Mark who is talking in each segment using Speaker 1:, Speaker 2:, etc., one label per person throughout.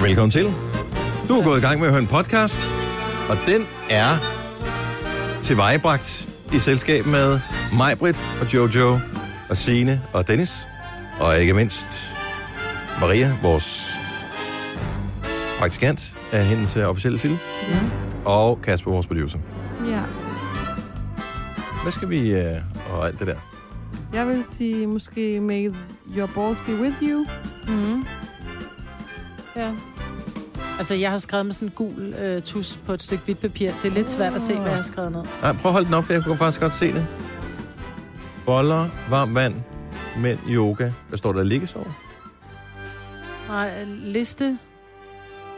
Speaker 1: Velkommen til. Du er gået i gang med at høre en podcast, og den er tilvejebragt i selskab med Majbrit og Jojo og Sine og Dennis, og ikke mindst Maria, vores praktikant af hendes øh, officielle film,
Speaker 2: Ja.
Speaker 1: og Kasper, vores producer.
Speaker 2: ja.
Speaker 1: Hvad skal vi øh, og alt det der?
Speaker 2: Jeg vil sige måske May your balls be with you.
Speaker 3: Mm.
Speaker 4: Mm-hmm.
Speaker 3: Ja. Altså, jeg har skrevet med sådan en gul øh, tus på et stykke hvidt papir. Det er lidt svært at se, hvad jeg
Speaker 1: Ah.
Speaker 3: har skrevet ned.
Speaker 1: Nej, prøv at holde den op, for jeg kunne faktisk godt se det. Boller, varmt vand, mænd, yoga. Hvad står der? Liggesove?
Speaker 3: Nej, liste.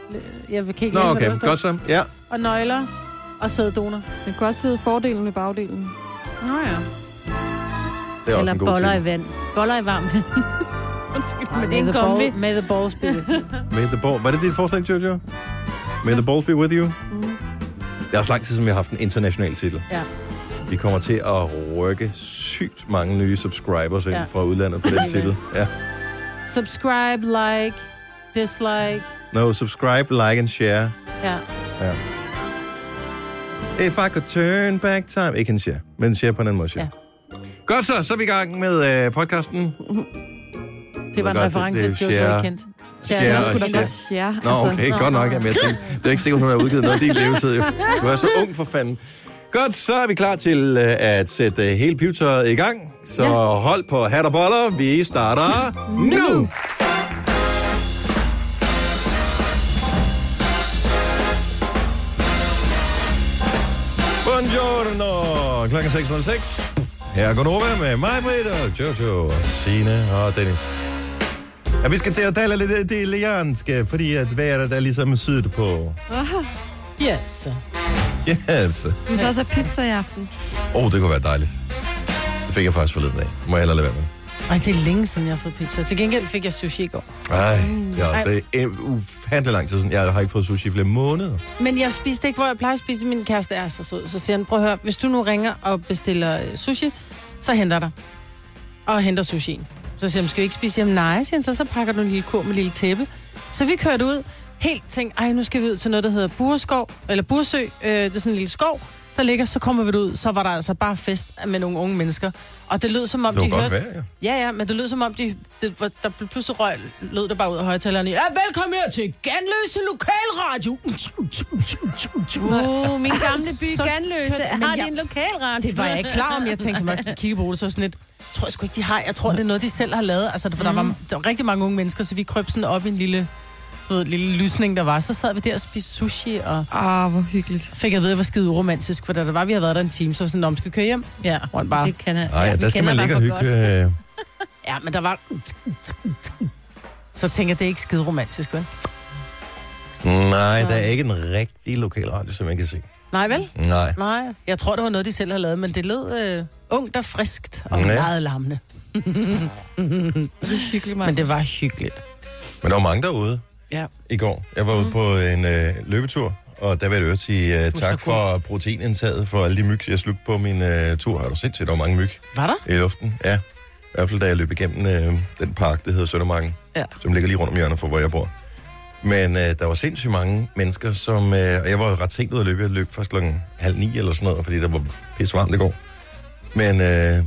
Speaker 3: L- Jeg vil ikke
Speaker 1: Nå,
Speaker 3: læse, hvad
Speaker 1: okay.
Speaker 3: der står.
Speaker 1: Godt så. Ja.
Speaker 3: Og nøgler. Og sæddoner.
Speaker 2: Den kunne også sidde fordelen ved bagdelen.
Speaker 4: Nå ja.
Speaker 1: Det er også
Speaker 5: Eller
Speaker 1: en god
Speaker 5: boller
Speaker 1: ting.
Speaker 5: i vand. Boller i varmt vand. Undskyld, men Uh,
Speaker 3: Med
Speaker 5: ikke
Speaker 3: the,
Speaker 5: gummi.
Speaker 3: ball, med the balls be with you.
Speaker 1: May the ball... Var det dit forslag, Jojo? May the balls be with you.
Speaker 2: Mm.
Speaker 1: Det er også lang tid, som vi har haft en international titel.
Speaker 3: Ja.
Speaker 1: Vi kommer til at rykke sygt mange nye subscribers ind
Speaker 3: Ja.
Speaker 1: fra udlandet på den
Speaker 3: Amen.
Speaker 1: titel. Ja.
Speaker 3: Subscribe, like, dislike.
Speaker 1: No, subscribe, like and share.
Speaker 3: Ja.
Speaker 1: If I could turn back time. Ikke en share, men share på en anden måde. Ja.
Speaker 3: Ja. Mm-hmm.
Speaker 1: Godt så, så er vi i gang med øh, podcasten.
Speaker 3: Det var
Speaker 1: godt,
Speaker 3: en reference,
Speaker 1: det- det
Speaker 3: til
Speaker 1: er
Speaker 3: Jojo
Speaker 1: share.
Speaker 3: ikke kendte.
Speaker 1: Share
Speaker 3: det
Speaker 1: og
Speaker 3: er sgu da
Speaker 1: share.
Speaker 3: godt. altså.
Speaker 2: Ja,
Speaker 1: Nå, okay, godt nok. Jamen, jeg tænkte, det er ikke sikkert, hun har udgivet noget af din levetid. Jo. Du er så ung for fanden. Godt, så er vi klar til øh, at sætte øh, hele pivetøjet i gang. Så hold på hat og boller. Vi starter nu! Buongiorno! Klokken 6.06. Her er Gunova med mig, Britt og Jojo og Signe og Dennis. Ja, vi skal til at tale lidt italiensk, fordi at vejret er ligesom syd på.
Speaker 3: Yes.
Speaker 1: Yes.
Speaker 4: Vi skal også have pizza i aften.
Speaker 1: Åh, oh, det kunne være dejligt. Det fik jeg faktisk forleden af. Må jeg hellere lade være med.
Speaker 3: Ej, det er længe siden, jeg har fået pizza. Til gengæld fik jeg sushi i går.
Speaker 1: Ej, ja, det er en ufattelig lang tid siden. Jeg har ikke fået sushi i flere måneder.
Speaker 3: Men jeg spiste ikke, hvor jeg plejer at spise. Min kæreste er så sød. Så siger han, prøv at høre, hvis du nu ringer og bestiller øh, sushi, så henter jeg dig. Og henter sushien. Så siger han, skal vi ikke spise? Jamen nej, siger han så, så pakker du en lille kur med en lille tæppe. Så vi kørte ud, helt tænkte, ej, nu skal vi ud til noget, der hedder Bureskov, eller Bursø, øh, det er sådan en lille skov, der ligger, så kommer vi ud, så var der altså bare fest med nogle unge mennesker. Og det lød som om,
Speaker 1: Det
Speaker 3: de
Speaker 1: kunne godt
Speaker 3: hørte...
Speaker 1: være, ja.
Speaker 3: Ja, ja, men det lød som om, de, det, var- der blev pludselig røg, lød det bare ud af højtaleren i. Ja, velkommen her til Ganløse Lokalradio.
Speaker 5: Uh, min gamle by
Speaker 3: Så
Speaker 5: Ganløse.
Speaker 3: kønt, men
Speaker 5: Har de
Speaker 3: jeg-
Speaker 5: en lokalret?
Speaker 3: Det var jeg ikke klar om. Jeg tænkte, som at kigge på det, så var jeg sådan lidt, tror jeg sgu ikke, de har. Jeg tror, det er noget, de selv har lavet. Altså, for der,
Speaker 5: Mm.
Speaker 3: var, der var rigtig mange unge mennesker, så vi krøb sådan op i en lille, du ved, lille lysning, der var. Så sad vi der og spiste sushi, og
Speaker 4: Åh,
Speaker 5: Ah,
Speaker 4: hvor hyggeligt.
Speaker 3: fik at vide, at jeg var skide uromantisk, for da der var, vi havde været der en time, så var sådan, om skal vi køre hjem?
Speaker 5: Ja,
Speaker 3: Hvor han bare,
Speaker 5: det kan jeg.
Speaker 1: Ej, ja,
Speaker 5: vi
Speaker 1: der skal
Speaker 5: kender
Speaker 1: man
Speaker 5: dig
Speaker 1: ligge og
Speaker 5: for
Speaker 1: hygge.
Speaker 5: godt.
Speaker 1: Øh,
Speaker 3: ja, men der var... Så tænker jeg, det er ikke skide romantisk, vel?
Speaker 1: nej, der er ikke en rigtig lokal radio, som jeg kan se.
Speaker 3: Nej, vel?
Speaker 1: Nej.
Speaker 3: Nej, jeg tror, det var noget, de selv havde lavet, men det lød øh, ungt og friskt og
Speaker 1: Ja.
Speaker 3: ja. meget lammende.
Speaker 4: Det er hyggeligt, mand.
Speaker 3: Men det var hyggeligt.
Speaker 1: Men der var mange derude
Speaker 3: Ja.
Speaker 1: i går. Jeg var ude på en øh, løbetur, og der vil jeg i øvrigt sige øh,
Speaker 3: så
Speaker 1: tak for proteinindtaget for alle de myg, jeg slugte på min øh, tur. Har du sindssygt, der var mange myg.
Speaker 3: Var der?
Speaker 1: i luften, ja. I hvert fald da jeg løb igennem øh, den park, der hedder Søndermarken,
Speaker 3: Ja.
Speaker 1: som ligger lige rundt om hjørnet for, hvor jeg bor. Men øh, der var sindssygt mange mennesker, som... Øh, og jeg var ret sent ude at løbe. Jeg løb først klokken halv ni eller sådan noget, fordi der var pisse varmt i går. Men øh,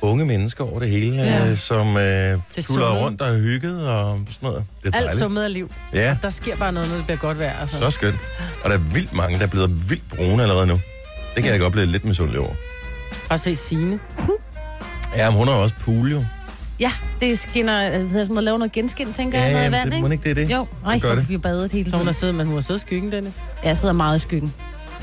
Speaker 1: unge mennesker over det hele, øh,
Speaker 4: Ja.
Speaker 1: som øh, tuller
Speaker 3: summede.
Speaker 1: rundt og hyggede og sådan noget. Det er
Speaker 3: Alt
Speaker 1: dejligt.
Speaker 3: summet af liv.
Speaker 1: Ja,
Speaker 3: Der sker bare noget, når det bliver godt vejr. Altså.
Speaker 1: så skønt. Og der er vildt mange, der er blevet vildt brune allerede nu. Det kan jeg godt blive lidt misundelig over.
Speaker 3: Og se Signe.
Speaker 1: Ja, men hun har jo også pool, jo.
Speaker 5: Ja, det skinner, altså, det hedder sådan noget, lave noget genskin, tænker jeg, noget i vand,
Speaker 1: det, må
Speaker 5: ikke?
Speaker 1: ikke det er det?
Speaker 5: Jo, nej,
Speaker 1: Det gør
Speaker 5: for
Speaker 1: det.
Speaker 5: vi har badet hele
Speaker 3: Så hun har
Speaker 5: tiden.
Speaker 3: siddet, men hun har siddet i skyggen, Dennis.
Speaker 5: Jeg sidder meget i skyggen.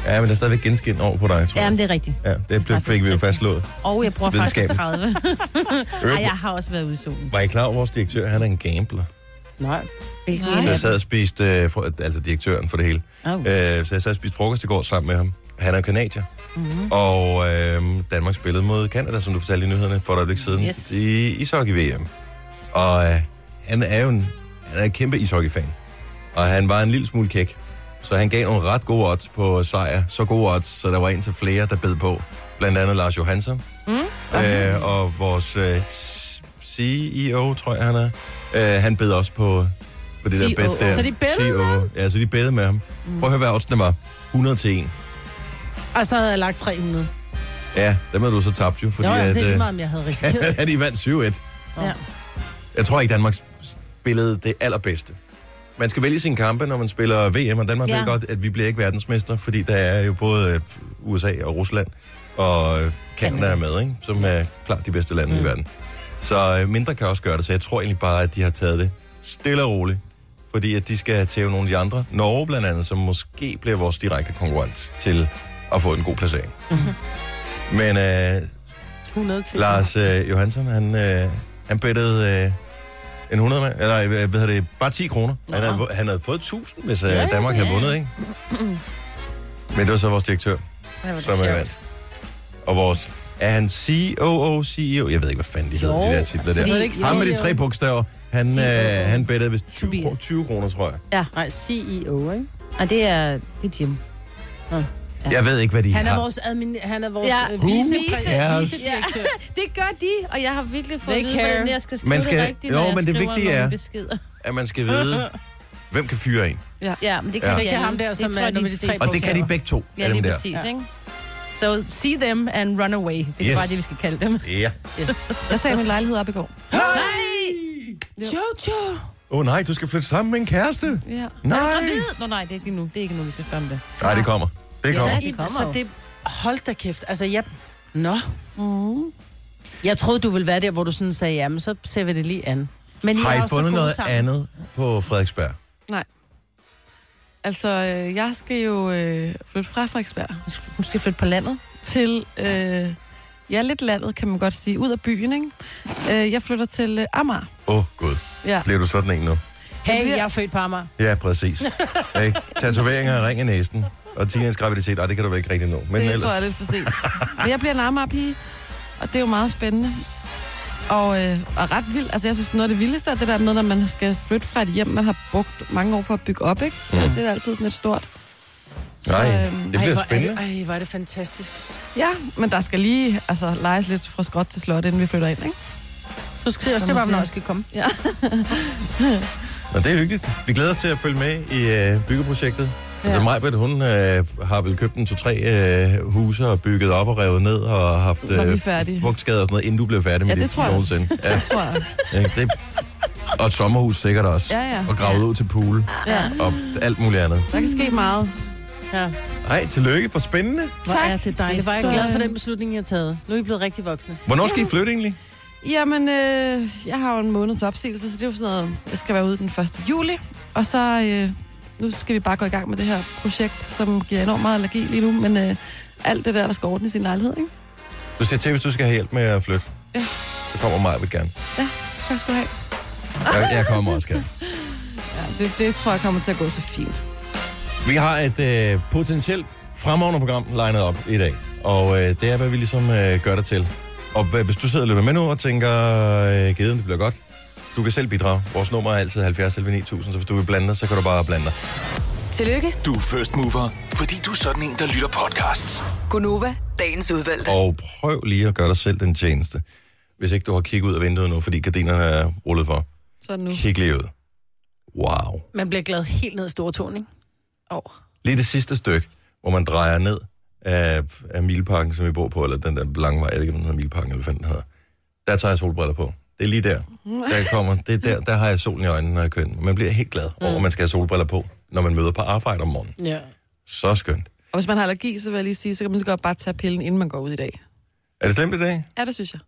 Speaker 1: Ja, men der er stadigvæk genskin over på dig, tror jeg.
Speaker 5: Jamen, det er rigtigt.
Speaker 1: Ja, det blev, fik vi jo fastslået.
Speaker 5: Og jeg bruger faktisk
Speaker 1: Videnskabeligt.
Speaker 5: 30. Ej,
Speaker 1: Øvrigt,
Speaker 5: jeg har også været ude i solen.
Speaker 1: Var I klar over, at vores direktør, han er en gambler?
Speaker 3: Nej.
Speaker 5: Hvilken
Speaker 4: Nej.
Speaker 5: en
Speaker 1: Så
Speaker 5: af
Speaker 1: jeg sad og spiste, øh, fro- altså direktøren for det hele,
Speaker 5: dem? Åh.
Speaker 1: øh, så jeg sad og spiste frokost i går sammen med ham. Han er jo kanadier.
Speaker 5: Mhm.
Speaker 1: Mm-hmm. Og øh, Danmark spillede mod Kanada, som du fortalte i nyhederne for et øjeblik siden,
Speaker 5: Yes.
Speaker 1: i ishockey-VM. Og øh, han er jo en, han er en kæmpe ishockey-fan. Og han var en lille smule kæk. Så han gav nogle ret gode odds på sejr. Så gode odds, så der var en til flere, der bed på. Blandt andet Lars Johansson. Mm. Øh, E og vores øh, CEO, tror jeg han er, øh, han bed også på på det der
Speaker 5: CO.
Speaker 1: bed der.
Speaker 3: E Så de bedede
Speaker 1: med ham? Ja, så de bedede med ham.
Speaker 3: Mm.
Speaker 1: Prøv at høre, hvad oddsene var. 100 til 1.
Speaker 3: Og så havde jeg lagt 300.
Speaker 1: Ja, dem havde du så tabt jo, fordi
Speaker 3: Fordi jo, jo,
Speaker 1: at,
Speaker 3: det er lige
Speaker 1: øh,
Speaker 3: meget, om jeg havde risikeret.
Speaker 1: at de vandt 7-1.
Speaker 3: Ja.
Speaker 1: Jeg tror ikke, Danmark spillede det allerbedste. Man skal vælge sine kampe, når man spiller VM, og Danmark ja.
Speaker 5: Ja.
Speaker 1: ved godt, at vi bliver ikke verdensmester, fordi der er jo både øh, USA og Rusland og øh, Canada er med, ikke? som er klart de bedste lande mm. i
Speaker 3: Mm.
Speaker 1: verden. Så øh, mindre kan også gøre det, så jeg tror egentlig bare, at de har taget det stille og roligt, fordi at de skal tæve nogle af de andre. Norge blandt andet, som måske bliver vores direkte konkurrent til at få en god placering. Mm-hmm. Men øh,
Speaker 3: 100 til.
Speaker 1: Lars øh, Johansson, han, øh, han bettede øh, en 100 mand, eller øh, hvad hedder det, bare 10 kroner. Han havde, vu- han havde fået 1000, hvis øh,
Speaker 5: Ja, ja,
Speaker 1: Danmark havde
Speaker 5: ja, ja.
Speaker 1: vundet, ikke? Men det var så vores direktør,
Speaker 5: Ej, hvor er det
Speaker 1: som er
Speaker 5: sjovt.
Speaker 1: vandt. Og vores, er han COO, CEO? E Jeg ved ikke, hvad fanden de hedder,
Speaker 5: Jo,
Speaker 1: de der titler
Speaker 5: fordi-
Speaker 1: der. Ham
Speaker 5: E
Speaker 1: med de tre bogstaver, han, øh,
Speaker 5: CEO.
Speaker 1: han bettede vist 20, kro-
Speaker 5: E Tobias.
Speaker 1: 20 kroner, tror jeg.
Speaker 3: Nej, CEO, ikke?
Speaker 5: Ej, det er, det er Jim. Ja.
Speaker 1: Jeg ved ikke, hvad de
Speaker 3: Han er
Speaker 1: har.
Speaker 3: vores, admin, han er vores øh,
Speaker 5: Ja.
Speaker 3: ja.
Speaker 5: Who
Speaker 3: vice,
Speaker 1: cares?
Speaker 3: vicedirektør.
Speaker 5: Det gør de, og jeg har virkelig fået
Speaker 3: They
Speaker 5: at vide, hvordan
Speaker 3: care.
Speaker 5: jeg skal skrive
Speaker 1: Man skal-
Speaker 5: det rigtigt,
Speaker 1: Jo,
Speaker 5: når jeg
Speaker 1: men det
Speaker 5: skriver
Speaker 1: vigtige
Speaker 5: nogle
Speaker 1: er-
Speaker 5: beskeder.
Speaker 1: At man skal vide, hvem kan fyre en.
Speaker 5: Ja, men det
Speaker 1: Ja.
Speaker 5: kan, ja.
Speaker 3: Det kan ham der, som er nummer de tre
Speaker 1: Og det kan de begge to,
Speaker 5: Ja,
Speaker 1: af dem
Speaker 5: lige
Speaker 1: der.
Speaker 5: præcis, ikke? So, see them and run away. Det er
Speaker 1: Yes.
Speaker 5: bare det, vi skal kalde dem.
Speaker 1: Ja.
Speaker 3: Yes.
Speaker 4: Jeg sagde min lejlighed op i går.
Speaker 3: Jojo.
Speaker 1: Åh oh, nej, du skal flytte sammen med en kæreste.
Speaker 4: Ja.
Speaker 1: Nej.
Speaker 5: Nå, nej, det er ikke nu. Det er ikke nu, vi skal spørge om det.
Speaker 1: Nej, det kommer. Det kommer.
Speaker 5: Ja,
Speaker 3: Så,
Speaker 5: det kommer
Speaker 3: så
Speaker 5: jo.
Speaker 3: det, hold da kæft. Altså, jeg... Nå.
Speaker 5: Mm.
Speaker 3: Jeg troede, du ville være der, hvor du sådan sagde, jamen, så ser vi det lige an. Men I
Speaker 1: Har
Speaker 3: er
Speaker 1: I
Speaker 3: også
Speaker 1: fundet
Speaker 3: gode
Speaker 1: noget
Speaker 3: sammen.
Speaker 1: andet på Frederiksberg?
Speaker 4: Altså, øh, jeg skal jo øh, flytte fra Frederiksberg
Speaker 5: Hun skal flytte på landet.
Speaker 4: til... Øh, ja, lidt landet, kan man godt sige. Ud af byen, ikke? Øh, jeg flytter til øh, Amager.
Speaker 1: Åh, oh, gud.
Speaker 4: Ja.
Speaker 1: Bliver du sådan en nu?
Speaker 3: Hey, jeg er født på Amager.
Speaker 1: Ja, præcis. Ikke? Tatoveringer, ring i næsen. Og Tinas graviditet, ej, det kan du vel ikke rigtig nå. Men
Speaker 4: det
Speaker 1: ellers,
Speaker 4: tror jeg er lidt for sent. Men jeg bliver en Amager-pige, og det er jo meget spændende. Og, øh, og ret vildt. Altså, jeg synes, noget af det vildeste er det der med, når man skal flytte fra et hjem, man har brugt mange år på at bygge op, ikke?
Speaker 1: Mm.
Speaker 4: Mm. Det er da altid sådan lidt stort.
Speaker 1: Nej,
Speaker 4: øhm,
Speaker 1: det bliver
Speaker 3: hvor er
Speaker 1: spændende.
Speaker 3: det, ej, hvor er det fantastisk.
Speaker 4: Ja, men der skal lige altså, leges lidt fra skråt til slot, inden vi flytter ind, ikke?
Speaker 3: Du skal se, og se
Speaker 4: Som man
Speaker 3: bare, hvornår
Speaker 4: siger.
Speaker 3: jeg skal komme.
Speaker 1: Og det er hyggeligt. Vi glæder os til at følge med i øh, byggeprojektet. Ja. Altså Majbert, hun øh, har vel købt en to-tre øh, huse og bygget op og revet ned og haft øh,
Speaker 4: Når vi er færdige.
Speaker 1: frugtskader og sådan noget, inden du blev færdig med
Speaker 4: Ja, det tror jeg også.
Speaker 1: nogensinde. Ja,
Speaker 4: Tror jeg.
Speaker 1: ikke? det, og et sommerhus sikkert også.
Speaker 4: Ja, ja.
Speaker 1: Og gravet
Speaker 4: ja.
Speaker 1: ud til pool
Speaker 4: Ja,
Speaker 1: og alt muligt andet.
Speaker 4: der kan ske meget.
Speaker 3: Ja.
Speaker 1: Ej, tillykke for spændende.
Speaker 3: Hvor
Speaker 4: Tak.
Speaker 3: er det dejligt.
Speaker 5: Det
Speaker 3: Var
Speaker 5: er
Speaker 3: jeg
Speaker 5: så-
Speaker 3: glad for den beslutning, jeg har taget. Nu er I blevet rigtig voksne.
Speaker 1: Hvornår skal I flytte egentlig?
Speaker 4: Jamen, øh, jeg har jo en måneds opsigelse, så det er jo sådan noget, jeg skal være ude den 1. juli. Og så, øh, nu skal vi bare gå i gang med det her projekt, som giver enormt meget allergi lige nu, men øh, alt det der, der skal ordne i sin lejlighed, ikke?
Speaker 1: Du siger til, hvis du skal have hjælp med at flytte.
Speaker 4: Ja.
Speaker 1: Så kommer mig vil gerne.
Speaker 4: Tak skal du have.
Speaker 1: Jeg, jeg kommer også gerne.
Speaker 4: Ja, det, det tror jeg kommer til at gå så fint.
Speaker 1: Vi har et øh, potentielt fremragende program legnet op i dag. Og øh, det er, hvad vi ligesom øh, gør det til. Og hvad, hvis du sidder og lytter med nu og tænker, øh, givet, det bliver godt. Du kan selv bidrage. Vores nummer er altid 70 11 9000, så hvis du vil blande dig, så kan du bare blande dig.
Speaker 6: Tillykke,
Speaker 7: Du er first mover, fordi du er sådan en, der lytter podcasts.
Speaker 6: Gunova, dagens udvalgte.
Speaker 1: Og prøv lige at gøre dig selv den tjeneste. Hvis ikke du har kigget ud af vinduet nu, fordi gardinerne er rullet for.
Speaker 4: Så nu.
Speaker 1: Kig lige ud. Wow.
Speaker 3: Man bliver glad helt ned i store tone, ikke?
Speaker 4: Oh.
Speaker 1: lige det sidste stykke, hvor man drejer ned af, af Milparken, som vi bor på, eller den der lange vej, jeg ved ikke, om den hedder Milparken, eller hvad fanden den hedder. Der tager jeg solbriller på. Det er lige der. Der kommer, det er der, der har jeg solen i øjnene, når jeg kører ind. Man bliver helt glad over, at man skal have solbriller på, når man møder på arbejde om morgenen.
Speaker 3: Ja.
Speaker 1: Så skønt.
Speaker 4: Og hvis man har allergi, så vil jeg lige sige, så kan man så godt bare tage pillen, inden man går ud i dag.
Speaker 1: Er det slemt i dag?
Speaker 4: Ja, det synes jeg.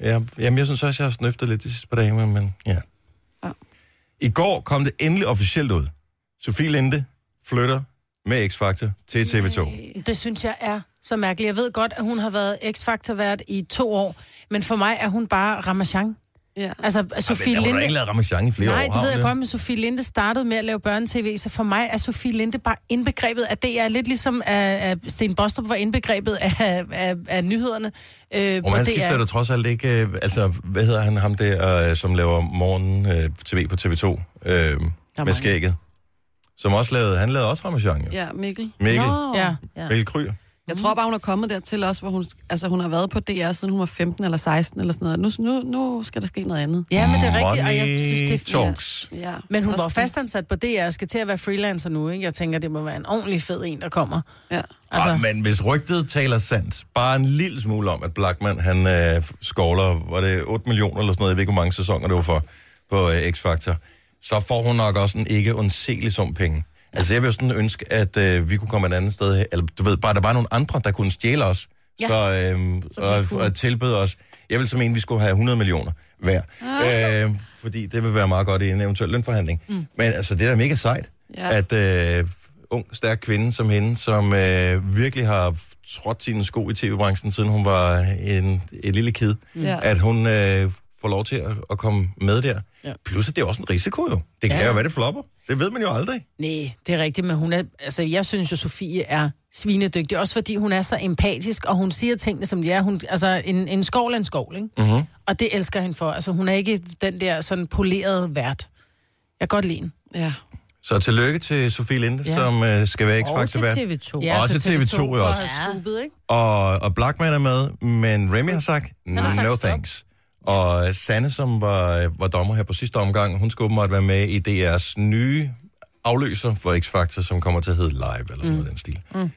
Speaker 1: Ja, jamen, jeg synes også, jeg har snøftet lidt de sidste par dage, men, men ja.
Speaker 4: Ja.
Speaker 1: I går kom det endelig officielt ud. Sofie Linde flytter med X-Factor til TV2.
Speaker 3: Det synes jeg er så mærkeligt. Jeg ved godt, at hun har været X-Factor-vært i to år, men for mig er hun bare Ramachan.
Speaker 4: Ja.
Speaker 3: Altså, Sofie
Speaker 1: Jamen, der må da
Speaker 3: Linde...
Speaker 1: ikke lavet Ramachan i flere år.
Speaker 3: Nej,
Speaker 1: har
Speaker 3: det ved
Speaker 1: hun
Speaker 3: jeg godt, men Sofie Linde startede med at lave børnetv, så for mig er Sofie Linde bare indbegrebet af det. Jeg er lidt ligesom, at at Sten Bostrup var indbegrebet af, af, af nyhederne. Øh,
Speaker 1: Og
Speaker 3: på
Speaker 1: han
Speaker 3: DR.
Speaker 1: skifter da trods alt ikke, øh, altså, hvad hedder han ham der, øh, som laver morgen øh, tv på TV2 øh, med
Speaker 3: mange.
Speaker 1: skægget? Som også lavede, han lavede også Ramachan, jo. Ja.
Speaker 4: Ja, Mikkel.
Speaker 1: Mikkel,
Speaker 5: Nå.
Speaker 3: Ja.
Speaker 5: ja.
Speaker 1: Mikkel Kryger.
Speaker 4: Jeg
Speaker 3: Mhm.
Speaker 4: tror bare, hun er kommet dertil også, hvor hun, altså, hun har været på DR, siden hun var 15 eller 16 eller sådan noget. Nu, nu, nu skal der ske noget andet.
Speaker 3: Ja, men det er rigtigt, og jeg synes, det er
Speaker 1: Money
Speaker 3: fint.
Speaker 1: talks.
Speaker 4: Ja.
Speaker 3: Men hun
Speaker 4: Også
Speaker 3: var
Speaker 4: det.
Speaker 3: fastansat på DR og skal til at være freelancer nu, ikke? Jeg tænker, det må være en ordentlig fed en, der kommer.
Speaker 4: Ja.
Speaker 1: Altså.
Speaker 3: Altså.
Speaker 1: Ah, men hvis rygtet taler sandt, bare en lille smule om, at Blackman, han øh, skovler, var det 8 millioner eller sådan noget, jeg ved ikke, hvor mange sæsoner det var for, på øh, X-Factor, så får hun nok også en ikke undselig sum penge. Altså, jeg vil jo sådan ønske, at øh, vi kunne komme et andet sted hen, eller du ved, bare der var nogle andre, der kunne stjæle os, ja. så, øh, og,
Speaker 3: kunne.
Speaker 1: og tilbyde os. Jeg vil som en, vi skulle have 100 millioner hver, ah. øh, fordi det vil være meget godt i en eventuel lønforhandling. Mm. Men altså, det er da mega sejt,
Speaker 4: Ja.
Speaker 1: ja. at øh, ung, stærk kvinde som hende, som øh, virkelig har trådt sine sko i tv-branchen, siden hun var en, et lille kid,
Speaker 4: Ja.
Speaker 1: at hun øh, får lov til at, at komme med der. Ja. Plus, at det er også en risiko jo. Det kan ja. jo være, det flopper. Det ved man jo aldrig.
Speaker 3: Nej, det er rigtigt, men hun er, altså, jeg synes jo, Sofie er svinedygtig, også fordi hun er så empatisk, og hun siger tingene, som de er. Hun, altså, en, en skovl er en skovl, ikke? Mm-hmm. Og det elsker jeg hende for. Altså, hun er ikke den der sådan polerede vært. Jeg kan godt lide hende.
Speaker 4: ja.
Speaker 1: Så tillykke til Sofie Linde, ja.
Speaker 3: Ja. altså,
Speaker 1: som øh, skal være
Speaker 5: Og til
Speaker 1: X-Factor-vært.
Speaker 5: TV2.
Speaker 1: Ja, Også til TV2 jo
Speaker 3: for
Speaker 1: også.
Speaker 3: at have Stupet, ikke?
Speaker 1: og, og Blackman er med, men Remy har sagt,
Speaker 3: har sagt
Speaker 1: no
Speaker 3: stop."
Speaker 1: thanks. Og Sanne, som var, var dommer her på sidste omgang, hun skal åbenbart være med i DR's nye afløser for X-Factor, som kommer til at hedde Live, eller sådan mm. noget i den stil. Mm.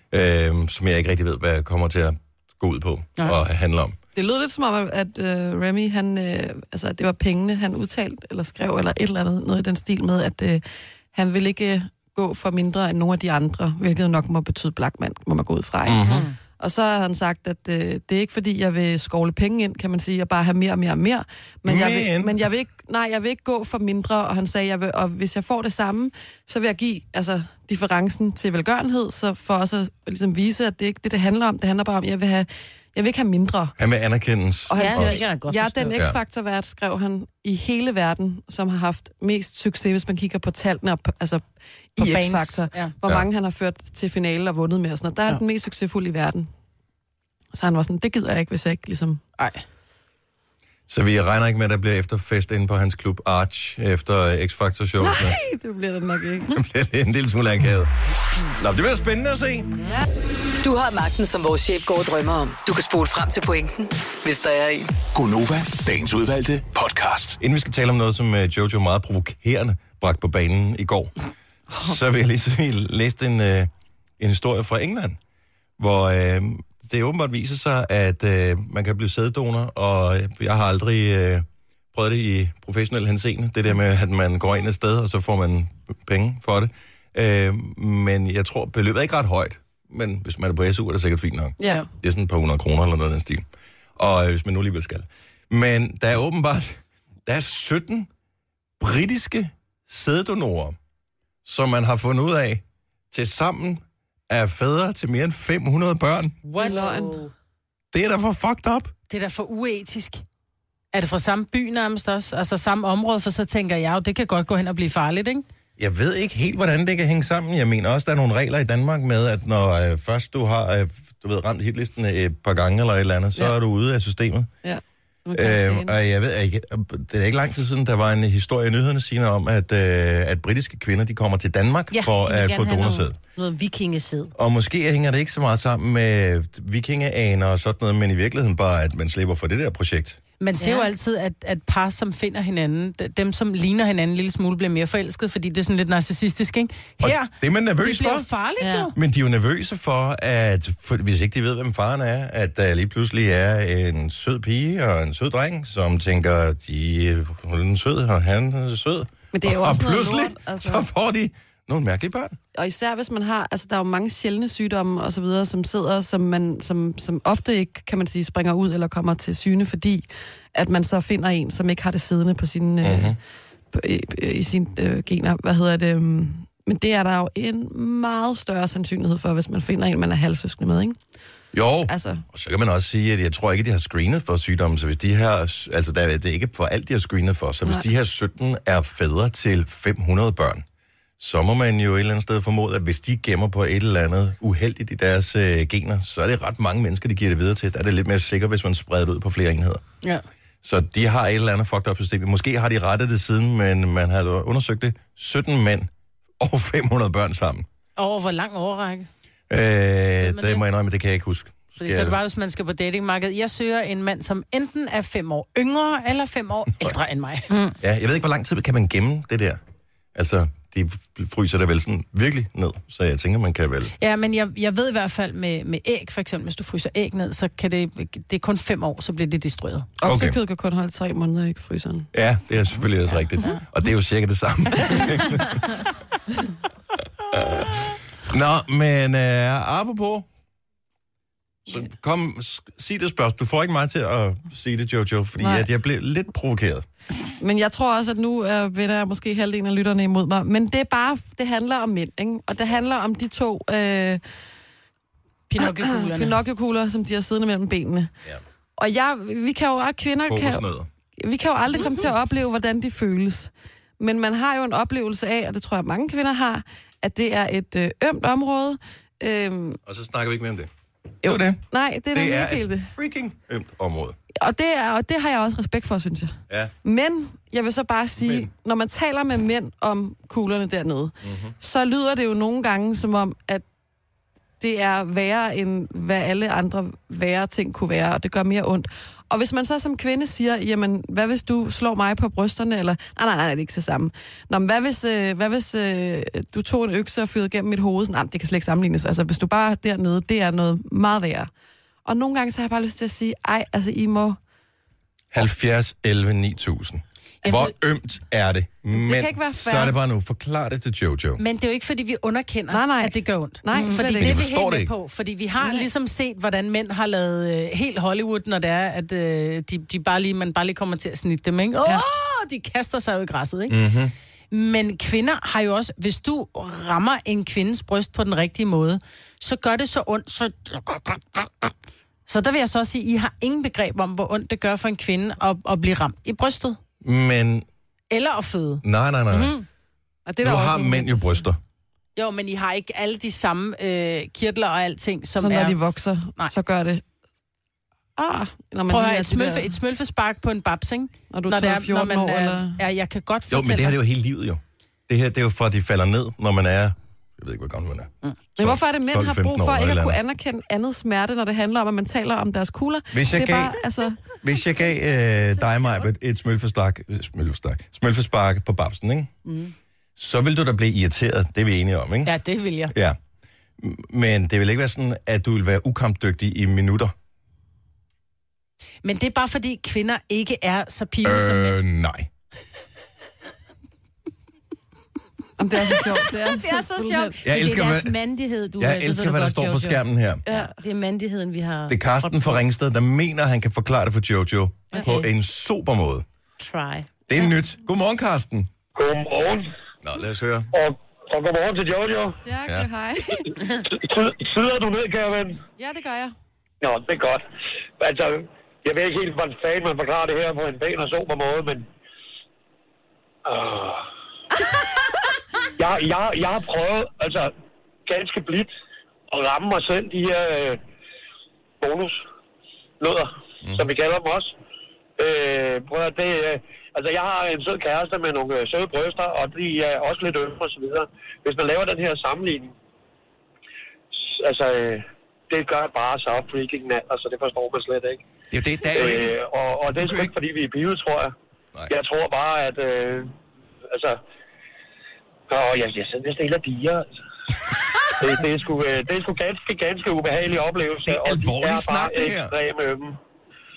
Speaker 1: Øhm, som jeg ikke rigtig ved, hvad kommer til at gå ud på ja. og handle om.
Speaker 4: Det lød lidt som om, at øh, Remy, han, øh, altså, at det var pengene, han udtalte eller skrev, eller et eller andet, noget i den stil med, at øh, han ville ikke øh, gå for mindre end nogle af de andre, hvilket nok må betyde Blackman, må man gå ud fra. Mm-hmm. Og så har han sagt, at øh, det er ikke fordi, jeg vil øh, skovle penge ind, kan man sige, og bare have mere og mere og mere. Men, jeg
Speaker 1: Men-
Speaker 4: vil, men jeg vil ikke, nej, jeg vil ikke gå for mindre, og han sagde, jeg vil, og hvis jeg får det samme, så vil jeg give altså, differencen til velgørenhed, så for også at ligesom, vise, at det er ikke det, det handler om. Det handler bare om, at jeg vil, have, jeg vil ikke have mindre.
Speaker 1: Han vil anerkendes.
Speaker 4: Og han
Speaker 5: Ja,
Speaker 4: ja,
Speaker 5: det kan
Speaker 4: siger,
Speaker 5: jeg godt
Speaker 4: jeg
Speaker 5: forstå."
Speaker 4: er den
Speaker 1: Ja.
Speaker 4: X-Factor-vært, skrev han, i hele verden, som har haft mest succes, hvis man kigger på tallene, og på- altså på i
Speaker 3: fans,
Speaker 4: X-Factor,
Speaker 3: ja.
Speaker 4: ja. hvor
Speaker 1: Ja.
Speaker 4: ja. mange han har ført til finale og vundet med og sådan noget. Der er han den mest succesfulde i verden. Så han var sådan, det gider jeg ikke, hvis jeg ikke ligesom...
Speaker 3: Ej.
Speaker 1: Så vi regner ikke med, at der bliver efterfest inde på hans klub Arch efter X-Factor-showet.
Speaker 4: Det bliver det nok ikke.
Speaker 1: Det bliver en lille smule akavet. Nå, det bliver spændende at se.
Speaker 6: Du har magten, som vores chef går og drømmer om. Du kan spole frem til pointen, hvis der er en.
Speaker 7: Gonova, dagens udvalgte podcast.
Speaker 1: Inden vi skal tale om noget, som øh, Jojo meget provokerende bragte på banen i går, så vil jeg lige sige, jeg læste en, øh, en historie fra England, hvor øh, det åbenbart viser sig, at øh, man kan blive sæddonor, og jeg har aldrig øh, prøvet det i professionel henseende, det der med, at man går ind et sted, og så får man penge for det. Øh, men jeg tror, beløbet er ikke ret højt, men hvis man er på SU, er det sikkert fint nok.
Speaker 4: Ja.
Speaker 1: Det er sådan et par hundrede kroner eller noget i den stil. Og øh, hvis man nu alligevel skal. Men der er åbenbart, der er 17 britiske sæddonorer, som man har fundet ud af, til sammen er fædre til mere end 500 børn.
Speaker 3: What?
Speaker 4: Løgn.
Speaker 1: Det er da for fucked up.
Speaker 3: Det er da for uetisk. Er det fra samme by nærmest også? Altså samme område, for så tænker jeg jo, det kan godt gå hen og blive farligt, ikke?
Speaker 1: Jeg ved ikke helt, hvordan det kan hænge sammen. Jeg mener også, der er nogle regler i Danmark med, at når øh, først du har øh, du ved, ramt hitlisten øh, et par gange eller et eller andet, så ja.
Speaker 4: Ja.
Speaker 1: er du ude af systemet.
Speaker 4: ja. Man kan
Speaker 1: Øh,
Speaker 4: se
Speaker 1: og jeg ved ikke, øh, det er ikke lang tid siden, der var en historie i nyhederne, Signe, om, at, øh, at britiske kvinder, de kommer til Danmark ja, for
Speaker 5: de vil
Speaker 1: at
Speaker 5: gerne
Speaker 1: få
Speaker 5: have
Speaker 1: donorsæd.
Speaker 5: Noget, noget vikingesæd.
Speaker 1: Og måske hænger det ikke så meget sammen med vikingeaner og sådan noget, men i virkeligheden bare, at man slipper for det der projekt.
Speaker 3: Man ser ja.
Speaker 5: Ja.
Speaker 3: jo altid, at, at par, som finder hinanden, d- dem, som ligner hinanden en lille smule, bliver mere forelsket, fordi det er sådan lidt narcissistisk, ikke?
Speaker 1: Og
Speaker 3: Her,
Speaker 1: det er man
Speaker 3: det
Speaker 1: nervøs
Speaker 3: bliver jo
Speaker 1: for.
Speaker 3: farligt ja.
Speaker 5: Ja.
Speaker 3: jo.
Speaker 1: Men de er jo nervøse for, at for, hvis ikke de ved, hvem faren er, at der lige pludselig er en sød pige og en sød dreng, som tænker, de, hun er sød, og han er sød.
Speaker 4: Men det er jo
Speaker 1: og,
Speaker 4: også
Speaker 1: og
Speaker 4: noget
Speaker 1: pludselig,
Speaker 4: lort, altså.
Speaker 1: så får de nogle mærkelige børn.
Speaker 4: og især hvis man har, altså der er jo mange sjældne sygdomme og så videre, som sidder, som, man, som, som ofte ikke, kan man sige, springer ud eller kommer til syne, fordi at man så finder en, som ikke har det siddende på sin, mm-hmm. øh, på, i, i sine øh, gener. Hvad hedder det? øhm, Men det er der jo en meget større sandsynlighed for, hvis man finder en, man er halvsøskende med, ikke?
Speaker 1: Jo,
Speaker 4: Altså,
Speaker 1: Og så kan man også sige, at jeg tror ikke, de har screenet for sygdommen, så hvis de her, altså der, det er ikke for alt, de har screenet for, så hvis Nej. de her 17 er fædre til 500 børn, så må man jo et eller andet sted formode, at hvis de gemmer på et eller andet uheldigt i deres øh, gener, så er det ret mange mennesker, de giver det videre til. Der er det lidt mere sikkert, hvis man spreder det ud på flere enheder.
Speaker 3: Ja.
Speaker 1: Så de har et eller andet fucked up system. Måske har de rettet det siden, men man har undersøgt det. 17 mænd og 500 børn sammen.
Speaker 3: Over hvor lang overrække.
Speaker 1: Øh, det, det må jeg indrømme, det kan jeg ikke huske.
Speaker 3: Fordi så er det bare, hvis man skal på datingmarkedet. Jeg søger en mand, som enten er fem år yngre eller fem år ældre end mig. Mm.
Speaker 1: Ja, jeg ved ikke, hvor lang tid kan man gemme det der? Altså, de fryser det vel sådan virkelig ned, så jeg tænker, man kan vel...
Speaker 3: Ja, men jeg, jeg ved i hvert fald med, med æg, for eksempel, hvis du fryser æg ned, så kan det, det er kun fem år, så bliver det destrueret.
Speaker 1: Okay.
Speaker 4: Oksekød kan kun holde tre måneder i fryseren.
Speaker 1: Ja, det er selvfølgelig også rigtigt. Og det er jo cirka det samme. Nå, men øh, apropos, så kom, s- sig det spørgsmål. Du får ikke mig til at sige det, Jojo, fordi
Speaker 4: Nej.
Speaker 1: at jeg blev lidt provokeret.
Speaker 4: Men jeg tror også, at nu øh, vender jeg måske halvdelen af lytterne imod mig. Men det er bare, det handler om mænd, ikke? Og det handler om de to øh,
Speaker 3: Pinocchio-kuglerne.
Speaker 4: pinocchio som de har siddende mellem benene.
Speaker 1: Ja.
Speaker 4: Og jeg, vi kan jo også, kvinder kan, jo-
Speaker 1: Kokosnødder.
Speaker 4: vi kan jo aldrig komme til at opleve, hvordan de føles. Men man har jo en oplevelse af, og det tror jeg mange kvinder har, at det er et øh, ømt område. Øhm,
Speaker 1: Og så snakker vi ikke mere om det. Jo, det.
Speaker 4: nej, det
Speaker 1: Det
Speaker 4: er det
Speaker 1: er
Speaker 4: ikke helt
Speaker 1: et
Speaker 4: det.
Speaker 1: freaking ømt område.
Speaker 4: Og det, er, og det har jeg også respekt for, synes jeg.
Speaker 1: Ja.
Speaker 4: Men jeg vil så bare sige,
Speaker 1: Men.
Speaker 4: men. når man taler med mænd om kuglerne dernede, mm-hmm. så lyder det jo nogle gange som om, at det er værre end hvad alle andre værre ting kunne være, og det gør mere ondt. Og hvis man så som kvinde siger, jamen, hvad hvis du slår mig på brysterne, eller, nej, nej, nej, det er ikke så samme. Nå, men hvad hvis, øh, hvad hvis øh, du tog en økse og fyrede gennem mit hoved? Sådan, nej, det kan slet ikke sammenlignes. Altså, hvis du bare er dernede, det er noget meget værre. Og nogle gange, så har jeg bare lyst til at sige, ej, altså, I må...
Speaker 1: 70, 11, 9000. Hvor ømt er det? Men
Speaker 4: Altså- kan ikke være
Speaker 1: så
Speaker 4: fair. Mm-hmm.
Speaker 1: er det bare nu. Forklar det til Jojo.
Speaker 3: Men det er jo ikke, fordi vi underkender,
Speaker 4: Nej, nej.
Speaker 3: at det gør ondt.
Speaker 4: Nej,
Speaker 3: Mm.
Speaker 4: slet
Speaker 3: fordi
Speaker 4: ikke.
Speaker 3: det
Speaker 4: Men
Speaker 1: jeg
Speaker 3: er vi
Speaker 1: forstår
Speaker 3: helt
Speaker 1: det
Speaker 3: med
Speaker 1: ikke.
Speaker 3: på. Fordi vi har ligesom set, hvordan mænd har lavet øh, helt Hollywood, når det er, at øh, de, de bare lige, man bare lige kommer til at snitte dem. Ikke? Åh, ja. de kaster sig jo i græsset, ikke?
Speaker 1: Mhm.
Speaker 3: Mm-hmm. Men kvinder har jo også, hvis du rammer en kvindes bryst på den rigtige måde, så gør det så ondt, så... Så der vil jeg så også sige, at I har ingen begreb om, hvor ondt det gør for en kvinde at, at blive ramt i brystet.
Speaker 1: Men
Speaker 3: Eller at føde.
Speaker 1: nej, nej, nej. Mm.
Speaker 4: Mhm. Og det er
Speaker 1: Nu
Speaker 4: der også
Speaker 1: har
Speaker 4: nogle
Speaker 1: mænd jo bryster.
Speaker 3: Jo, men I har ikke alle de samme øh, kirtler og alting, som
Speaker 4: Så når
Speaker 3: er...
Speaker 4: de vokser,
Speaker 3: Nej.
Speaker 4: Nej. så gør det... Ah, når man
Speaker 3: Prøv at
Speaker 4: lige
Speaker 3: høre,
Speaker 4: er
Speaker 3: et,
Speaker 4: de
Speaker 3: smølfe,
Speaker 4: der-
Speaker 3: et smølfespark på en babs, ikke?
Speaker 4: Når du er 14 år,
Speaker 3: er,
Speaker 4: eller-
Speaker 3: Ja, jeg kan godt
Speaker 1: Jo,
Speaker 3: fortælle
Speaker 1: men det her det er
Speaker 3: dig-
Speaker 1: jo hele livet jo. Det her det er jo for, at de falder ned, når man er... Jeg ved ikke, hvor gammel man er.
Speaker 4: Men hvorfor er det, mænd har
Speaker 1: 12-15
Speaker 4: brug
Speaker 1: år
Speaker 4: for ikke
Speaker 1: eller
Speaker 4: at kunne
Speaker 1: andet.
Speaker 4: anerkende andet smerte, når det handler om, at man taler om deres kugler?
Speaker 1: Hvis jeg
Speaker 4: det er
Speaker 1: gav-
Speaker 4: bare, altså,
Speaker 1: Hvis jeg gav øh, dig, mig et smølfestak, smølfestak, smølfespark på babsen, ikke? Mm. så vil du da blive irriteret. Det er vi enige om, ikke?
Speaker 3: Ja, det vil jeg.
Speaker 1: Ja. M- Men det vil ikke være sådan, at du vil være ukampdygtig i minutter.
Speaker 3: Men det er bare fordi, kvinder ikke er så pige øh. som mænd.
Speaker 1: Øh, nej.
Speaker 4: om det er så sjovt. Det er, det
Speaker 5: Det er så sjovt.
Speaker 1: Jeg elsker,
Speaker 5: det er
Speaker 1: hvad-
Speaker 5: deres mandighed, du
Speaker 1: Jeg
Speaker 5: det ved
Speaker 1: elsker,
Speaker 5: du
Speaker 1: hvad der
Speaker 5: godt,
Speaker 1: står
Speaker 5: Jojo.
Speaker 1: på skærmen her.
Speaker 5: Ja, det er mandigheden, vi har
Speaker 1: Det er Carsten fra Ringsted, der mener, at han kan forklare det for Jojo okay. på en super måde.
Speaker 5: try.
Speaker 1: Det er nyt. Godmorgen, Carsten.
Speaker 8: Godmorgen,
Speaker 1: Nå, lad os høre.
Speaker 8: og, og godmorgen til Jojo.
Speaker 4: Ja, ja. hej.
Speaker 8: Sid- Sidder du ned, kære ven?
Speaker 4: Ja, det gør jeg.
Speaker 8: Nå, det er godt. Altså, jeg ved ikke helt, hvordan fanden man forklarer det her på en pæn og sober måde, men... Uh... jeg, jeg, jeg har prøvet, altså, ganske blidt at ramme mig selv de her øh, bonusløder, mm. som vi kalder dem også. Øh, prøv at det, øh, altså, jeg har en sød kæreste med nogle øh, søde bryster, og de er også lidt ømme og så videre. Hvis man laver den her sammenligning, s- altså, øh, det gør bare så freaking natter, så det forstår man slet ikke.
Speaker 1: Det er jo det, der er jo ikke...
Speaker 8: Øh, og, og det er
Speaker 1: Du kan
Speaker 8: sgu
Speaker 1: ikke-
Speaker 8: ikke, fordi vi er bio, tror jeg.
Speaker 1: Nej.
Speaker 8: Jeg tror bare, at... Øh, altså... Åh, jeg, jeg sidder næsten helt af diger, altså. det, det, er sgu, øh, det er sgu ganske, ganske ubehagelig oplevelse.
Speaker 1: Det er alvorlig snak, det her.
Speaker 8: Ekstrem, ømme.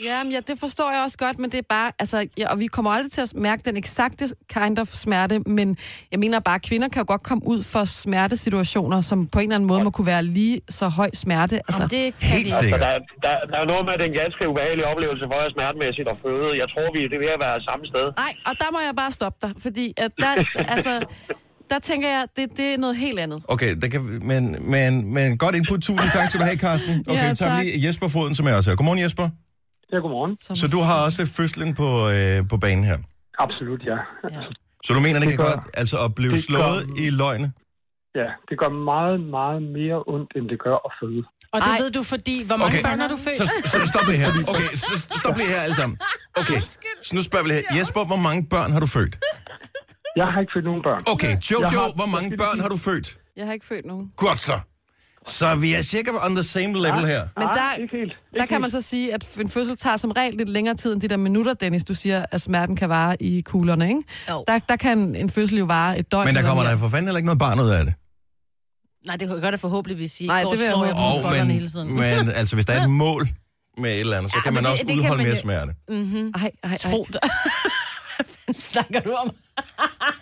Speaker 4: Jamen, ja, det forstår jeg også godt, men det er bare, altså, ja, og vi kommer aldrig til at mærke den eksakte kind of smerte, men jeg mener bare, kvinder kan jo godt komme ud for smertesituationer, som på en eller anden måde må kunne være lige så høj smerte. Altså,
Speaker 5: Det kan
Speaker 1: Helt
Speaker 5: vi.
Speaker 8: Så
Speaker 1: sikkert.
Speaker 8: der, der, der er noget med, at det er en ganske ubehagelig oplevelse for jer smertemæssigt at føde. Jeg tror, vi er ved at være samme sted.
Speaker 4: Nej, og der må jeg bare stoppe dig, fordi at der, altså, der tænker jeg, det, det er noget helt andet.
Speaker 1: Okay, der kan, men, men, men godt input. Tusind tak skal du have, Carsten. Okay,
Speaker 4: Ja,
Speaker 1: vi tager
Speaker 4: tak.
Speaker 1: lige Jesper Foden, som er også her. Godmorgen, Jesper.
Speaker 9: Ja, godmorgen.
Speaker 1: Så du har også fødslen på, øh, på banen her.
Speaker 9: Absolut, ja.
Speaker 1: Så du mener,
Speaker 9: Det
Speaker 1: det, kan
Speaker 9: gør-
Speaker 1: godt altså at blive
Speaker 9: det
Speaker 1: slået
Speaker 9: gør-
Speaker 1: i løgne?
Speaker 9: Ja, det gør meget, meget mere ondt, end det gør at føde.
Speaker 3: Og det
Speaker 4: Ej.
Speaker 3: ved du, fordi hvor mange
Speaker 1: Okay.
Speaker 3: okay. børn har du født?
Speaker 1: Så, så stop lige her. Okay, så, så stop lige her alle sammen. Okay, så nu spørger vi lige her. Jesper, hvor mange børn har du født?
Speaker 9: Jeg har ikke født nogen børn.
Speaker 1: Okay,
Speaker 9: Jeg
Speaker 1: Jojo,
Speaker 9: har-
Speaker 1: hvor mange børn har du født?
Speaker 4: Jeg har ikke født nogen.
Speaker 1: Godt så. Så vi er cirka on the same
Speaker 3: Ah.
Speaker 1: level her.
Speaker 4: Men
Speaker 9: Nej,
Speaker 4: der-
Speaker 9: Ah, ikke helt.
Speaker 4: Der kan man så sige, at en fødsel tager som regel lidt længere tid end de der minutter, Dennis, du siger, at smerten kan vare i kuglerne, ikke?
Speaker 5: Jo.
Speaker 4: Der, der kan en fødsel jo vare et døgn.
Speaker 1: Men der
Speaker 4: eller
Speaker 1: kommer
Speaker 4: mere.
Speaker 1: der for fanden heller ikke noget barn ud af det.
Speaker 5: Nej, det gør det forhåbentlig sige.
Speaker 4: Nej, det vil jeg
Speaker 5: slår
Speaker 4: håbe.
Speaker 5: dem i
Speaker 1: Og,
Speaker 5: bollerne hele tiden.
Speaker 1: men, men altså, hvis der er et mål med et eller andet, så
Speaker 5: Ja,
Speaker 1: kan man
Speaker 5: men det-
Speaker 1: også
Speaker 5: det kan
Speaker 1: udholde
Speaker 5: man
Speaker 1: mere
Speaker 5: jo-
Speaker 1: smerte.
Speaker 4: Mm.
Speaker 5: Mhm.
Speaker 4: Ej, ej, ej.
Speaker 5: Tro det. Hvad snakker du om?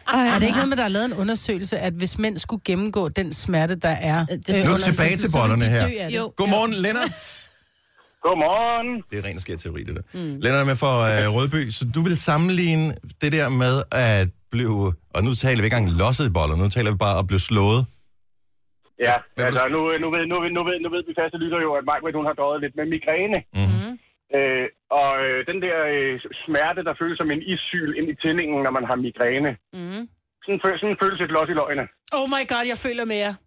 Speaker 3: Er det ikke noget med, der er lavet en undersøgelse, at hvis mænd skulle gennemgå den smerte, der er...
Speaker 5: det-
Speaker 3: øh,
Speaker 5: Nu
Speaker 3: under en
Speaker 1: tilbage
Speaker 3: fødsel,
Speaker 1: til
Speaker 3: så vil
Speaker 1: bollerne
Speaker 3: de
Speaker 1: her.
Speaker 3: dø af det.
Speaker 5: Jo.
Speaker 1: Godmorgen, Lennart!
Speaker 8: Godmorgen.
Speaker 1: Det er ren og skær teori, det der. Mm. Lennart er med fra øh, Rødby, så du vil sammenligne det der med at blive... Og nu taler vi ikke engang losset i boller, nu taler vi bare om at blive slået.
Speaker 8: Ja,
Speaker 1: Hvad vil
Speaker 8: altså nu, nu, ved, nu, ved, nu, ved, nu ved vi faste lytter jo, at Majbrit, hun har døjet lidt med migræne.
Speaker 1: Mhm.
Speaker 8: Øh, og øh, den der øh, smerte, der føles som en issyl ind i tændingen, når man har migræne.
Speaker 3: Mm.
Speaker 8: Sådan, fø- sådan føles et los i løgene.
Speaker 3: Oh my god, jeg føler med jer. I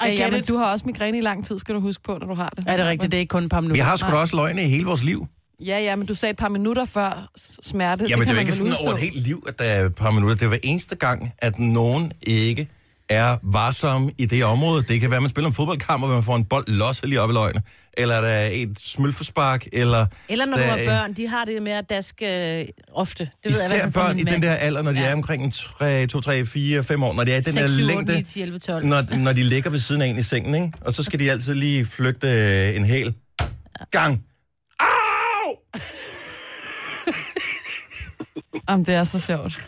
Speaker 4: Ja, ja,
Speaker 3: get
Speaker 4: men
Speaker 3: it.
Speaker 4: du har også migræne i lang tid, skal du huske på, når du har det.
Speaker 3: Er det rigtigt? Det er ikke kun et par
Speaker 1: Vi
Speaker 3: minutter.
Speaker 1: har sgu da også løgne i hele vores liv.
Speaker 4: Ja, ja, men du sagde et par minutter før s- smerte.
Speaker 1: Jamen, det er jo
Speaker 4: kan man
Speaker 1: ikke
Speaker 4: vel
Speaker 1: sådan
Speaker 4: udstå.
Speaker 1: over et helt liv, at der er et par minutter. Det er hver eneste gang, at nogen ikke er varsom i det område. Det kan være, at man spiller en fodboldkamp, og man får en bold losset lige op i løgene. Eller der er et smølferspark, eller...
Speaker 5: Eller når
Speaker 1: der,
Speaker 5: du har
Speaker 1: er-
Speaker 5: børn, de har det med at daske øh, ofte. Det ved jeg, i hvert
Speaker 1: Især
Speaker 5: fald fra
Speaker 1: børn
Speaker 5: min
Speaker 1: i den
Speaker 5: mand.
Speaker 1: der alder, når de er omkring 3, 2, 3, 4, 5 år, når de er i den
Speaker 5: 6,
Speaker 1: der
Speaker 5: 7, 8,
Speaker 1: længde,
Speaker 5: 9, 10, 11, 12.
Speaker 1: når, når de ligger ved siden af en i sengen, ikke? Og så skal de altid lige flygte øh, en hel gang.
Speaker 4: Jamen, det er så sjovt.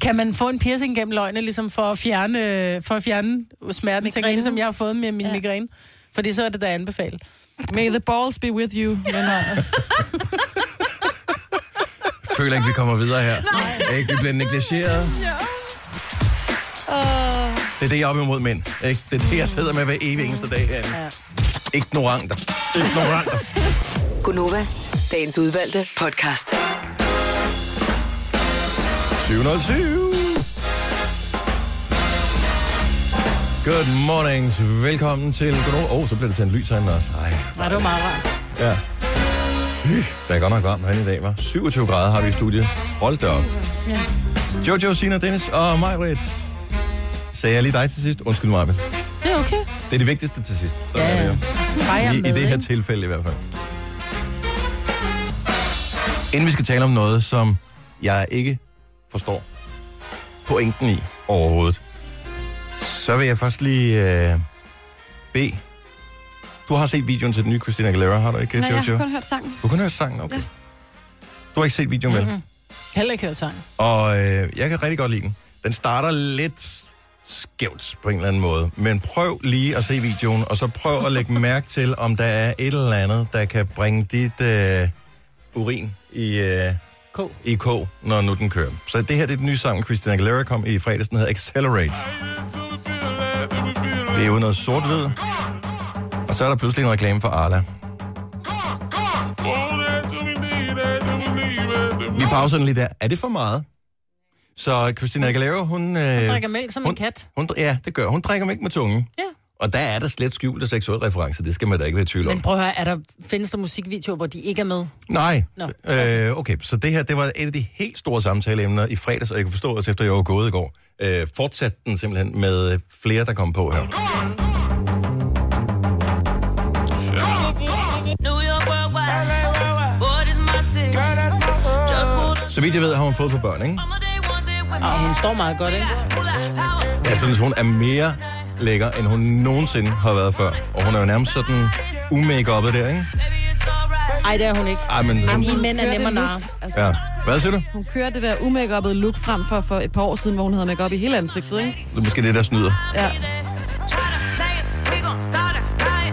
Speaker 3: Kan man få en piercing gennem løgne, ligesom for at fjerne, øh, for at fjerne smerten, tænker jeg, ligesom jeg har fået med min ja. migræne? Fordi så er det, der er anbefalet.
Speaker 4: May the balls be with you. Men, øh,
Speaker 1: Jeg føler ikke, vi kommer videre her. Nej. Ikke? Vi bliver negligeret. Ja. Det er det, jeg er op imod mænd. Ikke? Det er det, jeg sidder med hver evig eneste dag herinde. Ja. Ignoranter. Ignoranter.
Speaker 6: Gunova, dagens udvalgte podcast.
Speaker 1: 707. Good morning. Velkommen til... Åh, oh, så bliver det til en lys herinde også. Ej,
Speaker 3: Nej, det var meget rart.
Speaker 1: Ja. Der er godt nok varmt herinde i dag, var. 27 grader har vi i studiet. Hold da op. Ja. Jojo, Sina, Dennis og Majbrit. Sagde jeg lige dig til sidst? Undskyld mig. Det
Speaker 3: Det er okay.
Speaker 1: er det vigtigste til sidst. Sådan
Speaker 3: Ja,
Speaker 1: er det jo.
Speaker 3: Bare jeg er
Speaker 1: I,
Speaker 3: med,
Speaker 1: I det her
Speaker 3: ikke?
Speaker 1: tilfælde i hvert fald. Inden vi skal tale om noget, som jeg ikke forstår pointen i overhovedet, så vil jeg først lige øh, bede. Du har set videoen til den nye Christina Aguilera, har du ikke,
Speaker 4: nej,
Speaker 1: Jojo?
Speaker 4: jeg har kun hørt sangen.
Speaker 1: Du kan høre sangen, okay. Ja. Du har ikke set videoen, vel? Mm-hmm.
Speaker 3: Mhm. Heller ikke hørt sang.
Speaker 1: Og øh, jeg kan rigtig godt lide den. Den starter lidt skævt på en eller anden måde. Men prøv lige at se videoen, og så prøv at lægge mærke til, om der er et eller andet, der kan bringe dit øh, urin i, øh,
Speaker 3: K.
Speaker 1: i K, når nu den kører. Så det her det er den nye sang, Christina Aguilera kom i fredags, den hedder Accelerate. Det er jo noget sort-hvid. Og så er der pludselig en reklame for Arla. Vi pauser den lige der. Er det for meget? Så Christina Aguilera, hun... Øh,
Speaker 3: Drikker mælk som en
Speaker 1: hun,
Speaker 3: kat.
Speaker 1: hun, ja, det gør hun. Hun drikker mælk med tungen.
Speaker 3: Ja.
Speaker 1: Og der er der slet skjulte seksuelle referencer. Det skal man da ikke være i tvivl om.
Speaker 3: Men prøv at høre, er der, findes der musikvideoer, hvor de ikke er med?
Speaker 1: Nej.
Speaker 3: Nå,
Speaker 1: Øh, okay, så det her, det var et af de helt store samtaleemner i fredags, og jeg kan forstå, at efter jeg var gået i går, øh, fortsatte den simpelthen med øh, flere, der kom på her. Så vidt jeg ved, har hun fået på børn, ikke?
Speaker 3: Og Ah, hun står meget godt, ikke?
Speaker 1: Jeg synes, hun er mere lækker, end hun nogensinde har været før. Og hun er jo nærmest sådan umake oppe der, ikke?
Speaker 3: Nej, det er hun ikke.
Speaker 1: Ej, men...
Speaker 3: I mænd er
Speaker 4: Kører det
Speaker 3: nemmere
Speaker 4: look-
Speaker 3: narre.
Speaker 4: Altså,
Speaker 1: Ja. Hvad siger du?
Speaker 4: Hun kører det der umake look frem for, for et par år siden, hvor hun havde make i hele ansigtet, ikke?
Speaker 1: Det er måske det, der snyder.
Speaker 4: Ja.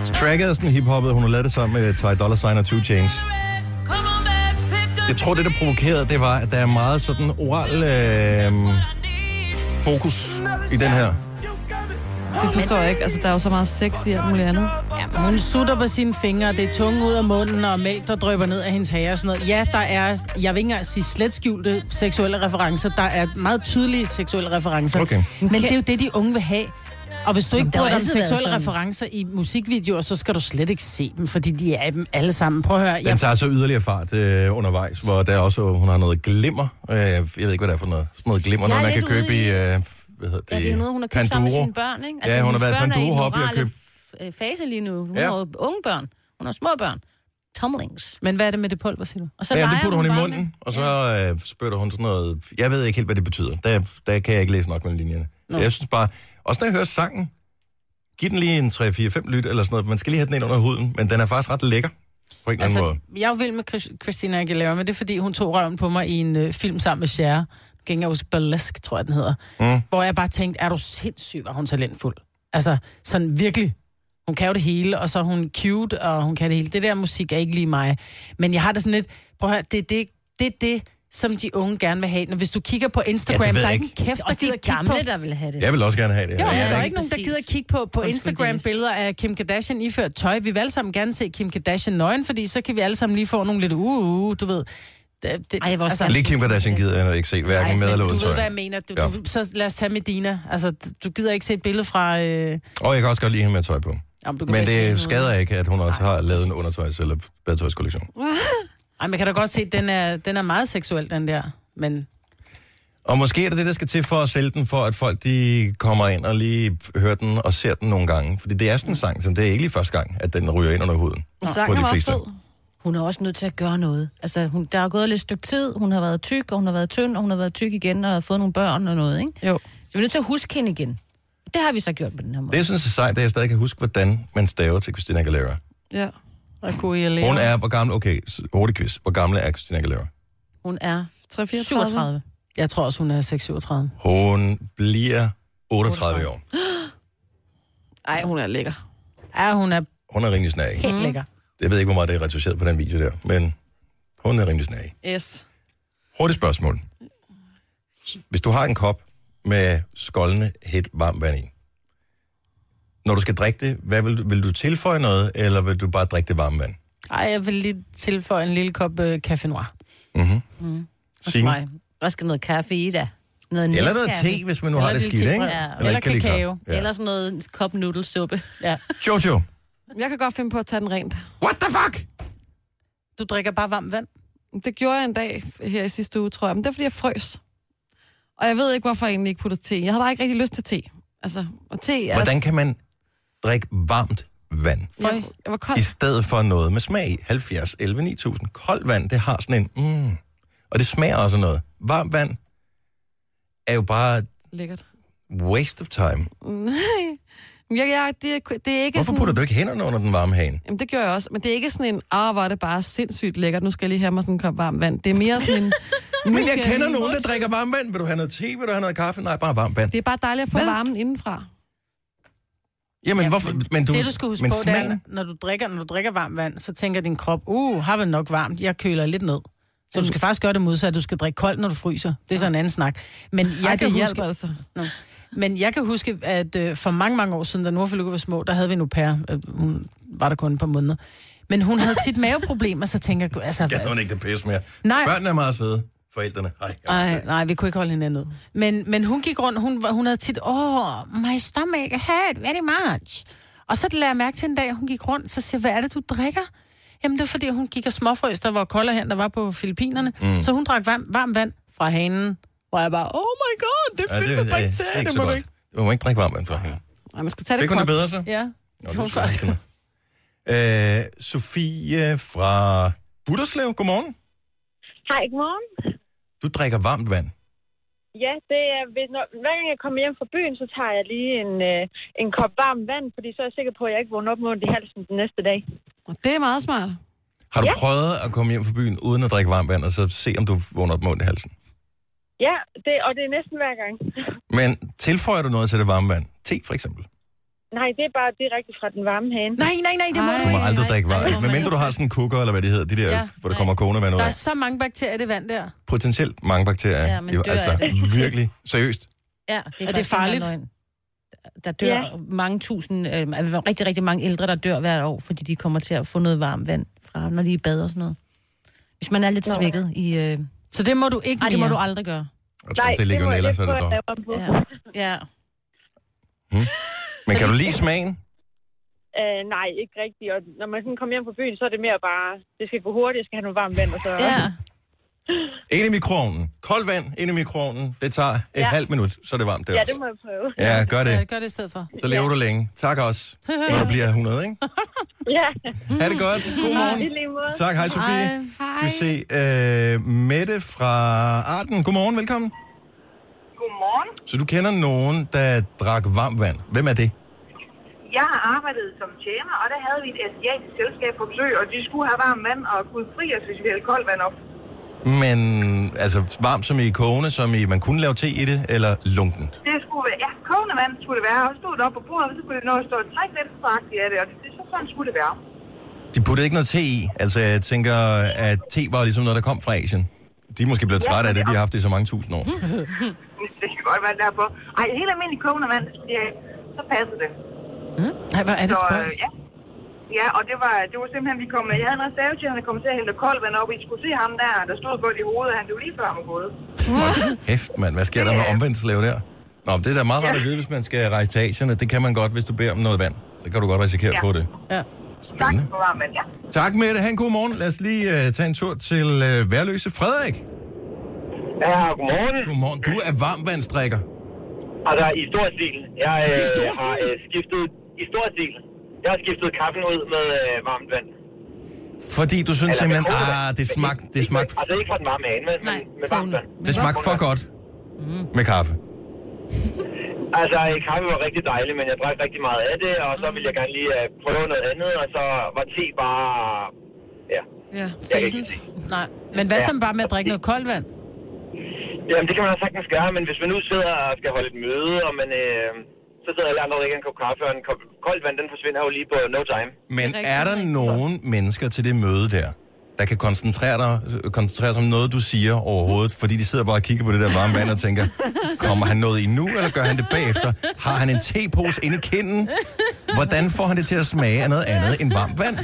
Speaker 1: Tracket er sådan hiphoppet, hun har lavet det sammen med Ty Dolla Sign og 2 Chainz. Jeg tror, det, der provokerede, det var, at der er meget sådan oral øh, fokus i den her.
Speaker 4: Det forstår jeg ikke. Altså, der er jo så meget sex i alt muligt andet.
Speaker 3: Hun sutter på sine fingre, det er tunge ud af munden, og mælk, der drøber ned af hendes hager og sådan noget. Ja, der er, jeg vil ikke engang sige slet skjulte seksuelle referencer. Der er meget tydelige seksuelle referencer.
Speaker 1: Okay.
Speaker 3: Men det er jo det, de unge vil have. Og hvis du ikke
Speaker 5: Jamen, der har
Speaker 3: bruger dem
Speaker 5: altid været
Speaker 3: seksuelle
Speaker 5: sådan.
Speaker 3: referencer i musikvideoer, så skal du slet ikke se dem, fordi de er dem alle sammen. Prøv at høre,
Speaker 1: Den
Speaker 3: jeg,
Speaker 1: tager så yderligere fart øh, undervejs, hvor der også, hun har noget glimmer. Øh, jeg ved ikke, hvad det er for noget. Sådan noget glimmer,
Speaker 5: Jeg
Speaker 1: noget
Speaker 5: er
Speaker 1: man kan
Speaker 5: lidt
Speaker 1: købe
Speaker 5: ude i-
Speaker 1: i... Øh, hvad hedder det?
Speaker 5: Ja, det er noget, hun har købt sammen med
Speaker 1: Panduro.
Speaker 5: sine børn, ikke? Altså,
Speaker 1: Ja, hun har
Speaker 5: hendes
Speaker 1: været
Speaker 5: børn er i den
Speaker 1: Panduro-hoppe og
Speaker 5: orale
Speaker 1: købt-
Speaker 5: f- øh, fase lige nu. Hun
Speaker 1: Ja.
Speaker 5: ja. har jo unge børn. Hun har små børn. Tomlings.
Speaker 3: Men hvad er det med det pulver, siger du?
Speaker 5: Og så
Speaker 1: ja, det
Speaker 5: leger
Speaker 1: putter hun i
Speaker 5: bare
Speaker 1: munden,
Speaker 5: med-
Speaker 1: og så øh, spytter hun sådan noget... Jeg ved ikke helt, hvad det betyder. Der, der kan jeg ikke læse nok mellem linjerne. Nå. Jeg synes bare... Også når jeg hører sangen, giv den lige en 3-4-5 lyt eller sådan noget. Man skal lige have den ind under huden, men den er faktisk ret lækker. På en altså,
Speaker 3: Altså,
Speaker 1: eller anden
Speaker 3: jeg er jo vild med Chris- Christina Aguilera, men det er fordi, hun tog røven på mig i en øh, film sammen med Cher. Gænger hos Burlesque, tror jeg, den hedder. Mm. Hvor jeg bare tænkte, er du sindssyg, var hun talentfuld. Altså, sådan virkelig. Hun kan jo det hele, og så er hun cute, og hun kan det hele. Det der musik er ikke lige mig. Men jeg har det sådan lidt, prøv at høre, det er det, det, er det som de unge gerne vil have. Når hvis du kigger på Instagram,
Speaker 1: ved
Speaker 3: ja, der er
Speaker 1: jeg
Speaker 3: ikke en
Speaker 1: ikke.
Speaker 3: kæft, der
Speaker 5: Og
Speaker 3: gider
Speaker 5: de
Speaker 3: at kigge
Speaker 5: gamle,
Speaker 3: på.
Speaker 5: der vil have det.
Speaker 1: måde. Jeg vil også gerne have det.
Speaker 3: Jo,
Speaker 1: og
Speaker 3: ja,
Speaker 1: jeg er
Speaker 3: der er
Speaker 1: da
Speaker 3: ikke nogen, der
Speaker 5: Præcis.
Speaker 3: gider kigge på, på
Speaker 5: Undskyld,
Speaker 3: Instagram-billeder af Kim Kardashian iført tøj. Vi vil alle sammen gerne se Kim Kardashian nøgen, fordi så kan vi alle sammen lige få nogle lidt uh, uh du ved. Det, det,
Speaker 5: Ej, hvor skal-
Speaker 1: Altså, Lige Kim Kardashian gider jeg ikke se, hverken med eller
Speaker 3: du
Speaker 1: uden
Speaker 3: ved,
Speaker 1: tøj.
Speaker 3: hvad jeg mener. Du,
Speaker 1: Ja.
Speaker 3: ja. du, så lad os tage Medina. Altså, du- du gider ikke se et billede fra... Øh,
Speaker 1: Og jeg kan også godt lide hende med tøj på.
Speaker 3: om du kan
Speaker 1: Men
Speaker 3: bedst lide
Speaker 1: det
Speaker 3: noget.
Speaker 1: skader ikke, at hun også har lavet en undertøjs- eller badetøjskollektion.
Speaker 3: Ej, man kan da godt se, at den er, den er meget seksuel, den der. Men
Speaker 1: Og måske er det det, der skal til for at sælge den, for at folk de kommer ind og lige hører den og ser den nogle gange. Fordi det er sådan en sang, som det er ikke lige første gang, at den ryger ind under huden.
Speaker 4: Og
Speaker 1: På de
Speaker 4: sangen var
Speaker 1: fleste.
Speaker 4: fed.
Speaker 5: Hun er også nødt til at gøre noget. Altså, hun, der er gået lidt stykke tid. Hun har været tyk, og hun har været tynd, og hun har været tyk igen, og har fået nogle børn og noget, ikke?
Speaker 4: Jo.
Speaker 5: Så vi er nødt til at huske hende igen. Det har vi så gjort på den her måde.
Speaker 1: Det, jeg synes er sejt, det er, at jeg stadig kan huske, hvordan man staver til Christina Aguilera.
Speaker 4: Ja.
Speaker 3: og kunne jeg lære?
Speaker 1: Hun er, hvor gammel, okay, s- hurtig quiz. Hvor gammel er Christina Aguilera?
Speaker 5: Hun er
Speaker 4: 3, 37.
Speaker 5: 37.
Speaker 3: Jeg tror også, hun er 36.
Speaker 1: Hun bliver 38 år.
Speaker 4: Ej, hun er lækker.
Speaker 3: Ja, hun er
Speaker 1: Hun er rimelig snag.
Speaker 3: helt mm. lækker.
Speaker 1: Jeg ved ikke, hvor meget det er retuscheret på den video der, men hun er rimelig snag.
Speaker 4: Yes.
Speaker 1: Hurtigt spørgsmål. Hvis du har en kop med skoldende hit varmt vand i, når du skal drikke det, hvad vil, du- vil du tilføje noget, eller vil du bare drikke det varme vand?
Speaker 3: Ej, jeg vil lige tilføje en lille kop øh, Café Noir.
Speaker 1: Mm-hmm. Signe?
Speaker 5: Nej, Mm. der skal noget kaffe i da. Noget
Speaker 1: Eller noget
Speaker 5: Nescafe.
Speaker 1: te, hvis man nu har
Speaker 3: Eller
Speaker 1: det
Speaker 3: lidt
Speaker 1: skidt,
Speaker 3: te,
Speaker 1: ikke?
Speaker 3: ja.
Speaker 1: ikke
Speaker 3: Eller
Speaker 1: kan lide
Speaker 3: kakao.
Speaker 1: kaffe.
Speaker 5: Ja. Eller sådan noget kop nudelsuppe.
Speaker 3: Ja.
Speaker 1: Jojo,
Speaker 4: Jeg kan godt finde på at tage den rent.
Speaker 1: what the fuck?
Speaker 3: Du drikker bare varmt vand.
Speaker 4: Det gjorde jeg en dag her i sidste uge, tror jeg. Men det er, fordi jeg frøs. Og jeg ved ikke, hvorfor jeg egentlig ikke puttede te. Jeg havde bare ikke rigtig lyst til te. Altså, og te er...
Speaker 1: Hvordan kan man drikke varmt vand,
Speaker 4: Jeg, jeg var kold.
Speaker 1: i stedet for noget med smag? i? 70, 11, 9000. Koldt vand, det har sådan en... Mm, og det smager også af noget. Varmt vand er jo bare
Speaker 4: Lækkert.
Speaker 1: waste of time.
Speaker 4: Nej. Men Jeg, jeg, det, er- det er ikke
Speaker 1: Hvorfor
Speaker 4: sådan...
Speaker 1: putter du ikke hænderne under den varme hane?
Speaker 4: Jamen, det gjorde jeg også. Men det er ikke sådan en, ah, hvor er det bare sindssygt lækkert, nu skal jeg lige have mig sådan en kop varmt vand. Det er mere sådan en... nu
Speaker 1: Men
Speaker 4: skal
Speaker 1: jeg kender
Speaker 4: lige-
Speaker 1: nogen, der drikker varmt vand. Vil du have noget te? Vil du have noget kaffe? Nej, bare varmt vand.
Speaker 4: Det er bare dejligt at få varmen indenfra.
Speaker 1: Jamen, hvorfor? Men du,
Speaker 3: Det, du skal huske
Speaker 1: men
Speaker 3: på, det er,
Speaker 1: smagen-
Speaker 3: når du, drikker, når du drikker varmt vand, så tænker din krop, uh, har vi nok varmt, jeg køler lidt ned. Så du skal faktisk gøre det modsatte. Du skal drikke koldt, når du fryser. Det er så en anden snak. Men jeg,
Speaker 4: Ej,
Speaker 3: kan,
Speaker 4: det hjælper
Speaker 3: huske,
Speaker 4: altså.
Speaker 3: men jeg kan huske, at øh, for mange, mange år siden, da Nora Lukke var små, der havde vi en au pair. Øh, hun var der kun et par måneder. Men hun havde tit maveproblemer, så tænker jeg, altså,
Speaker 1: Jeg kan ikke det pisse mere.
Speaker 3: Nej.
Speaker 1: Børnene er meget søde. Forældrene. Ej, ja.
Speaker 3: Nej, nej, vi kunne ikke holde hinanden ud. Men, men hun gik rundt, hun, var- hun havde tit, åh, oh, my stomach hurt very much. Og så lader jeg mærke til en dag, hun gik rundt, så siger, jeg, hvad er det, du drikker? Jamen, det er fordi, hun gik og småfrøs, der var kolde hen, der var på Filippinerne. Mm. Så hun drak varm, varm vand fra hanen. Hvor jeg bare, oh my god, det er
Speaker 1: ja,
Speaker 3: fyldt
Speaker 1: det,
Speaker 3: med
Speaker 1: er,
Speaker 3: bakterier,
Speaker 1: er ikke
Speaker 3: det
Speaker 1: så
Speaker 3: må du
Speaker 1: godt.
Speaker 3: ikke.
Speaker 1: Du må ikke drikke varmt vand fra hende.
Speaker 4: Ej, man skal tage det
Speaker 1: Fik hun det
Speaker 4: koldt.
Speaker 1: bedre så?
Speaker 3: Ja,
Speaker 1: Nå,
Speaker 3: det
Speaker 1: det
Speaker 3: hun
Speaker 1: tror jeg
Speaker 3: faktisk.
Speaker 1: ikke, hun er. Øh, Sofie fra Butterslev, godmorgen.
Speaker 10: Hej, godmorgen.
Speaker 1: Du drikker varmt vand.
Speaker 10: Ja, det er, hvis, når, hver gang jeg kommer hjem fra byen, så tager jeg lige en, øh, en kop varmt vand, fordi så er jeg sikker på, at jeg ikke vågner op med ondt i halsen den næste dag.
Speaker 4: Og Det er meget smart.
Speaker 1: Har du
Speaker 10: Ja.
Speaker 1: prøvet at komme hjem fra byen uden at drikke varmt vand, og så se, om du vågner op med ondt i halsen?
Speaker 10: Ja, det, og det er næsten hver gang.
Speaker 1: Men tilføjer du noget til det varme vand? Te, for eksempel.
Speaker 10: Nej, det er bare direkte fra den varme hane.
Speaker 3: Nej, nej, nej, det må
Speaker 4: Ej.
Speaker 3: du
Speaker 1: Du må
Speaker 3: ikke.
Speaker 1: aldrig
Speaker 10: nej,
Speaker 1: drikke
Speaker 10: nej,
Speaker 1: varmt.
Speaker 10: nej.
Speaker 1: Men mindre du har sådan en kukker, eller hvad det hedder, de der, ja,
Speaker 3: Ja,
Speaker 1: hvor der
Speaker 3: nej.
Speaker 1: kommer kogende ud
Speaker 3: Der er
Speaker 1: af.
Speaker 3: så mange bakterier i det vand der.
Speaker 1: Potentielt mange bakterier.
Speaker 5: Ja, men
Speaker 1: I-
Speaker 5: dør af
Speaker 1: altså, virkelig. Seriøst.
Speaker 5: Ja, det er,
Speaker 3: det
Speaker 5: faktisk ikke
Speaker 3: farligt?
Speaker 5: engang løgn. Der dør
Speaker 10: Ja.
Speaker 5: ja. mange tusind, øh, altså, rigtig, rigtig mange ældre, der dør hvert år, fordi de kommer til at få noget varmt vand fra, når de er i bad og sådan noget. Hvis man er lidt svækket i... Øh...
Speaker 3: Så det må du ikke
Speaker 5: Ej, det må
Speaker 3: mere.
Speaker 5: du aldrig gøre.
Speaker 1: Jeg tror, det er
Speaker 10: må jeg
Speaker 1: legionella,
Speaker 10: ikke
Speaker 1: så er det
Speaker 10: prøve at
Speaker 1: dog.
Speaker 10: lave om på.
Speaker 5: Ja. ja.
Speaker 1: Men kan du lide smagen?
Speaker 10: Øh, nej, ikke rigtigt. Og når man sådan kommer hjem fra byen, så er det mere bare, det skal gå hurtigt, jeg skal have noget varmt vand. Og så,
Speaker 5: ja.
Speaker 1: Ind i mikroovnen. Koldt vand ind i mikroovnen. Det tager et
Speaker 3: Ja.
Speaker 1: halvt minut, så er det varmt der
Speaker 3: Ja,
Speaker 1: også.
Speaker 3: det må jeg prøve.
Speaker 1: Ja, gør det.
Speaker 3: Ja, gør det i stedet for.
Speaker 1: Så lever du længe. Tak også, når du bliver 100, ikke?
Speaker 10: Ja.
Speaker 1: Ha' det godt. God morgen.
Speaker 10: I lige måde.
Speaker 1: Tak, hej Sofie. Skal vi se, øh, Mette fra Arden. Godmorgen, velkommen.
Speaker 11: Godmorgen.
Speaker 1: Så du kender nogen, der drak varmt vand. Hvem er det?
Speaker 11: Jeg har arbejdet som tjener, og der havde vi et asiatisk selskab på besøg, og de skulle have varmt vand og kunne fri os, hvis vi havde koldt vand op.
Speaker 1: Men altså varmt som i kogende, som i man kunne lave te i det, eller lunkent.
Speaker 11: Det skulle være, ja, kogende vand skulle det være, og stod det op på bordet, og så kunne det nå at stå og trække lidt strakt af det, og det, det, så sådan skulle det være.
Speaker 1: De puttede ikke noget te i. Altså jeg tænker, at te var ligesom noget, der kom fra Asien. De er måske blevet
Speaker 11: Ja,
Speaker 1: trætte af
Speaker 11: det
Speaker 1: det, de
Speaker 11: er-
Speaker 1: har haft det i så mange tusind år.
Speaker 11: Mm. det kan godt være derfor. Ej, helt almindelig kogende vand, ja, så passer det.
Speaker 3: Mm. Ej, hvor er det
Speaker 11: så, øh,
Speaker 3: spøjst.
Speaker 11: ja. ja, og det var, det var simpelthen, vi kom med. Jeg havde en reservetjener, der kom til at hælde koldt vand op, og I skulle se ham der, der stod godt i hovedet, han blev lige før med hovedet.
Speaker 1: Hæft, mand. Hvad sker der med omvendt slave der? Nå, det er da meget rart at vide, hvis man skal rejse til Asien, og det kan man godt, hvis du beder om noget vand. Så kan du godt risikere at få det.
Speaker 3: Ja.
Speaker 11: Tak for varmt vand, ja.
Speaker 1: Tak, Mette. Ha' en god morgen. Lad os lige uh, tage en tur til uh, Værløse. Frederik.
Speaker 12: Ja, godmorgen.
Speaker 1: Godmorgen. Du er varmvandsdrikker.
Speaker 12: Altså, i stor stil. Jeg
Speaker 1: I
Speaker 12: øh,
Speaker 1: stor
Speaker 12: har
Speaker 1: stil?
Speaker 12: øh, skiftet... I stor stil. Jeg har skiftet kaffen ud med øh, varmt vand.
Speaker 1: Fordi du synes
Speaker 12: Eller med
Speaker 1: simpelthen,
Speaker 12: kogende
Speaker 1: ah,
Speaker 12: vand.
Speaker 1: det smagte, det
Speaker 12: Ikke-
Speaker 1: smagte,
Speaker 12: Altså, ikke fra den varme hane, men, men med varmt vand.
Speaker 1: det smagte for godt med kaffe.
Speaker 12: Altså, øh, kaffe var rigtig dejligt, men jeg drak rigtig meget af det, og så ville jeg gerne lige øh, prøve noget andet, og så var te bare... Ja.
Speaker 3: Ja,
Speaker 12: Jeg kan ikke
Speaker 3: fæsent. Nej. Men hvad
Speaker 12: Ja.
Speaker 3: så bare med at drikke noget koldt vand?
Speaker 12: Jamen, det kan man da sagtens gøre, men hvis man nu sidder og skal holde et møde, og man, øh, så sidder alle andre og drikker en kop kaffe, og en kop koldt vand, den forsvinder jo lige på no time.
Speaker 1: Men er der nogen mennesker til det møde der, der kan koncentrere, dig, koncentrere sig om noget, du siger overhovedet, fordi de sidder bare og kigger på det der varme vand og tænker, kommer han noget i nu, eller gør han det bagefter? Har han en tepose inde i kinden? Hvordan får han det til at smage af noget andet end varmt vand?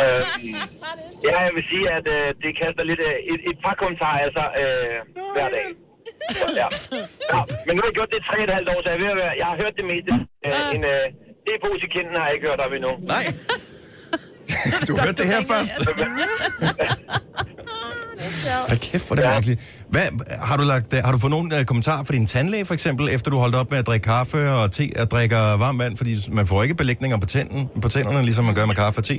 Speaker 12: Øh, ja, jeg vil sige, at øh, det kaster lidt øh, et, et par kommentarer altså, øh, hver dag. Så, Ja. Ja, men nu har jeg gjort det i tre og et halvt år, så jeg, er ved at være, jeg har hørt det meste. Øh, en øh, depose i kinden har jeg ikke hørt op endnu.
Speaker 1: Nej. Du hørte det her først. Hold kæft, hvor er det mærkeligt. Hvad, har, du lagt, har du fået nogle øh, kommentarer fra din tandlæge, for eksempel, efter du holdt op med at drikke kaffe og te og drikker varmt vand? Fordi man får ikke belægninger på, tænden, på tænderne, ligesom man gør med kaffe og te.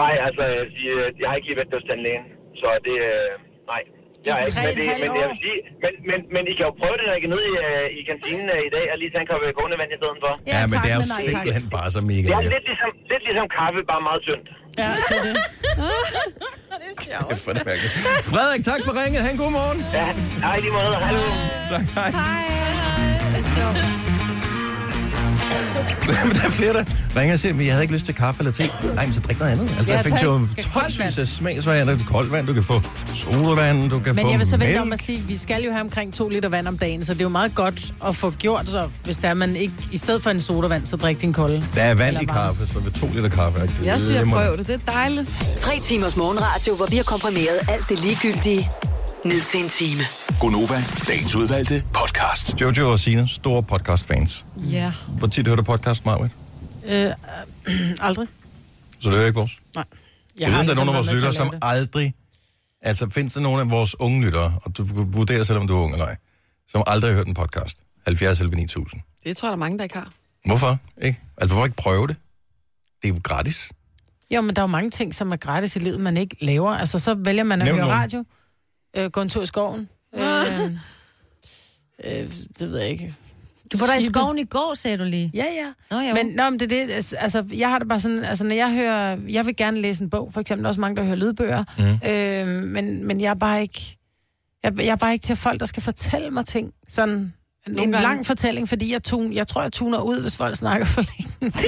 Speaker 12: Nej, altså, jeg, vil sige, øh, jeg har ikke lige været hos tandlægen, så det... Øh, nej. Jeg er
Speaker 13: I
Speaker 12: ikke
Speaker 13: tre
Speaker 12: med
Speaker 13: et
Speaker 12: det,
Speaker 13: halvt
Speaker 12: men jeg vil sige, men, men, men I kan jo prøve det, når I kan ned i, øh, i kantinen øh, i dag, og lige tage en kop øh, kogende vand i stedet for.
Speaker 1: Ja, men det er jo simpelthen bare så mega
Speaker 12: Det er
Speaker 1: lækkert.
Speaker 12: lidt ligesom, lidt ligesom kaffe, bare meget tyndt.
Speaker 3: Ja, det er det.
Speaker 1: Kæft, hvor er det mærkeligt. Frederik, tak for ringet. Ha' en god morgen.
Speaker 12: Ja, hej lige måde. Hallo.
Speaker 1: Tak, hej.
Speaker 4: Hej, det er sjovt.
Speaker 1: Men der er flere, der ringer og siger, at jeg havde ikke lyst til kaffe eller te. Nej, men så drik noget andet. Altså,
Speaker 3: Ja,
Speaker 1: der findes
Speaker 3: tak.
Speaker 1: jo
Speaker 3: Det er koldt
Speaker 1: tonsvis af smagsvarianter. Du kan koldt vand, du kan få sodavand, du kan få
Speaker 3: Men jeg vil så vente om
Speaker 1: mælk.
Speaker 3: at sige, at vi skal jo have omkring 2 liter vand om dagen, så det er jo meget godt at få gjort, så hvis der er man ikke, i stedet for en sodavand, så drik din kolde.
Speaker 1: Der er vand
Speaker 3: Eller
Speaker 1: i
Speaker 3: varm.
Speaker 1: kaffe, så ved to liter kaffe. er ikke
Speaker 3: Jeg siger,
Speaker 1: glimrende.
Speaker 3: prøv
Speaker 2: det. Det er dejligt.
Speaker 6: Tre timers morgenradio, hvor vi har komprimeret alt det ligegyldige ned til en time.
Speaker 7: Gonova, dagens udvalgte podcast.
Speaker 1: Jojo og Sine, store podcastfans.
Speaker 2: Ja.
Speaker 1: Hvor tit hører du podcast, Marvind?
Speaker 3: Øh, aldrig.
Speaker 1: Så det hører ikke vores.
Speaker 3: Nej.
Speaker 1: Jeg, jeg ved,
Speaker 3: har
Speaker 1: om der er
Speaker 3: ligesom
Speaker 1: nogen
Speaker 3: været
Speaker 1: af vores
Speaker 3: med til
Speaker 1: lyttere,
Speaker 3: at
Speaker 1: som
Speaker 3: lave det.
Speaker 1: aldrig... Altså, findes der nogen af vores unge lyttere, og du vurderer selv, om du er ung eller ej, som aldrig har hørt en podcast? 70 11 9000.
Speaker 4: Det tror jeg, der er mange, der ikke har.
Speaker 1: Hvorfor? Ikke? Altså, hvorfor ikke prøve det? Det er jo gratis.
Speaker 3: Jo, men der er jo mange ting, som er gratis i livet, man ikke laver. Altså, så vælger man at
Speaker 1: Nævn
Speaker 3: høre
Speaker 1: nogen.
Speaker 3: radio, øh, gå en tur i skoven. Øh, øh, det ved jeg ikke.
Speaker 5: Du var der i
Speaker 3: Skibe.
Speaker 5: skoven i går, sagde du lige.
Speaker 3: Ja, ja.
Speaker 5: Nå, jo.
Speaker 3: Men, nå, men det er det, altså, jeg har det bare sådan, altså, når jeg hører, jeg vil gerne læse en bog, for eksempel, der er også mange, der hører lydbøger,
Speaker 5: Mm.
Speaker 1: Mhm.
Speaker 3: mm. øh, men, men jeg er bare ikke, jeg, jeg er bare ikke til folk, der skal fortælle mig ting, sådan,
Speaker 4: Nogle
Speaker 3: Nogle en
Speaker 4: gange-
Speaker 3: lang fortælling, fordi jeg, tun, jeg tror, jeg tuner ud, hvis folk snakker for længe.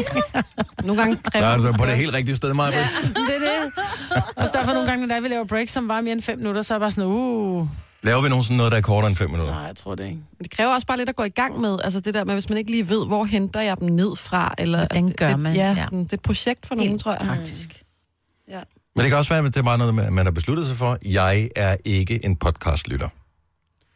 Speaker 4: Nogle gange
Speaker 1: Der er du på det helt rigtige sted, Maja.
Speaker 3: det er det. Og så derfor nogle gange, når der vi laver break, som var mere end fem minutter, så er jeg bare sådan, uh,
Speaker 1: Laver vi nogensinde noget, der er kortere end 5 minutter?
Speaker 3: Nej, jeg tror det ikke.
Speaker 4: Men det kræver også bare lidt at gå i gang med, altså det der med, hvis man ikke lige ved, hvor henter jeg dem ned fra, eller...
Speaker 5: Hvordan
Speaker 4: altså, det-
Speaker 5: gør
Speaker 4: det,
Speaker 5: man?
Speaker 4: Ja,
Speaker 5: Ja.
Speaker 4: sådan, det er et projekt for nogen, tror jeg.
Speaker 5: Praktisk.
Speaker 1: Men det kan også være, at det er bare noget, man- man har besluttet sig for. Jeg er ikke en podcastlytter.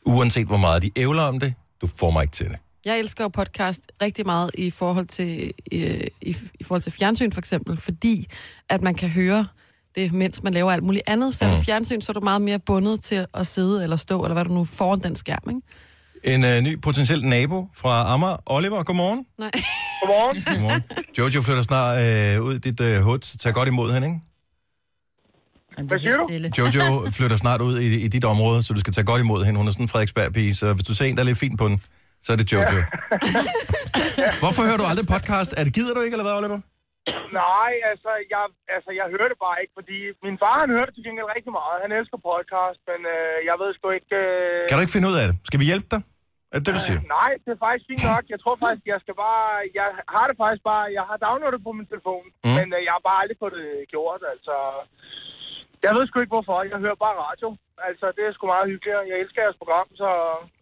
Speaker 1: Uanset hvor meget de ævler om det, du får mig ikke til det.
Speaker 4: Jeg elsker jo podcast rigtig meget i forhold til, øh, i, i forhold til fjernsyn, for eksempel, fordi at man kan høre det, mens man laver alt muligt andet. Så mm. fjernsyn, så er du meget mere bundet til at sidde eller stå, eller hvad du nu, foran den skærm, ikke?
Speaker 1: En øh, ny potentiel nabo fra Amager. Oliver, godmorgen.
Speaker 4: Nej.
Speaker 1: Godmorgen. godmorgen. Jojo flytter snart øh, ud i dit øh, hud. så Tag godt imod hende, ikke?
Speaker 12: Hvad siger du?
Speaker 1: Jojo flytter snart ud i, i dit område, så du skal tage godt imod hende. Hun er sådan en Frederiksberg-pige, så hvis du ser en, der er lidt fint på den, så er det Jojo. Hvorfor hører du aldrig podcast? Er det gider du ikke, eller hvad, Oliver?
Speaker 13: Nej, altså jeg, altså, jeg hører det bare ikke, fordi min far, han hører det til gengæld rigtig meget. Han elsker podcast, men øh, jeg ved sgu ikke... Øh...
Speaker 1: Kan du ikke finde ud af det? Skal vi hjælpe dig? Er det det, du siger?
Speaker 13: Nej, det er faktisk fint nok. Jeg tror faktisk, jeg skal bare... Jeg har det faktisk bare... Jeg har downloadet det på min telefon,
Speaker 1: Mm.
Speaker 13: mm. men øh, jeg har bare aldrig fået det gjort, altså... Jeg ved sgu ikke, hvorfor. Jeg hører bare radio. Altså, det er sgu meget hyggeligt. og Jeg elsker jeres program, så...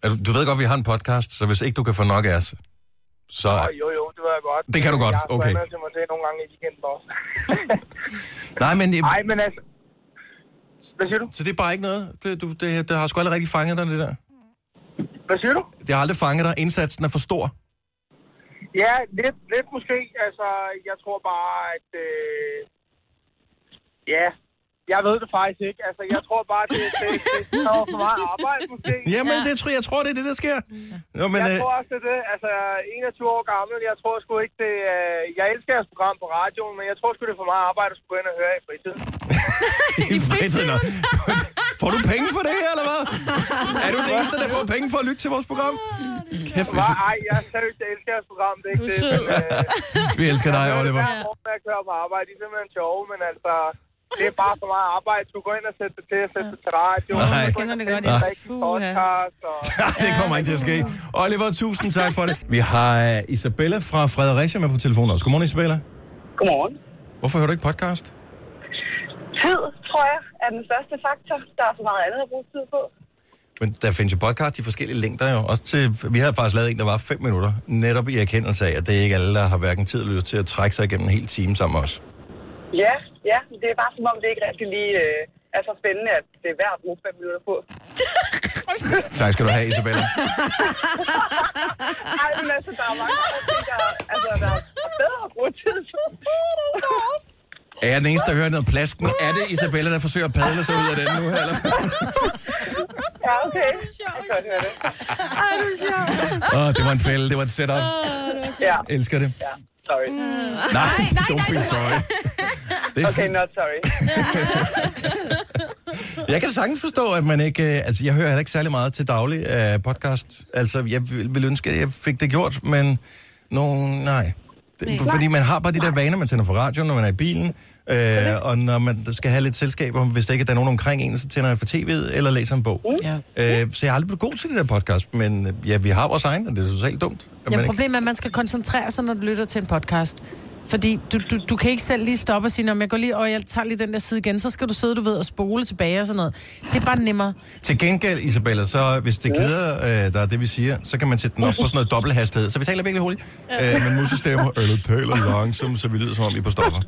Speaker 1: Er du- Du ved godt, vi har en podcast, så hvis ikke du kan få nok af os, så...
Speaker 13: Jo, jo, det ved jeg godt.
Speaker 1: Det kan du godt,
Speaker 13: jeg har sgu
Speaker 1: okay.
Speaker 13: anmeldt til mig det nogle gange i weekenden også.
Speaker 1: Nej, men...
Speaker 13: Nej, men altså... Hvad siger du?
Speaker 1: Så det er bare ikke noget? Det, du, det, det har sgu aldrig rigtig fanget dig, det der?
Speaker 13: Hvad siger du?
Speaker 1: Det har aldrig fanget dig. Indsatsen er for stor.
Speaker 13: Ja, lidt, lidt måske. Altså, jeg tror bare, at... Øh... Ja, jeg ved det faktisk ikke. Altså, jeg tror bare, det, det, det, det er for meget arbejde, måske.
Speaker 1: Jamen, ja. det tror jeg, jeg tror, det er det, der sker. Nå, men,
Speaker 13: jeg
Speaker 1: øh,
Speaker 13: tror også, det er det. Altså, jeg er 21 år gammel, jeg tror sgu ikke, det... Øh... Jeg elsker jeres program på radioen, men jeg tror sgu, det er for meget arbejde at skulle gå ind og høre i fritiden.
Speaker 1: i fritiden. Får du penge for det her, eller hvad? Er du den eneste, der får penge for at lytte til vores program? Kæft, vi,
Speaker 13: Nej, ej, jeg er seriøst, jeg elsker jeres program, det er ikke det. Men, øh,
Speaker 1: vi elsker dig, Oliver.
Speaker 13: Hver morgen, når jeg kører på arbejde, det er simpelthen sjov, men altså... Det er bare for meget arbejde. Du går ind og sætter det til, sætte det til radio.
Speaker 1: Nej.
Speaker 13: Du går ind og sætter det
Speaker 1: Nej.
Speaker 13: til rigtig podcast. Og...
Speaker 1: det kommer ikke til at ske. Oliver, tusind tak for det. Vi har øh, Isabella fra Fredericia med på telefonen også. Godmorgen, Isabella.
Speaker 14: Godmorgen.
Speaker 1: Hvorfor hører du ikke podcast?
Speaker 14: Tid, tror jeg, er den største faktor. Der er så meget andet at bruge tid på.
Speaker 1: Men der findes jo podcast i forskellige længder jo. Også til, vi havde faktisk lavet en, der var 5 minutter, netop i erkendelse af, at det er ikke alle, der har hverken tid eller lyst til at trække sig igennem en hel time sammen med os.
Speaker 14: Ja, ja, det er bare som om, det ikke rigtig lige øh, er så spændende, at det er værd at bruge fem minutter på.
Speaker 1: Tak skal du have, Isabella.
Speaker 14: Ej, men altså, der er mange andre ting, der, altså, der er bedre at bruge tid på.
Speaker 1: Er jeg den eneste, der hører noget plasken? Er det Isabella, der forsøger at padle sig ud af den nu? her, Eller?
Speaker 14: Ja, okay. Jeg kan godt høre det. Ej, du er sjov.
Speaker 1: Åh, oh, det var en fælde, det var et setup.
Speaker 14: Ja,
Speaker 1: Elsker det.
Speaker 14: sorry.
Speaker 1: Nej, don't be sorry. Det er
Speaker 14: Okay,
Speaker 1: fint.
Speaker 14: not sorry.
Speaker 1: Jeg kan sagtens forstå, at man ikke... øh, Altså, jeg hører heller ikke særlig meget til daglig uh, podcast. Altså, jeg ville ville ønske, at jeg fik det gjort, men... No, nej. Det,
Speaker 15: Nej.
Speaker 1: fordi man har bare de der vaner, man tænder for radioen, når man er i bilen. Øh, og når man skal have lidt selskab, og hvis der ikke er nogen omkring en, så tænder jeg for tv'et eller læser en bog.
Speaker 3: Ja.
Speaker 1: Øh, så jeg er aldrig blevet god til det der podcast, men øh, ja, vi har vores egen, og det er totalt dumt. at man
Speaker 3: Ja,
Speaker 1: ikke-
Speaker 3: problemet er, at man skal koncentrere sig, når du lytter til en podcast. Fordi du, du, du kan ikke selv lige stoppe og sige, om jeg går lige, og jeg tager lige den der side igen, så skal du sidde, du ved, og spole tilbage og sådan noget. Det er bare nemmere.
Speaker 1: Til gengæld, Isabella, så hvis det keder øh, dig, det vi siger, så kan man sætte den op på sådan noget dobbelthastighed. Så vi taler virkelig hurtigt, øh, men musestemmer, eller taler langsomt, så vi lyder som om, vi er på stopper.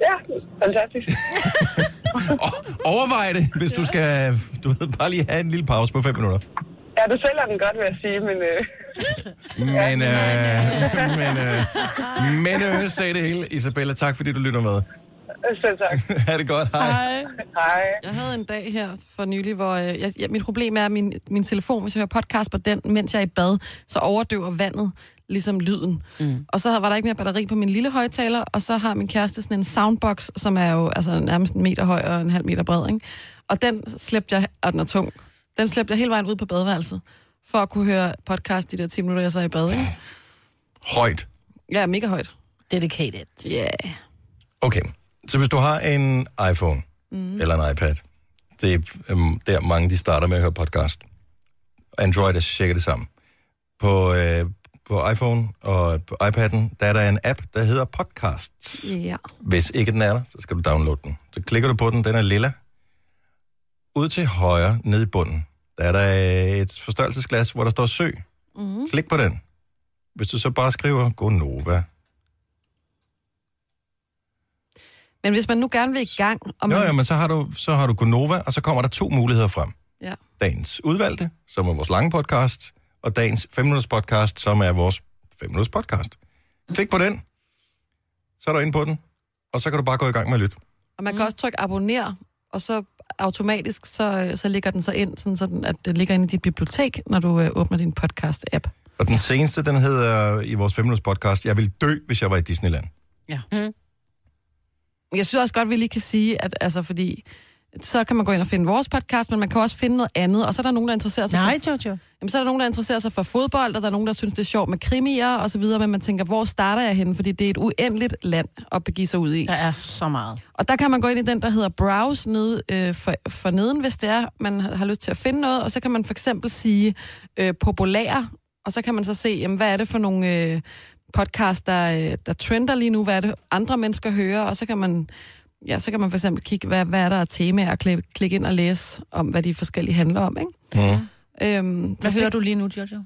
Speaker 14: Ja, fantastisk.
Speaker 1: Overvej det, hvis du skal du ved, bare lige have en lille pause på fem minutter.
Speaker 14: Ja, du sælger den godt, vil jeg sige, men... Øh,
Speaker 1: Men, øh, men, øh, men øh, sagde det hele. Isabella, tak fordi du lytter med.
Speaker 14: selv tak.
Speaker 1: ha' det godt, hej.
Speaker 14: Hej.
Speaker 4: Jeg havde en dag her for nylig, hvor øh, jeg, jeg, mit problem er, at min, min telefon, hvis jeg hører podcast på den, mens jeg er i bad, så overdøver vandet ligesom lyden. Mm. Og så var der ikke mere batteri på min lille højtaler, og så har min kæreste sådan en soundbox, som er jo altså, nærmest en meter høj og en halv meter bred. Ikke? Og den slæbte jeg, og den er tung, den slæbte jeg hele vejen ud på badeværelset, for at kunne høre podcast de der 10 minutter, jeg så er i bad. Ikke?
Speaker 1: Højt.
Speaker 4: Ja, mega højt.
Speaker 5: Dedicated.
Speaker 4: Ja. Yeah.
Speaker 1: Okay, så hvis du har en iPhone mm. eller en iPad, det er øhm, der mange, de starter med at høre podcast. Android er cirka det samme. På, øh, på iPhone og på iPad'en, der er der en app, der hedder Podcasts.
Speaker 4: Ja.
Speaker 1: Hvis ikke den er der, så skal du downloade den. Så klikker du på den, den er lilla. Ud til højre, ned i bunden, der er der et forstørrelsesglas, hvor der står søg.
Speaker 4: Mm.
Speaker 1: Klik på den. Hvis du så bare skriver, gå Nova,
Speaker 4: Men hvis man nu gerne vil i gang, og man...
Speaker 1: Jo, jo, men så har du, så har du Gonova, og så kommer der to muligheder frem.
Speaker 4: Ja.
Speaker 1: Dagens udvalgte, som er vores lange podcast, og dagens 5 minutters podcast, som er vores 5 minutters podcast. Klik på den, så er du inde på den, og så kan du bare gå i gang med at lytte.
Speaker 4: Og man kan også trykke abonner, og så automatisk, så, så ligger den så ind, sådan, sådan at det ligger inde i dit bibliotek, når du øh, åbner din podcast-app.
Speaker 1: Og den seneste, den hedder i vores 5 podcast, Jeg vil dø, hvis jeg var i Disneyland.
Speaker 4: Ja. Mm. Jeg synes også godt, vi lige kan sige, at altså, fordi så kan man gå ind og finde vores podcast, men man kan også finde noget andet, og så er der nogen, der interesserer sig
Speaker 3: Nej,
Speaker 4: for...
Speaker 3: Jojo.
Speaker 4: Jamen, så er der nogen, der interesserer sig for fodbold, og der er nogen, der synes, det er sjovt med krimier og så videre, men man tænker, hvor starter jeg henne? Fordi det er et uendeligt land at begive sig ud i. Der
Speaker 3: er så meget.
Speaker 4: Og der kan man gå ind i den, der hedder Browse nede øh, for, for neden, hvis det er, man har har lyst til at finde noget, og så kan man for eksempel sige øh, populære, og så kan man så se, jamen, hvad er det for nogle øh, podcast, der, øh, der trender lige nu, hvad er det andre mennesker hører, og så kan man ja, så kan man for eksempel kigge, hvad, hvad er der af temaer, og klikke, klikke ind og læse om, hvad de forskellige handler om, ikke?
Speaker 1: Mm.
Speaker 4: Øhm,
Speaker 5: Hvad hører du lige nu, Jojo?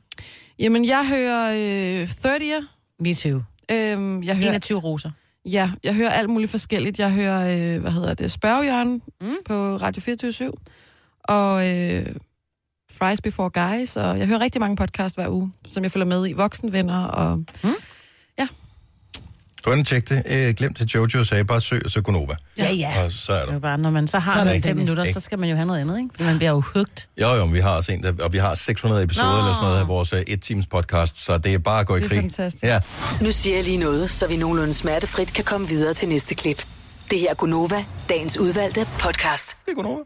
Speaker 4: Jamen, jeg hører øh, 30'er.
Speaker 5: Me too.
Speaker 4: Øhm, jeg hører,
Speaker 5: 21 roser.
Speaker 4: Ja, jeg hører alt muligt forskelligt. Jeg hører, øh, hvad hedder det, Spørgjørn mm. på Radio 24 og øh, Fries Before Guys, og jeg hører rigtig mange podcast hver uge, som jeg følger med i. Voksenvenner og... Mm.
Speaker 1: Gå ind og tjek det. Øh, glem det, Jojo sagde. Bare søg, og så Gunova.
Speaker 5: Ja, ja.
Speaker 1: Og så er
Speaker 5: Det er
Speaker 1: der.
Speaker 5: jo bare, når man så
Speaker 1: Så er
Speaker 5: har man
Speaker 1: det
Speaker 5: fem
Speaker 1: Dennis.
Speaker 5: minutter,
Speaker 1: Ikke?
Speaker 5: så skal man jo have noget andet, ikke? Fordi man bliver jo hugt.
Speaker 1: Jo, jo, men vi har også en, der, og vi har 600 episoder
Speaker 6: Nå.
Speaker 1: eller sådan noget af vores uh, et times podcast, så det er bare at gå i
Speaker 6: Det er
Speaker 1: krig.
Speaker 6: fantastisk.
Speaker 1: Ja.
Speaker 6: Nu siger jeg lige noget, så vi nogenlunde smertefrit kan komme videre til næste klip. Det her er Gunova, dagens udvalgte podcast.
Speaker 1: Det er Gunova.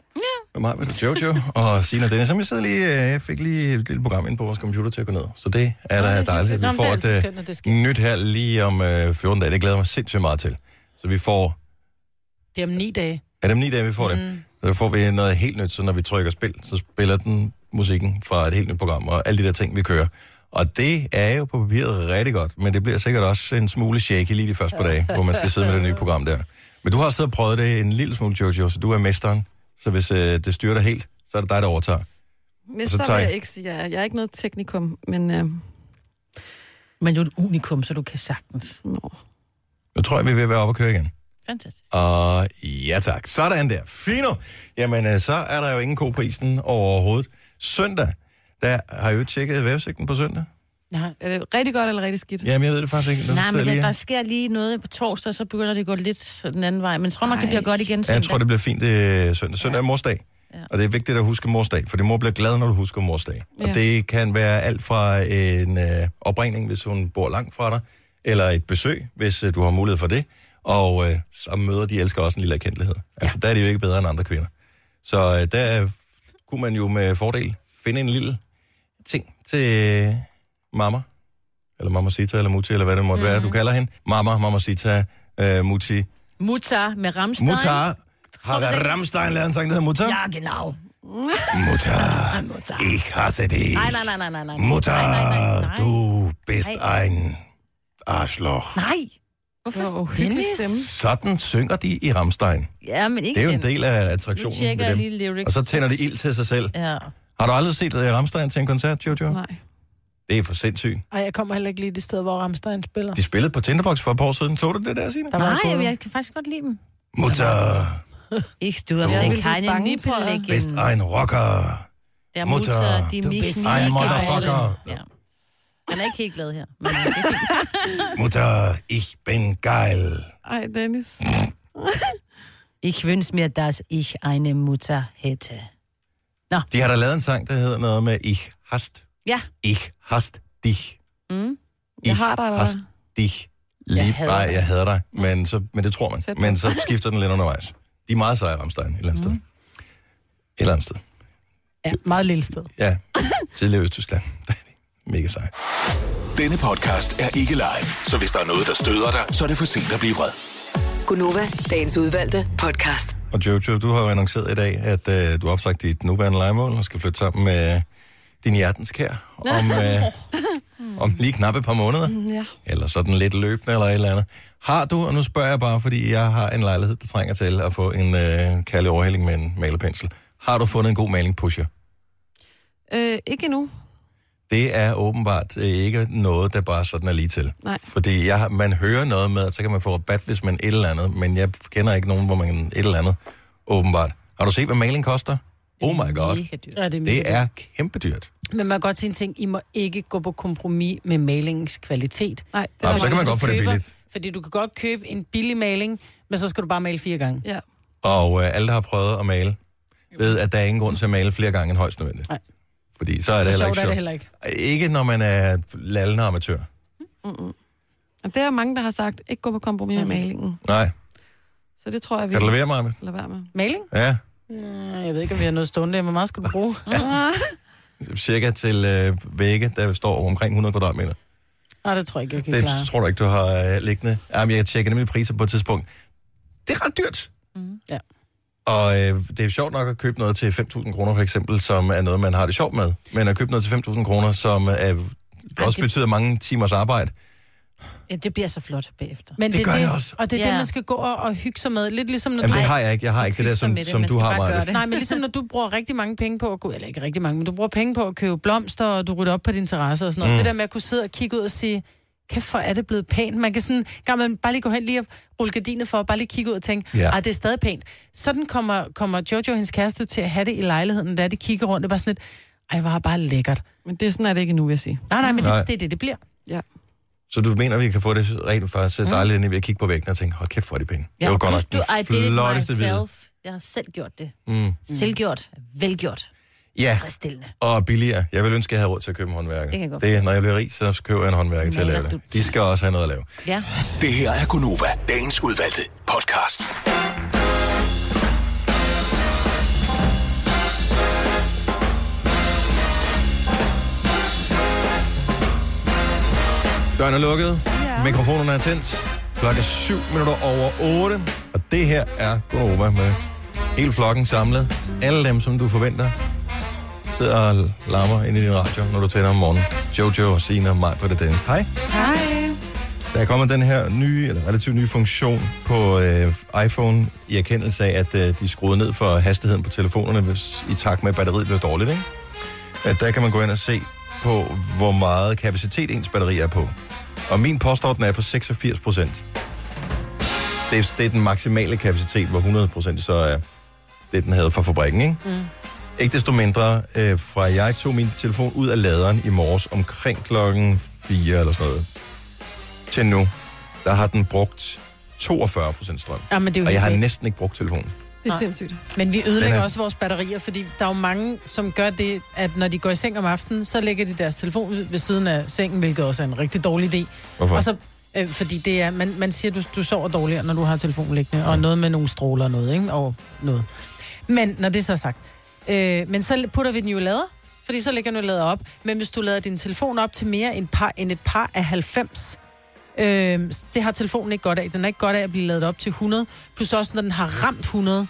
Speaker 1: Med mig, med Jojo og Sina og Dennis. Som jeg sidder lige, øh, jeg fik lige et lille program ind på vores computer til at gå ned. Så det er da dejligt, at
Speaker 3: Nå,
Speaker 1: vi
Speaker 3: men det
Speaker 1: får
Speaker 3: er
Speaker 1: et
Speaker 3: altid
Speaker 1: øh,
Speaker 3: skønt, når det sker.
Speaker 1: nyt her lige om øh, 14 dage. Det glæder jeg mig sindssygt meget til. Så vi får,
Speaker 3: Det er om ni dage.
Speaker 1: er det om ni dage, vi får det? Så får vi noget helt nyt, så når vi trykker spil, så spiller den musikken fra et helt nyt program, og alle de der ting, vi kører. Og det er jo på papiret rigtig godt, men det bliver sikkert også en smule shaky lige de første par dage, hvor man skal sidde med det nye program der. Men du har også siddet og prøvet det en lille smule, Jojo, så du er mesteren. Så hvis øh, det styrer dig helt, så er det dig, der overtager.
Speaker 4: Mister
Speaker 1: tager
Speaker 4: vil
Speaker 1: jeg-
Speaker 4: jeg ikke sige, jeg er, jeg er ikke noget teknikum, men... Øh,
Speaker 5: Men du er et unikum, så du kan sagtens.
Speaker 4: Nå.
Speaker 1: Nu tror jeg, vi er ved at være oppe og køre igen.
Speaker 5: Fantastisk.
Speaker 1: Og ja tak. Sådan der. Fino. Jamen, øh, så er der jo ingen ko på isen overhovedet. Søndag, der har jeg jo tjekket vejrudsigten på søndag.
Speaker 5: Nej.
Speaker 4: Er det rigtig godt eller rigtig skidt?
Speaker 1: Jamen, jeg ved det faktisk ikke. Nu
Speaker 5: Nej,
Speaker 1: sidder
Speaker 5: men
Speaker 1: jeg
Speaker 5: der,
Speaker 1: lige her.
Speaker 5: der sker lige noget på torsdag, så begynder det at gå lidt den anden vej. Men jeg tror nok, det bliver godt igen
Speaker 1: Ja,
Speaker 5: søndag.
Speaker 1: jeg tror, det bliver fint øh, søndag. Søndag er morsdag. Ja. Og det er vigtigt at huske morsdag, for det mor bliver glad, når du husker morsdag. Ja.
Speaker 5: Ja.
Speaker 1: Og det kan være alt fra en øh, opringning, hvis hun bor langt fra dig, eller et besøg, hvis øh, du har mulighed for det. Og øh, så møder de elsker også en lille erkendelighed. Altså, der er de jo ikke bedre end andre kvinder. Så øh, der øh, kunne man jo med fordel finde en lille ting til øh, mamma, eller mamacita, eller mutti, eller hvad det måtte mm. være, du kalder hende. Mamma, mamacita, øh, mutti,
Speaker 5: Mutar med Ramstein.
Speaker 1: Mutter har Rammstein lavet en sang, der hedder Mutter?
Speaker 5: Ja,
Speaker 1: Ah,
Speaker 5: genau.
Speaker 1: Mutter, ich hasse dich.
Speaker 5: Nej, nej, nej, nej, nej, nej.
Speaker 1: Mutter,
Speaker 5: Nej, nej, nej, nej.
Speaker 1: du bist
Speaker 5: Nej.
Speaker 1: ein Arschloch.
Speaker 5: Nej. Hvorfor wow, Dennis?
Speaker 1: Sådan synger de i Rammstein.
Speaker 5: Ja, men ikke
Speaker 1: Det er jo en
Speaker 5: Dennis.
Speaker 1: del af attraktionen
Speaker 5: Nu tjekker
Speaker 1: ved
Speaker 5: jeg
Speaker 1: dem.
Speaker 5: lige lyrics.
Speaker 1: Og så tænder de ild til sig selv.
Speaker 5: Ja.
Speaker 1: Har du aldrig set øh, Rammstein til en koncert, Jojo?
Speaker 4: Nej.
Speaker 1: Det er for sindssygt.
Speaker 3: Ej, jeg kommer heller ikke lige det sted, hvor Ramstein spiller.
Speaker 1: De spillede på Tinderbox for et par år siden. Så du det der, Signe?
Speaker 3: Der var jeg
Speaker 5: Nej,
Speaker 3: gået.
Speaker 5: jeg kan faktisk godt lide dem.
Speaker 1: Mutter,
Speaker 5: Ich du hast den
Speaker 1: Jeg ville blive
Speaker 5: keine
Speaker 4: bange, tror jeg.
Speaker 5: Nippellecken.
Speaker 1: bist ein Rocker.
Speaker 5: Der
Speaker 1: Mutter,
Speaker 5: Mutter, die
Speaker 1: du
Speaker 5: mich
Speaker 1: bist
Speaker 5: nie
Speaker 1: ein Motherfucker.
Speaker 5: geilen. Ja. Han er ikke helt glad her. Men
Speaker 1: Mutter, ich bin geil.
Speaker 4: Ej, Dennis.
Speaker 5: ich wünsche mir, dass ich eine Mutter hätte.
Speaker 1: De har da lavet en sang, der hedder noget med Ich hast
Speaker 5: Ja.
Speaker 1: Ich hast dich.
Speaker 5: Mm.
Speaker 1: Ich hast dich. Lige jeg
Speaker 5: hader
Speaker 1: hader,
Speaker 5: dig.
Speaker 1: jeg hader dig. Men, så, men det tror man.
Speaker 5: Tæt på.
Speaker 1: Men så skifter den lidt undervejs. De er meget seje, Ramstein, et eller andet mm. sted. Et eller andet sted.
Speaker 3: Ja, meget lille sted.
Speaker 1: Ja, tidligere Østtyskland. Der er de Mega sej.
Speaker 7: Denne podcast er ikke live, så hvis der er noget, der støder dig, så er det for sent at blive vred.
Speaker 6: Gunova, dagens udvalgte podcast.
Speaker 1: Og Jojo, du har jo annonceret i dag, at øh, du har opsagt dit nuværende legemål og skal flytte sammen med din hjertens kær om, øh, om lige knap et par måneder.
Speaker 4: ja.
Speaker 1: eller sådan lidt løbende, eller et eller andet. Har du, og nu spørger jeg bare, fordi jeg har en lejlighed, der trænger til at få en øh, kærlig overhældning med en malerpensel. Har du fundet en god maling pusher?
Speaker 4: Øh, ikke endnu.
Speaker 1: Det er åbenbart øh, ikke noget, der bare sådan er lige til.
Speaker 4: Nej.
Speaker 1: Fordi jeg, har- man hører noget med, at så kan man få rabat, hvis man et eller andet, men jeg kender ikke nogen, hvor man et eller andet, åbenbart. Har du set, hvad maling koster? Oh my god.
Speaker 3: Ja, det, er mega
Speaker 1: Det er kæmpe dyrt.
Speaker 3: dyrt. Men man kan godt sige en ting, I må ikke gå på kompromis med malingens kvalitet.
Speaker 4: Nej,
Speaker 1: Nå, så kan man godt få det billigt.
Speaker 3: Fordi du kan godt købe en billig maling, men så skal du bare male fire gange.
Speaker 4: Ja.
Speaker 1: Og øh, alle, der har prøvet at male, ved, at der er ingen grund til at male flere gange end højst nødvendigt.
Speaker 3: Nej.
Speaker 1: Fordi så er det
Speaker 3: Så
Speaker 1: heller
Speaker 3: sjovt
Speaker 1: ikke
Speaker 3: er det
Speaker 1: sjovt.
Speaker 3: heller ikke.
Speaker 1: Ikke når man er lallende amatør.
Speaker 4: Mm-mm. Og det er mange, der har sagt, ikke gå på kompromis med malingen.
Speaker 1: Nej.
Speaker 4: Så det tror jeg, vi...
Speaker 1: Kan du lade være, Maja?
Speaker 4: Lad være med.
Speaker 3: Maling?
Speaker 1: Ja.
Speaker 3: Nej, jeg ved ikke, om vi har noget stående der. Hvor meget skal du bruge? Ja.
Speaker 1: Cirka til øh, vægge, der står omkring 100 kvadratmeter.
Speaker 3: Nej, det tror jeg ikke, jeg kan
Speaker 1: Det
Speaker 3: klare.
Speaker 1: tror du ikke, du har øh, liggende. Jamen, jeg tjekker nemlig priser på et tidspunkt. Det er ret dyrt.
Speaker 3: Mm. Ja.
Speaker 1: Og øh, det er sjovt nok at købe noget til 5.000 kroner, for eksempel, som er noget, man har det sjovt med. Men at købe noget til 5.000 kroner, som øh, er, også betyder mange timers arbejde.
Speaker 5: Ja, det bliver så flot bagefter.
Speaker 3: Men
Speaker 1: Det
Speaker 3: er
Speaker 1: gør det også.
Speaker 3: Og det er ja.
Speaker 5: Ja.
Speaker 3: det, man skal gå og, og hygge sig med. Lidt ligesom, når
Speaker 1: Jamen,
Speaker 3: du...
Speaker 1: det har jeg ikke. Jeg har ikke det der, som, som du har, Maja.
Speaker 3: Nej, men ligesom når du bruger rigtig mange penge på at gå, eller ikke rigtig mange, men du bruger penge på at købe blomster, og du rydder op på din terrasse og sådan noget. Mm.
Speaker 1: Mm.
Speaker 3: Det der med at kunne sidde og kigge ud og sige, kæft, hvor er det blevet pænt. Man kan sådan, kan man bare lige gå hen lige og rulle gardinet for, og bare lige kigge ud og tænke,
Speaker 15: Ja.
Speaker 3: ja. det er stadig pænt. Sådan kommer, kommer Jojo og hendes kæreste til at have det i lejligheden, da de kigger rundt, det er bare sådan lidt, ej, hvor er bare lækkert.
Speaker 4: Men det er sådan, er det ikke nu, vil jeg sige.
Speaker 3: Nej, nej, men
Speaker 1: Nej.
Speaker 3: Det, det er det, det bliver.
Speaker 4: Ja.
Speaker 1: Så du mener, vi kan få det rent faktisk mm. dejligt ind i ved at kigge på væggen og tænke, hold kæft, hvor er de penge.
Speaker 5: Ja,
Speaker 1: det var
Speaker 5: og
Speaker 1: godt
Speaker 5: plus
Speaker 1: nok den
Speaker 5: I did it
Speaker 1: flotteste hvide.
Speaker 5: myself. Jeg har selv gjort det.
Speaker 1: Mm.
Speaker 5: Selvgjort. Velgjort.
Speaker 1: Ja,
Speaker 5: Tilfredsstillende.
Speaker 1: og billigere. Jeg vil ønske, at jeg havde råd til at købe en håndværker.
Speaker 5: Det kan jeg godt
Speaker 1: det, når jeg bliver rig, så køber jeg en håndværker til at lave
Speaker 5: Maler
Speaker 1: det. De skal også have noget at lave.
Speaker 5: Ja.
Speaker 7: Det her er Gunova, dagens udvalgte podcast.
Speaker 1: Døren er lukket. Ja. Mikrofonerne er tændt. Klokken er 7 minutter over 8. Og det her er Gunova med hele flokken samlet. Alle dem, som du forventer, sidder og larmer ind i din radio, når du tænder om morgenen. Jojo, Sina, mig på det Dennis. Hej.
Speaker 4: Hej.
Speaker 1: Der er kommet den her nye, eller relativt nye funktion på øh, iPhone i erkendelse af, at øh, de skruede ned for hastigheden på telefonerne, hvis, i takt med, at batteriet blev dårligt. Ikke? At der kan man gå ind og se på, hvor meget kapacitet ens batteri er på. Og min påstår, den er på 86 procent. Det, er- det er den maksimale kapacitet, hvor 100 procent så er det, den havde fra fabrikken. Ikke?
Speaker 16: Mm.
Speaker 1: Ikke desto mindre, øh, fra jeg tog min telefon ud af laderen i morges omkring klokken 4 eller sådan noget, til nu, der har den brugt 42 procent strøm.
Speaker 3: Ja, men det er jo
Speaker 1: og jeg
Speaker 3: helt
Speaker 1: har
Speaker 3: vildt.
Speaker 1: næsten ikke brugt telefonen.
Speaker 4: Det er sindssygt.
Speaker 3: Men vi ødelægger
Speaker 1: Den er-
Speaker 3: også vores batterier, fordi der er jo mange, som gør det, at når de går i seng om aftenen, så lægger de deres telefon ved siden af sengen, hvilket også er en rigtig dårlig idé.
Speaker 1: Hvorfor?
Speaker 3: Og så, øh, fordi det er, man, man siger, du, du sover dårligere, når du har telefonen liggende, og noget med nogle stråler og noget, ikke? Og noget. Men når det så er sagt, øh, men så putter vi den jo i lader, fordi så ligger den jo i lader op. Men hvis du lader din telefon op til mere end, par, end et par af 90, øh, det har telefonen ikke godt af. Den er ikke godt af at blive ladet op til 100. Plus også, når den har ramt 100,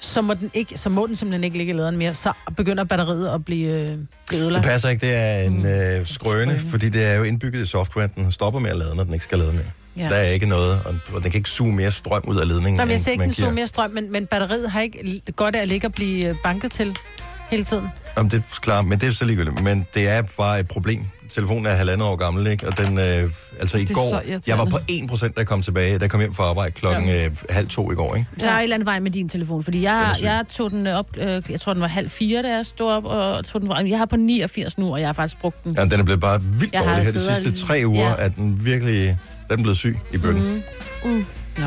Speaker 3: så må den, ikke, så må den simpelthen ikke ligge i laderen mere. Så begynder batteriet at blive, øh, blive
Speaker 1: Det
Speaker 3: ødelagt.
Speaker 1: passer ikke, det er en
Speaker 3: Mm.
Speaker 1: øh, skrøne, fordi det er jo indbygget i software, den stopper med at lade, når den ikke skal lade mere.
Speaker 3: Ja.
Speaker 1: Der er ikke noget, og- og den kan ikke suge mere strøm ud af ledningen.
Speaker 3: Nå, men jeg
Speaker 1: end
Speaker 3: ser ikke,
Speaker 1: man
Speaker 3: den så
Speaker 1: giver.
Speaker 3: mere strøm, men, men batteriet har ikke l- godt af at ligge og blive øh, banket til hele tiden.
Speaker 1: Jamen, det er klart, men det er så ligegyldigt. Men det er bare et problem. Telefonen er halvandet år gammel, ikke? Og den, øh, altså i
Speaker 5: Det er så
Speaker 1: går,
Speaker 5: irriterende.
Speaker 1: jeg var på 1%, da jeg kom tilbage. Da jeg kom hjem fra arbejde klokken ja. øh, halv to i går, ikke?
Speaker 5: Der er et eller andet vej med din telefon, fordi jeg, jeg tog den øh, op, øh, jeg tror den var halv fire, da jeg stod op, og tog den fra, jeg har på 89 nu, og jeg har faktisk brugt den.
Speaker 1: Ja, den er blevet bare vildt
Speaker 5: Jeg har
Speaker 1: dårlig her de
Speaker 5: siddet
Speaker 1: sidste
Speaker 5: og-
Speaker 1: tre uger,
Speaker 5: ja.
Speaker 1: ja. at den virkelig den er blevet syg i bønnen. Mm.
Speaker 5: Mm. Nå.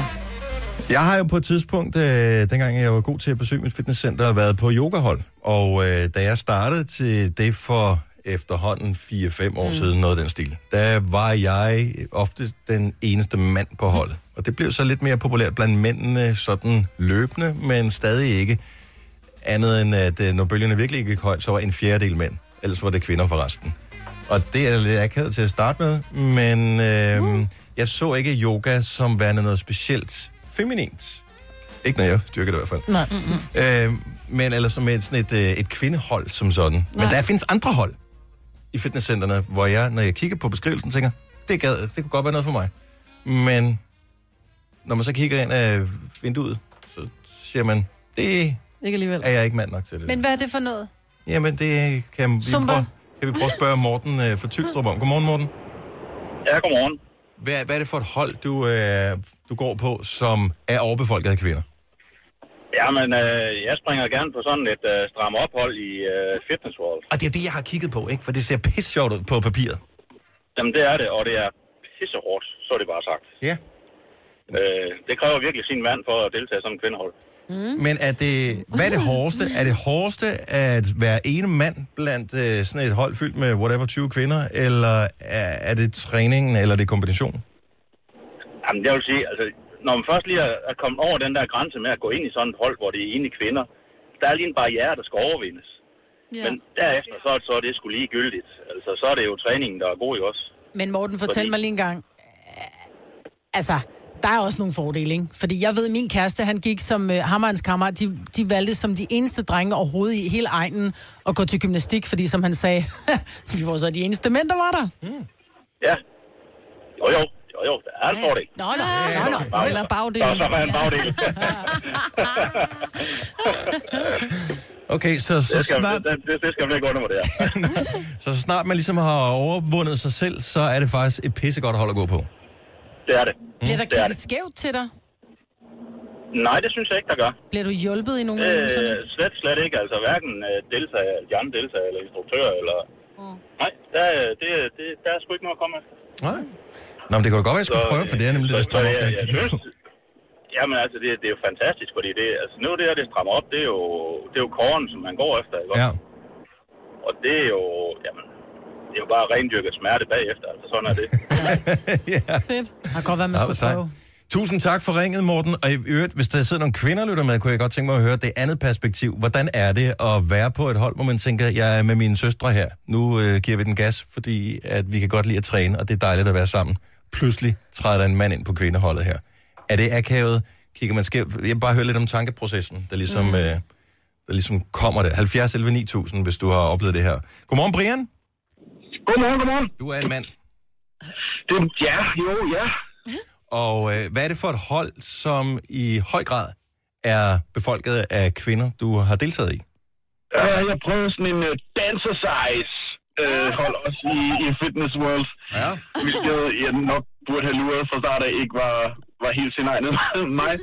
Speaker 1: Jeg har jo på et tidspunkt, øh, dengang jeg var god til at besøge mit fitnesscenter, været på yogahold. Og øh, da jeg startede til det for efterhånden 4-5 år mm. siden, noget af den stil, der var jeg ofte den eneste mand på holdet. Og det blev så lidt mere populært blandt mændene, sådan løbende, men stadig ikke. Andet end, at øh, når bølgerne virkelig gik højt, så var en fjerdedel mænd. Ellers var det kvinder for resten. Og det er lidt akavet til at starte med, men øh, mm. jeg så ikke yoga som værende noget specielt feminint. Ikke når jeg dyrker det i hvert fald.
Speaker 3: Nej. mm,
Speaker 1: Øh, men eller som et, sådan et, øh, et kvindehold som sådan. Nej. Men der findes andre hold i fitnesscenterne, hvor jeg, når jeg kigger på beskrivelsen, tænker, det, gad, det kunne godt være noget for mig. Men når man så kigger ind af vinduet, så siger man, det
Speaker 4: Ikke alligevel.
Speaker 1: er jeg ikke mand nok til det.
Speaker 3: Men hvad er det for noget?
Speaker 1: Jamen, det kan vi,
Speaker 3: Zumba.
Speaker 1: prøve, kan vi prøve at spørge Morten øh, fra Tylstrup om. Godmorgen, Morten.
Speaker 17: Ja, godmorgen.
Speaker 1: Hvad, hvad er det for et hold, du, øh, du går på, som er overbefolket af kvinder?
Speaker 17: Jamen, øh, jeg springer gerne på sådan et øh, stram ophold i øh, Fitness World.
Speaker 1: Og det er det, jeg har kigget på, ikke? For det ser pisse sjovt ud på papiret.
Speaker 17: Jamen, det er det, og det er pissehårdt, så er det bare sagt.
Speaker 1: Ja.
Speaker 17: Øh, det kræver virkelig sin mand for at deltage som kvindehold.
Speaker 1: Men er det, hvad er det hårdeste? Er det hårdeste at være ene mand blandt øh, sådan et hold fyldt med whatever 20 kvinder, eller er, er det træningen, eller er det kombinationen?
Speaker 17: Jamen, jeg vil sige, altså, når man først lige er, er kommet over den der grænse med at gå ind i sådan et hold, hvor det er ene kvinder, der er lige en barriere, der skal overvindes. Ja. Men derefter, så, så er det sgu ligegyldigt. Altså, så er det jo træningen, der er god i os.
Speaker 3: Men Morten, fortæl Fordi...
Speaker 17: Fordi-
Speaker 3: mig lige en gang. Altså, der er også nogle fordele, ikke? Fordi jeg ved, min kæreste, han gik som øh, hammerens kammerat, de, de valgte som de eneste drenge overhovedet i hele egnen at gå til gymnastik, fordi som han sagde, vi var så de eneste mænd, der var der. Mm.
Speaker 17: Ja. Jo, jo. Jo, jo. Der er en fordel.
Speaker 3: Nå, nå, nå, nå.
Speaker 17: Bag-
Speaker 4: Eller bagdel.
Speaker 17: Så, så var han bagdel.
Speaker 1: Okay, så, så
Speaker 17: det, skal,
Speaker 1: snart,
Speaker 17: det, det, det skal man ikke under mig, det her.
Speaker 1: så snart man ligesom har overvundet sig selv, så er det faktisk et pissegodt hold at gå på.
Speaker 17: Det er det.
Speaker 3: Bliver der
Speaker 17: det er
Speaker 3: kigget
Speaker 17: det.
Speaker 3: skævt til dig?
Speaker 17: Nej, det synes jeg ikke, der gør.
Speaker 3: Bliver du hjulpet i nogle øh...
Speaker 17: Øh, slet, slet ikke. Altså hverken øh, deltager, de andre deltager eller instruktører. Eller... Nej, der, øh, det, det, der er sgu ikke noget at komme efter.
Speaker 1: Nej. Nå, men det kan da godt være, at jeg skulle
Speaker 17: Så,
Speaker 1: prøve, for det er nemlig det, der
Speaker 17: Så
Speaker 1: strammer op.
Speaker 17: jeg, jeg
Speaker 1: der.
Speaker 17: synes, jamen altså, det, det er jo fantastisk, fordi det, altså, nu det her, det strammer op, det er jo, det er jo kåren, som man går efter, ikke? Ja. Og det er jo, jamen, det er jo bare rendyrket smerte bagefter, altså sådan er det.
Speaker 3: Fedt. Har godt været, man
Speaker 1: Ja,
Speaker 3: skulle
Speaker 1: sejt.
Speaker 3: prøve.
Speaker 1: Tusind tak for ringet, Morten. Og i øvrigt, hvis der sidder nogle kvinder og lytter med, kunne jeg godt tænke mig at høre det andet perspektiv. Hvordan er det at være på et hold, hvor man tænker, jeg er med mine søstre her. Nu øh, giver vi den gas, fordi at vi kan godt lide at træne, og det er dejligt at være sammen. Pludselig træder der en mand ind på kvindeholdet her. Er det akavet? Kigger man skævt? Jeg vil bare høre lidt om tankeprocessen, der ligesom, mm. øh, der ligesom kommer der. 70 11 9000, hvis du har oplevet det her. Godmorgen, Brian.
Speaker 15: Godmorgen, godmorgen.
Speaker 1: Du er en mand.
Speaker 15: Det, ja, jo, ja.
Speaker 1: Og øh, hvad er det for et hold, som i høj grad er befolket af kvinder, du har deltaget i?
Speaker 15: Øh, Jeg prøvede sådan en uh, dancersize øh, hold også i, i Fitness World.
Speaker 1: Ja.
Speaker 15: Hvilket jeg nok burde have luret fra start af, ikke var, var helt sin egen mig.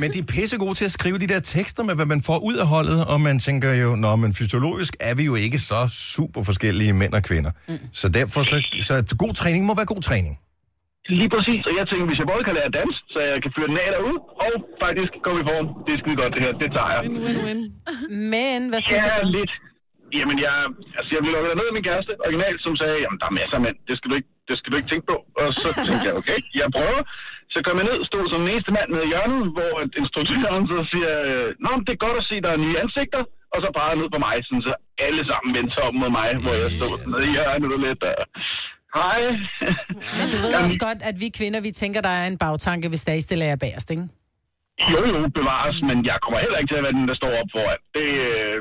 Speaker 1: Men de er pissegode til at skrive de der tekster med, hvad man får ud af holdet, og man tænker jo, nå, men fysiologisk er vi jo ikke så super forskellige mænd og kvinder. Mm. Så derfor, så, så god træning må være god træning.
Speaker 15: Lige præcis, og jeg tænkte, hvis jeg både kan lære at danse, så jeg kan føre den af derude, og faktisk komme i form. Det er skide godt, det her. Det tager jeg.
Speaker 3: Men, hvad skal
Speaker 15: Ja,
Speaker 3: du så?
Speaker 15: lidt. Jamen, jeg, altså, jeg blev lukket ned af min kæreste originalt, som sagde, jamen, der er masser af mænd, det skal du ikke, det skal du ikke tænke på. Og så tænkte jeg, okay, jeg prøver. Så kom jeg ned, stod som den eneste mand nede i hjørnet, hvor at instruktøren så siger, øh, nå, men det er godt at se, der er nye ansigter, og så bare ned på mig, sådan, så alle sammen vendte sig om mod mig, hvor jeg stod nede i hjørnet og lidt der. Hej.
Speaker 3: Men du ved også godt, at vi kvinder, vi tænker, der er en bagtanke, hvis der er stiller jer bagerst, ikke?
Speaker 15: Jo, jo, bevares, men jeg kommer heller ikke til at være den, der står op foran. Det, øh,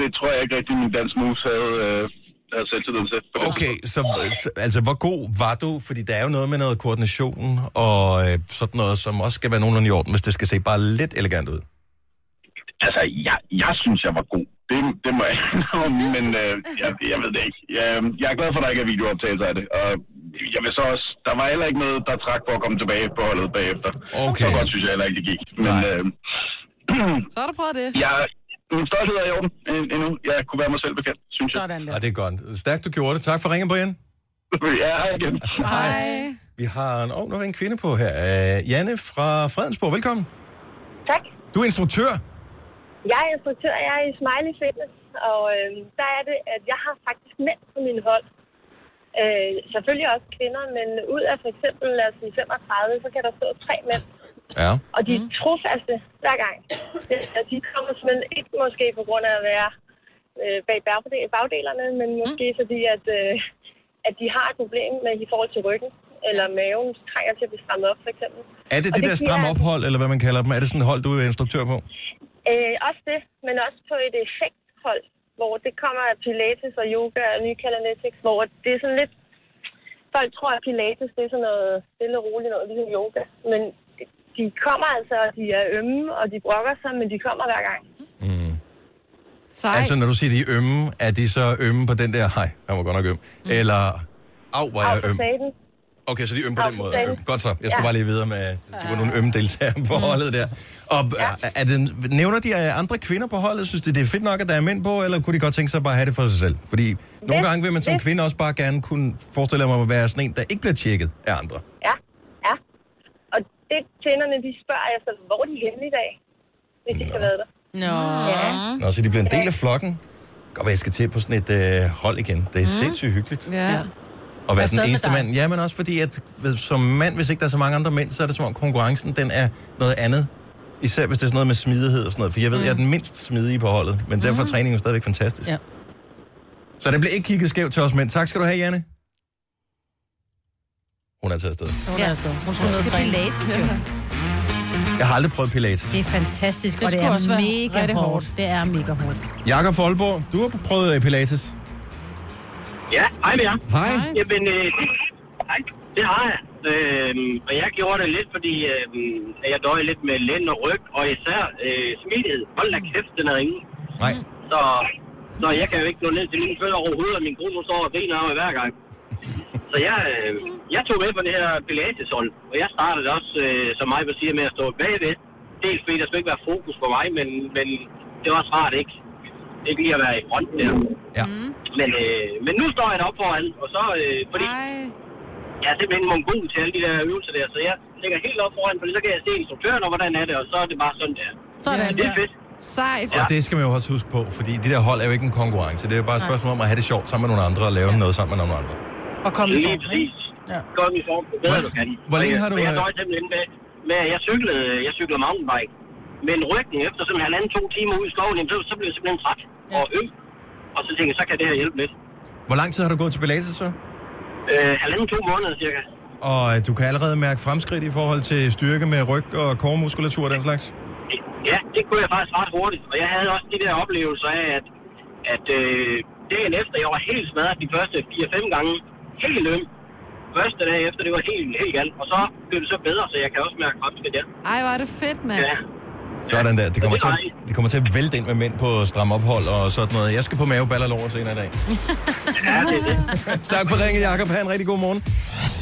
Speaker 15: det tror jeg ikke rigtig, min dansk moves havde, øh, havde selvtilliden til. på det
Speaker 1: Okay, så, så altså, hvor god var du? Fordi der er jo noget med noget koordination og øh, sådan noget, som også skal være nogenlunde i orden, hvis det skal se bare lidt elegant ud.
Speaker 15: Altså, jeg, jeg synes, jeg var god. Det, det må jeg indrømme, men øh, jeg, jeg ved det ikke. Jeg, jeg er glad for, at der ikke er videooptagelser af det. Og jeg vil så også, der var heller ikke noget, der trak for at komme tilbage på holdet bagefter. Okay. Så godt synes jeg heller ikke, det gik. Men øh, Mm.
Speaker 4: Så har du prøvet det.
Speaker 15: jeg, min stolthed er i orden end- endnu. Jeg kunne være mig selv bekendt, synes jeg.
Speaker 3: Sådan
Speaker 1: Og det er godt. Stærkt, du gjorde det. Tak for ringen, Brian.
Speaker 15: Ja, igen.
Speaker 1: Hej. Vi har en, oh, nu er en kvinde på her. Uh, Janne fra Fredensborg, velkommen.
Speaker 10: Tak.
Speaker 1: Du er instruktør.
Speaker 10: Jeg er instruktør, jeg er i Smiley Fitness, og øh, der er det, at jeg har faktisk mænd på min hold. Øh, selvfølgelig også kvinder, men ud af for eksempel lad os sige 35, så kan der stå tre mænd.
Speaker 1: Ja.
Speaker 10: Og de er trofaste hver gang. Ja, De kommer simpelthen ikke måske på grund af at være øh, bag bagdel- bagdelerne, men måske fordi, at, øh, at de har et problem med i forhold til ryggen, eller maven trænger til at blive strammet op, for eksempel.
Speaker 1: Er det
Speaker 10: Og
Speaker 1: det, det der
Speaker 10: siger,
Speaker 1: stramme
Speaker 10: at-
Speaker 1: ophold, eller hvad man kalder dem? Er det sådan et hold, du er instruktør på?
Speaker 10: Øh, også det, men også på et effekthold, hvor det kommer af pilates og yoga og ny kalanetics, hvor det er sådan lidt... Folk tror, at pilates det er sådan noget stille og roligt noget, ligesom yoga. Men de kommer altså, og de er ømme, og de brokker sig, men de kommer hver gang.
Speaker 1: Sejt. Mm. Altså, når du siger, de er ømme, er de så ømme på den der, hej, jeg var godt nok øm, mm. eller, au, hvor er jeg øm.
Speaker 10: Satan.
Speaker 1: Okay, så de er ømme på
Speaker 10: Au,
Speaker 1: den
Speaker 10: for
Speaker 1: måde. er
Speaker 10: satan.
Speaker 1: Øm. Godt så, jeg skal
Speaker 10: Ja.
Speaker 1: bare lige videre med, at de var nogle ømme deltagere på holdet der. Og ja. er, er det, nævner de øh, andre kvinder på holdet? Synes de, det er fedt nok, at der er mænd på, eller kunne de godt tænke sig at bare have det for sig selv? Fordi nogle gange vil man som kvinde også bare gerne kunne forestille mig at være sådan en, der ikke bliver tjekket af andre.
Speaker 10: Og det tjenerne, de spørger jeg så, hvor er de henne i dag, hvis de ikke har været der.
Speaker 3: Nå.
Speaker 10: Ja.
Speaker 1: Nå, så de bliver en del af flokken. Godt, være, jeg skal til på sådan et øh, hold igen. Det er mm. sindssygt hyggeligt.
Speaker 4: Ja.
Speaker 1: Og være
Speaker 4: Afsted
Speaker 1: sådan
Speaker 4: med
Speaker 1: den eneste
Speaker 4: dig.
Speaker 1: mand. Ja, men også fordi, at ved- som mand, hvis ikke der er så mange andre mænd, så er det som om konkurrencen, den er noget andet. Især hvis det er sådan noget med smidighed og sådan noget. For jeg ved, mm. jeg er den mindst smidige på holdet, men derfor
Speaker 4: Mm.
Speaker 1: er træningen jo stadigvæk fantastisk.
Speaker 3: Ja.
Speaker 1: Så det bliver ikke kigget skævt til os mænd. Tak skal du have, Janne. Hun er taget afsted.
Speaker 3: Hun er afsted. Hun skulle ned og
Speaker 5: Det er
Speaker 3: træne.
Speaker 5: Pilates, jo.
Speaker 1: Jeg har aldrig prøvet pilates.
Speaker 5: Det er fantastisk,
Speaker 3: Det
Speaker 5: og det
Speaker 3: skulle
Speaker 5: er
Speaker 3: også være
Speaker 5: mega
Speaker 3: rigtig
Speaker 5: hårdt.
Speaker 3: hårdt.
Speaker 5: Det er mega hårdt.
Speaker 1: Jakob Folborg, du har prøvet øh, pilates.
Speaker 16: Ja, hej med jer.
Speaker 1: Hej.
Speaker 16: Jamen, øh, hej. det har jeg. Øh, og jeg gjorde det lidt, fordi øh, jeg døjer lidt med lænd og ryg, og især øh, smidighed. Hold da kæft, den er ingen.
Speaker 1: Nej.
Speaker 16: Så, så jeg kan jo ikke nå ned til mine fødder overhovedet, og min kone hun står og griner af mig hver gang. Så jeg, øh, jeg tog med på det her pilates og jeg startede også, øh, som mig vil sige, med at stå bagved. Dels fordi der skulle ikke være fokus på mig, men, men det var smart ikke. Ikke lige at være i front der. Men, øh, men nu står jeg deroppe foran, og så, øh, fordi Ej. jeg er simpelthen mongol til alle de der øvelser der, så jeg ligger helt op foran, fordi så kan jeg se instruktøren, og hvordan er det, og så er det bare sådan der.
Speaker 4: Sådan
Speaker 16: det er fedt.
Speaker 4: Sejt.
Speaker 1: Og det skal man jo også huske på, fordi det der hold er jo ikke en konkurrence. Det er jo bare et
Speaker 16: Nej.
Speaker 1: spørgsmål om at have det sjovt sammen med nogle andre og lave noget sammen med nogle andre.
Speaker 3: Og komme i
Speaker 16: Lige
Speaker 3: form,
Speaker 16: præcis. Ja. Kom i form, det bedre du kan.
Speaker 1: hvor længe
Speaker 16: Og jeg-
Speaker 1: har du,
Speaker 16: og Jeg
Speaker 1: øh,
Speaker 16: døjte simpelthen med, med at jeg cyklede, jeg cyklede mountainbike. Men ryggen efter sådan halvanden to timer ud i skoven, jamen, så, så blev jeg simpelthen træt og øm. Og så tænkte jeg, så kan det her hjælpe lidt.
Speaker 1: Hvor lang tid har du gået til pilates så?
Speaker 16: Øh, halvanden to måneder cirka.
Speaker 1: Og øh, du kan allerede mærke fremskridt i forhold til styrke med ryg og kårmuskulatur og den slags?
Speaker 16: Ja, det kunne jeg faktisk ret hurtigt. Og jeg havde også de der oplevelser af, at, at øh, dagen efter, jeg var helt smadret de første 4-5 gange. Helt øm. Første dag efter, det var helt, helt galt. Og så blev det så bedre, så jeg kan også mærke fremskridt der.
Speaker 4: Ej, hvor er det fedt, mand.
Speaker 16: Ja.
Speaker 1: Sådan der. Det kommer,
Speaker 16: det
Speaker 1: til,
Speaker 16: er
Speaker 1: at- det kommer til at vælte ind med mænd på stram ophold og sådan noget. Jeg skal på maveballerlover senere i dag.
Speaker 16: Ja, det er det.
Speaker 1: tak for ringet, Jacob. Ha' en rigtig god morgen.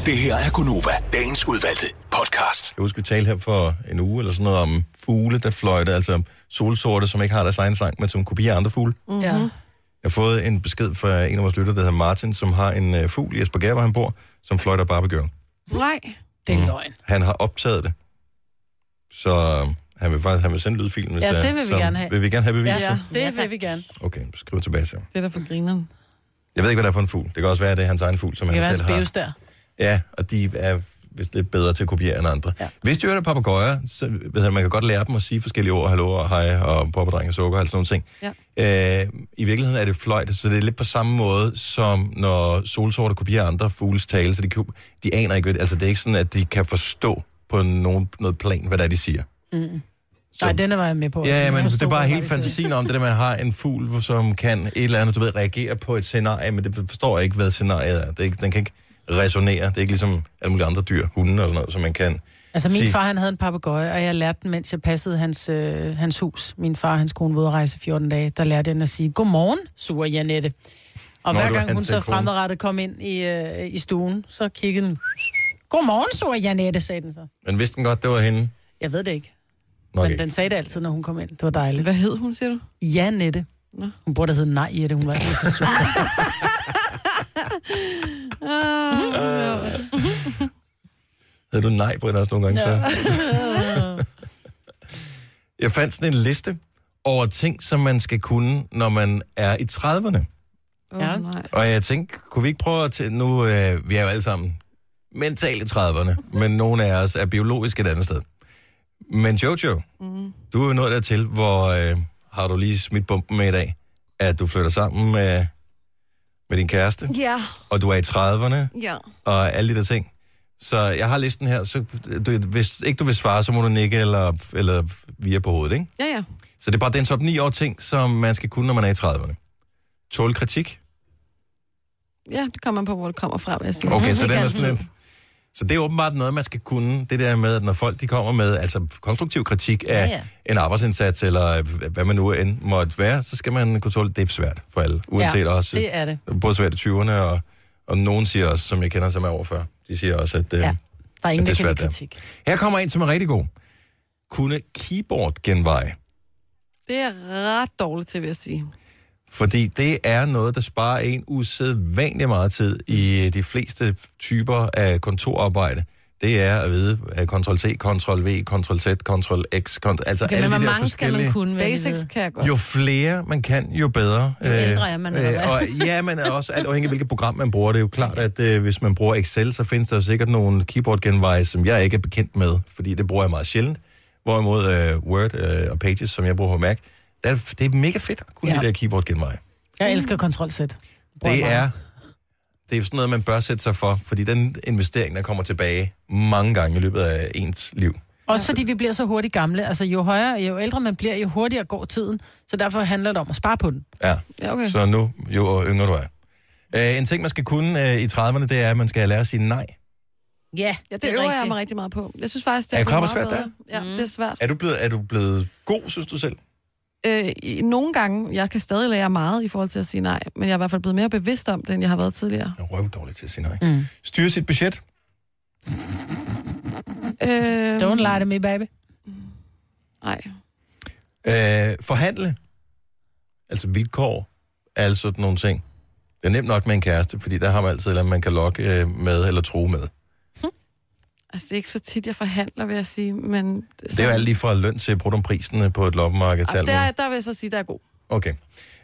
Speaker 7: Det her er Gunova, dagens udvalgte podcast.
Speaker 1: Jeg husker, vi talte her for en uge eller sådan noget om fugle, der fløjte, altså om solsorte, som ikke har deres egen sang, men som kopierer andre fugle.
Speaker 4: Mhm.
Speaker 3: Mm-hmm. Ja.
Speaker 1: Jeg har fået en besked fra en af vores lytter, der hedder Martin, som har en øh, fugl i Esbjerg, hvor han bor, som fløjter barbegøren.
Speaker 4: Nej.
Speaker 3: Det er løgn.
Speaker 1: Han har optaget det. Så øh, han vil faktisk han vil sende lydfilen, hvis
Speaker 3: Ja,
Speaker 1: er.
Speaker 3: det vil vi
Speaker 1: Så
Speaker 3: gerne have.
Speaker 1: Vil vi gerne have beviser?
Speaker 3: Ja, det vil vi gerne.
Speaker 1: Okay, skriv tilbage så.
Speaker 4: Det er da for grineren.
Speaker 1: Jeg ved ikke, hvad det er for en fugl. Det kan også være, at det er hans egen fugl, som
Speaker 3: Det kan
Speaker 1: han
Speaker 3: være
Speaker 1: selv
Speaker 3: hans
Speaker 1: har.
Speaker 3: bios der.
Speaker 1: Ja, og de er vist lidt bedre til at kopiere end andre. Ja. Hvis du hører papegøjer, så ved jeg, man kan godt lære dem at sige forskellige ord, hallo og hej, og poppedreng og sukker og sådan nogle ting. Ja. Øh, I virkeligheden er det fløjt, så det er lidt på samme måde, som når solsorter kopierer andre fugles tale, så de, kan- de aner ikke, hvad- altså det er ikke sådan, at de kan forstå på nogen, noget plan, hvad det er, de siger.
Speaker 3: Mm. Nej, den er var jeg med på.
Speaker 1: Ja,
Speaker 3: Jeg
Speaker 1: ja, men det
Speaker 3: forstod,
Speaker 1: er bare
Speaker 3: hvad
Speaker 1: hele
Speaker 3: det sagde.
Speaker 1: fantasien om det, at man har en fugl, hvor- som kan et eller andet, du ved, reagere på et scenarie, men det forstår ikke, hvad scenariet er. Det er ikke, den kan ikke resonere. Det er ikke ligesom alle mulige andre dyr, hunde og sådan noget, som man kan
Speaker 3: Altså, min
Speaker 1: sige-
Speaker 3: far, han havde en papegøje, og jeg lærte den, mens jeg passede hans, øh, hans hus. Min far og hans kone var ude at rejse 14 dage. Der lærte jeg den at sige, godmorgen, sure Janette. Og Nå,
Speaker 18: Nå,
Speaker 3: hver
Speaker 18: det var
Speaker 3: gang hun
Speaker 18: hans
Speaker 3: så
Speaker 18: telefon.
Speaker 3: fremadrettet kom ind i, øh, i stuen, så kiggede den. Godmorgen, sure Janette, sagde den så.
Speaker 1: Men vidste den godt, det var hende?
Speaker 3: Jeg ved det ikke.
Speaker 1: Nå,
Speaker 3: Men den sagde det altid, når hun kom ind. Det var dejligt.
Speaker 4: Hvad hed hun, siger du?
Speaker 3: Janette.
Speaker 4: Nå.
Speaker 3: Hun burde have heddet Nej Jette, hun var ikke så sur.
Speaker 4: Ah,
Speaker 1: Havde du nej, Britt, også nogle gange? Så? Jeg fandt sådan en liste over ting, som man skal kunne, når man er i 30'erne.
Speaker 4: ja. Oh,
Speaker 1: Og jeg tænkte, kunne vi ikke prøve at... tæ- Nu, øh, vi er jo alle sammen mentalt i 30'erne, men nogle af os er biologisk et andet sted. Men Jojo, mm. du er jo nået dertil, hvor øh, har du lige smidt bomben med i dag, at du flytter sammen med, med din kæreste,
Speaker 2: Ja,
Speaker 1: og du er i 30'erne,
Speaker 2: ja.
Speaker 1: og alle de der ting. Så jeg har listen her, så du, hvis ikke du vil svare, så må du nikke eller, eller via på hovedet, ikke?
Speaker 4: Ja, ja.
Speaker 1: Så det er bare den top 9 år ting, som man skal kunne, når man er i 30'erne. Tål kritik,
Speaker 4: Ja, det kommer man på, hvor det kommer fra, vil jeg sige.
Speaker 1: Okay, så den
Speaker 3: altså-
Speaker 1: er sådan lidt... Så det er åbenbart noget, man skal kunne, det der med, at når folk de kommer med altså konstruktiv kritik af
Speaker 4: Ja,
Speaker 1: ja,
Speaker 4: ja.
Speaker 1: ja. en arbejdsindsats, eller h- hvad man nu end måtte være, så skal man kunne tåle, det er svært for alle, uanset
Speaker 3: ja,
Speaker 1: også.
Speaker 3: det er det.
Speaker 1: Både svært i 20'erne, og, og nogen siger også, som jeg kender, som er over før, de siger også, at, øh,
Speaker 3: Ja. Der er ingen,
Speaker 1: at
Speaker 3: der
Speaker 1: det er
Speaker 3: kan lide
Speaker 1: svært der.
Speaker 3: kritik.
Speaker 1: Her kommer en, som er rigtig god. Kunne keyboard-genveje?
Speaker 4: Det er jeg ret dårligt til, vil jeg sige.
Speaker 1: Fordi det er noget, der sparer øh, en usædvanlig meget tid i de fleste typer af kontorarbejde. det er at vide øh, Ctrl-C, Ctrl-V, Ctrl-Z, Ctrl-X, Ctrl... Altså
Speaker 5: Okay,
Speaker 1: alle
Speaker 5: men
Speaker 1: de
Speaker 5: hvor
Speaker 1: der
Speaker 5: mange skal man
Speaker 1: forskellige-
Speaker 5: kunne? Basics
Speaker 4: kan jeg
Speaker 1: Jo flere man kan, jo bedre. Øh,
Speaker 5: Jo ældre er man, eller hvad?
Speaker 1: og, Ja, men også alt afhængig af, hvilket program man bruger. Det er jo klart, at øh, hvis man bruger Excel, så findes der sikkert nogle keyboard-genveje, som jeg ikke er bekendt med, fordi det bruger jeg meget sjældent. Hvorimod øh, Word øh, og Pages, som jeg bruger på Mac, der, er- det er mega fedt at kunne ja.
Speaker 3: Ja.
Speaker 1: de der keyboard-genveje.
Speaker 3: Jeg elsker Ctrl Z.
Speaker 1: Det er, det er sådan noget, man bør sætte sig for, fordi den investering, der kommer tilbage mange gange i løbet af ens liv.
Speaker 3: Også fordi vi bliver så hurtigt gamle. Altså jo højere, jo ældre man bliver, jo hurtigere går tiden. Så derfor handler det om at spare på den.
Speaker 1: Ja.
Speaker 3: Ja, okay.
Speaker 1: Så nu, jo yngre du er. Øh, en ting, man skal kunne øh, i 30'erne, det er, at man skal lære at sige nej.
Speaker 5: Ja,
Speaker 4: ja
Speaker 2: det
Speaker 4: det, det
Speaker 2: er
Speaker 4: øver rigtigt. jeg
Speaker 2: rigtigt.
Speaker 4: mig rigtig meget på. Jeg synes faktisk, det
Speaker 1: Er
Speaker 4: er,
Speaker 1: du klar,
Speaker 4: blevet
Speaker 1: hvor
Speaker 4: meget
Speaker 1: svært
Speaker 4: bedre. Ja, det er svært.
Speaker 1: Er du blevet, er du blevet god, synes du selv?
Speaker 4: Øh, i- nogle gange, jeg kan stadig lære meget i forhold til at sige nej, men jeg er i hvert fald blevet mere bevidst om det, end jeg har været tidligere.
Speaker 1: Jeg er røv dårlig til at sige nej. Mm. Styre sit budget.
Speaker 4: Øh,
Speaker 3: Don't lie to me, baby.
Speaker 4: Nej.
Speaker 1: Øh, forhandle. Altså vilkår. Altså sådan nogle ting. Det er nemt nok med en kæreste, fordi der har man altid et eller andet, man kan lokke øh, med eller tro med.
Speaker 4: Altså, det er ikke så tit, jeg forhandler, vil jeg sige, men...
Speaker 1: Det er jo alt lige fra løn til bruttoprisen øh, på et loppemarked. til
Speaker 4: og
Speaker 1: alt
Speaker 4: der,
Speaker 1: muligt.
Speaker 4: der vil jeg så sige, der er god.
Speaker 1: Okay.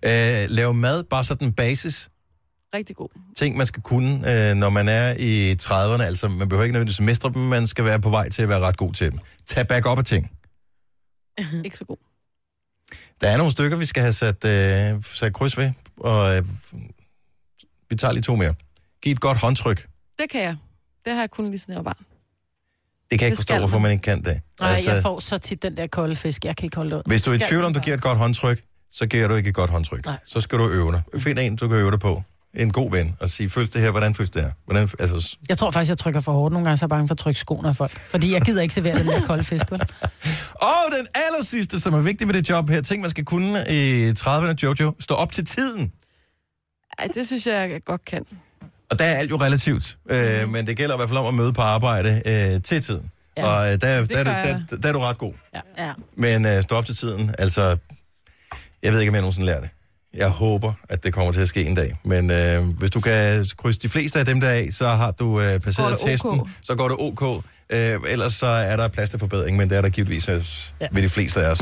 Speaker 1: Øh, lave mad, bare sådan basis.
Speaker 4: Rigtig god.
Speaker 1: ting, man skal kunne, øh, når man er i 30'erne. Altså, man behøver ikke nødvendigvis mestre dem, man skal være på vej til at være ret god til dem. Tag back op af ting.
Speaker 4: ikke så god.
Speaker 1: Der er nogle stykker, vi skal have sat, øh, sat kryds ved, og øh, vi tager lige to mere. Giv et godt håndtryk.
Speaker 4: Det kan jeg. Det har jeg kun lige siden jeg var barn.
Speaker 1: Det kan jeg
Speaker 4: Det
Speaker 1: ikke forstå,
Speaker 4: skal
Speaker 1: hvorfor
Speaker 4: man.
Speaker 1: man ikke kan det.
Speaker 3: Nej, altså, jeg får så tit den der kolde fisk. Jeg kan ikke holde det ud.
Speaker 1: Hvis du er i
Speaker 3: Skal
Speaker 1: tvivl
Speaker 3: man
Speaker 1: om, du
Speaker 3: bare.
Speaker 1: giver et godt håndtryk, så giver du ikke et godt håndtryk. Nej. Så skal du øve dig. Find en, du kan øve dig på. En god ven. Og sige, føles det her, hvordan føles det her? Hvordan, altså,
Speaker 3: Jeg tror faktisk, jeg trykker for hårdt. Nogle gange så er jeg bange for at trykke skoene af folk. Fordi jeg gider ikke servere den der kolde fisk, vel?
Speaker 1: Og den aller sidste, som er vigtig ved det job her, ting man skal kunne i 30'erne, Jojo, stå op til tiden.
Speaker 4: Ej, det synes jeg, jeg godt kan.
Speaker 1: Og der er alt jo relativt, øh, men det gælder i hvert fald om at møde på arbejde øh, til tiden. Ja,
Speaker 4: Mhm. Ja,
Speaker 1: og øh, der,
Speaker 4: det
Speaker 1: der, er du,
Speaker 4: gør jeg.
Speaker 1: der, der er du ret god.
Speaker 5: Ja.
Speaker 1: Men øh, stå op til tiden, altså, jeg ved ikke, om jeg nogensinde lærer det. Jeg håber, at det kommer til at ske en dag. Men øh, hvis du kan krydse de fleste af dem der af, så har du øh, passeret
Speaker 4: Går det OK?
Speaker 1: testen, så går det ok. Øh, ellers så er der plads til forbedring, men det er der givetvis hos- ved de fleste af os.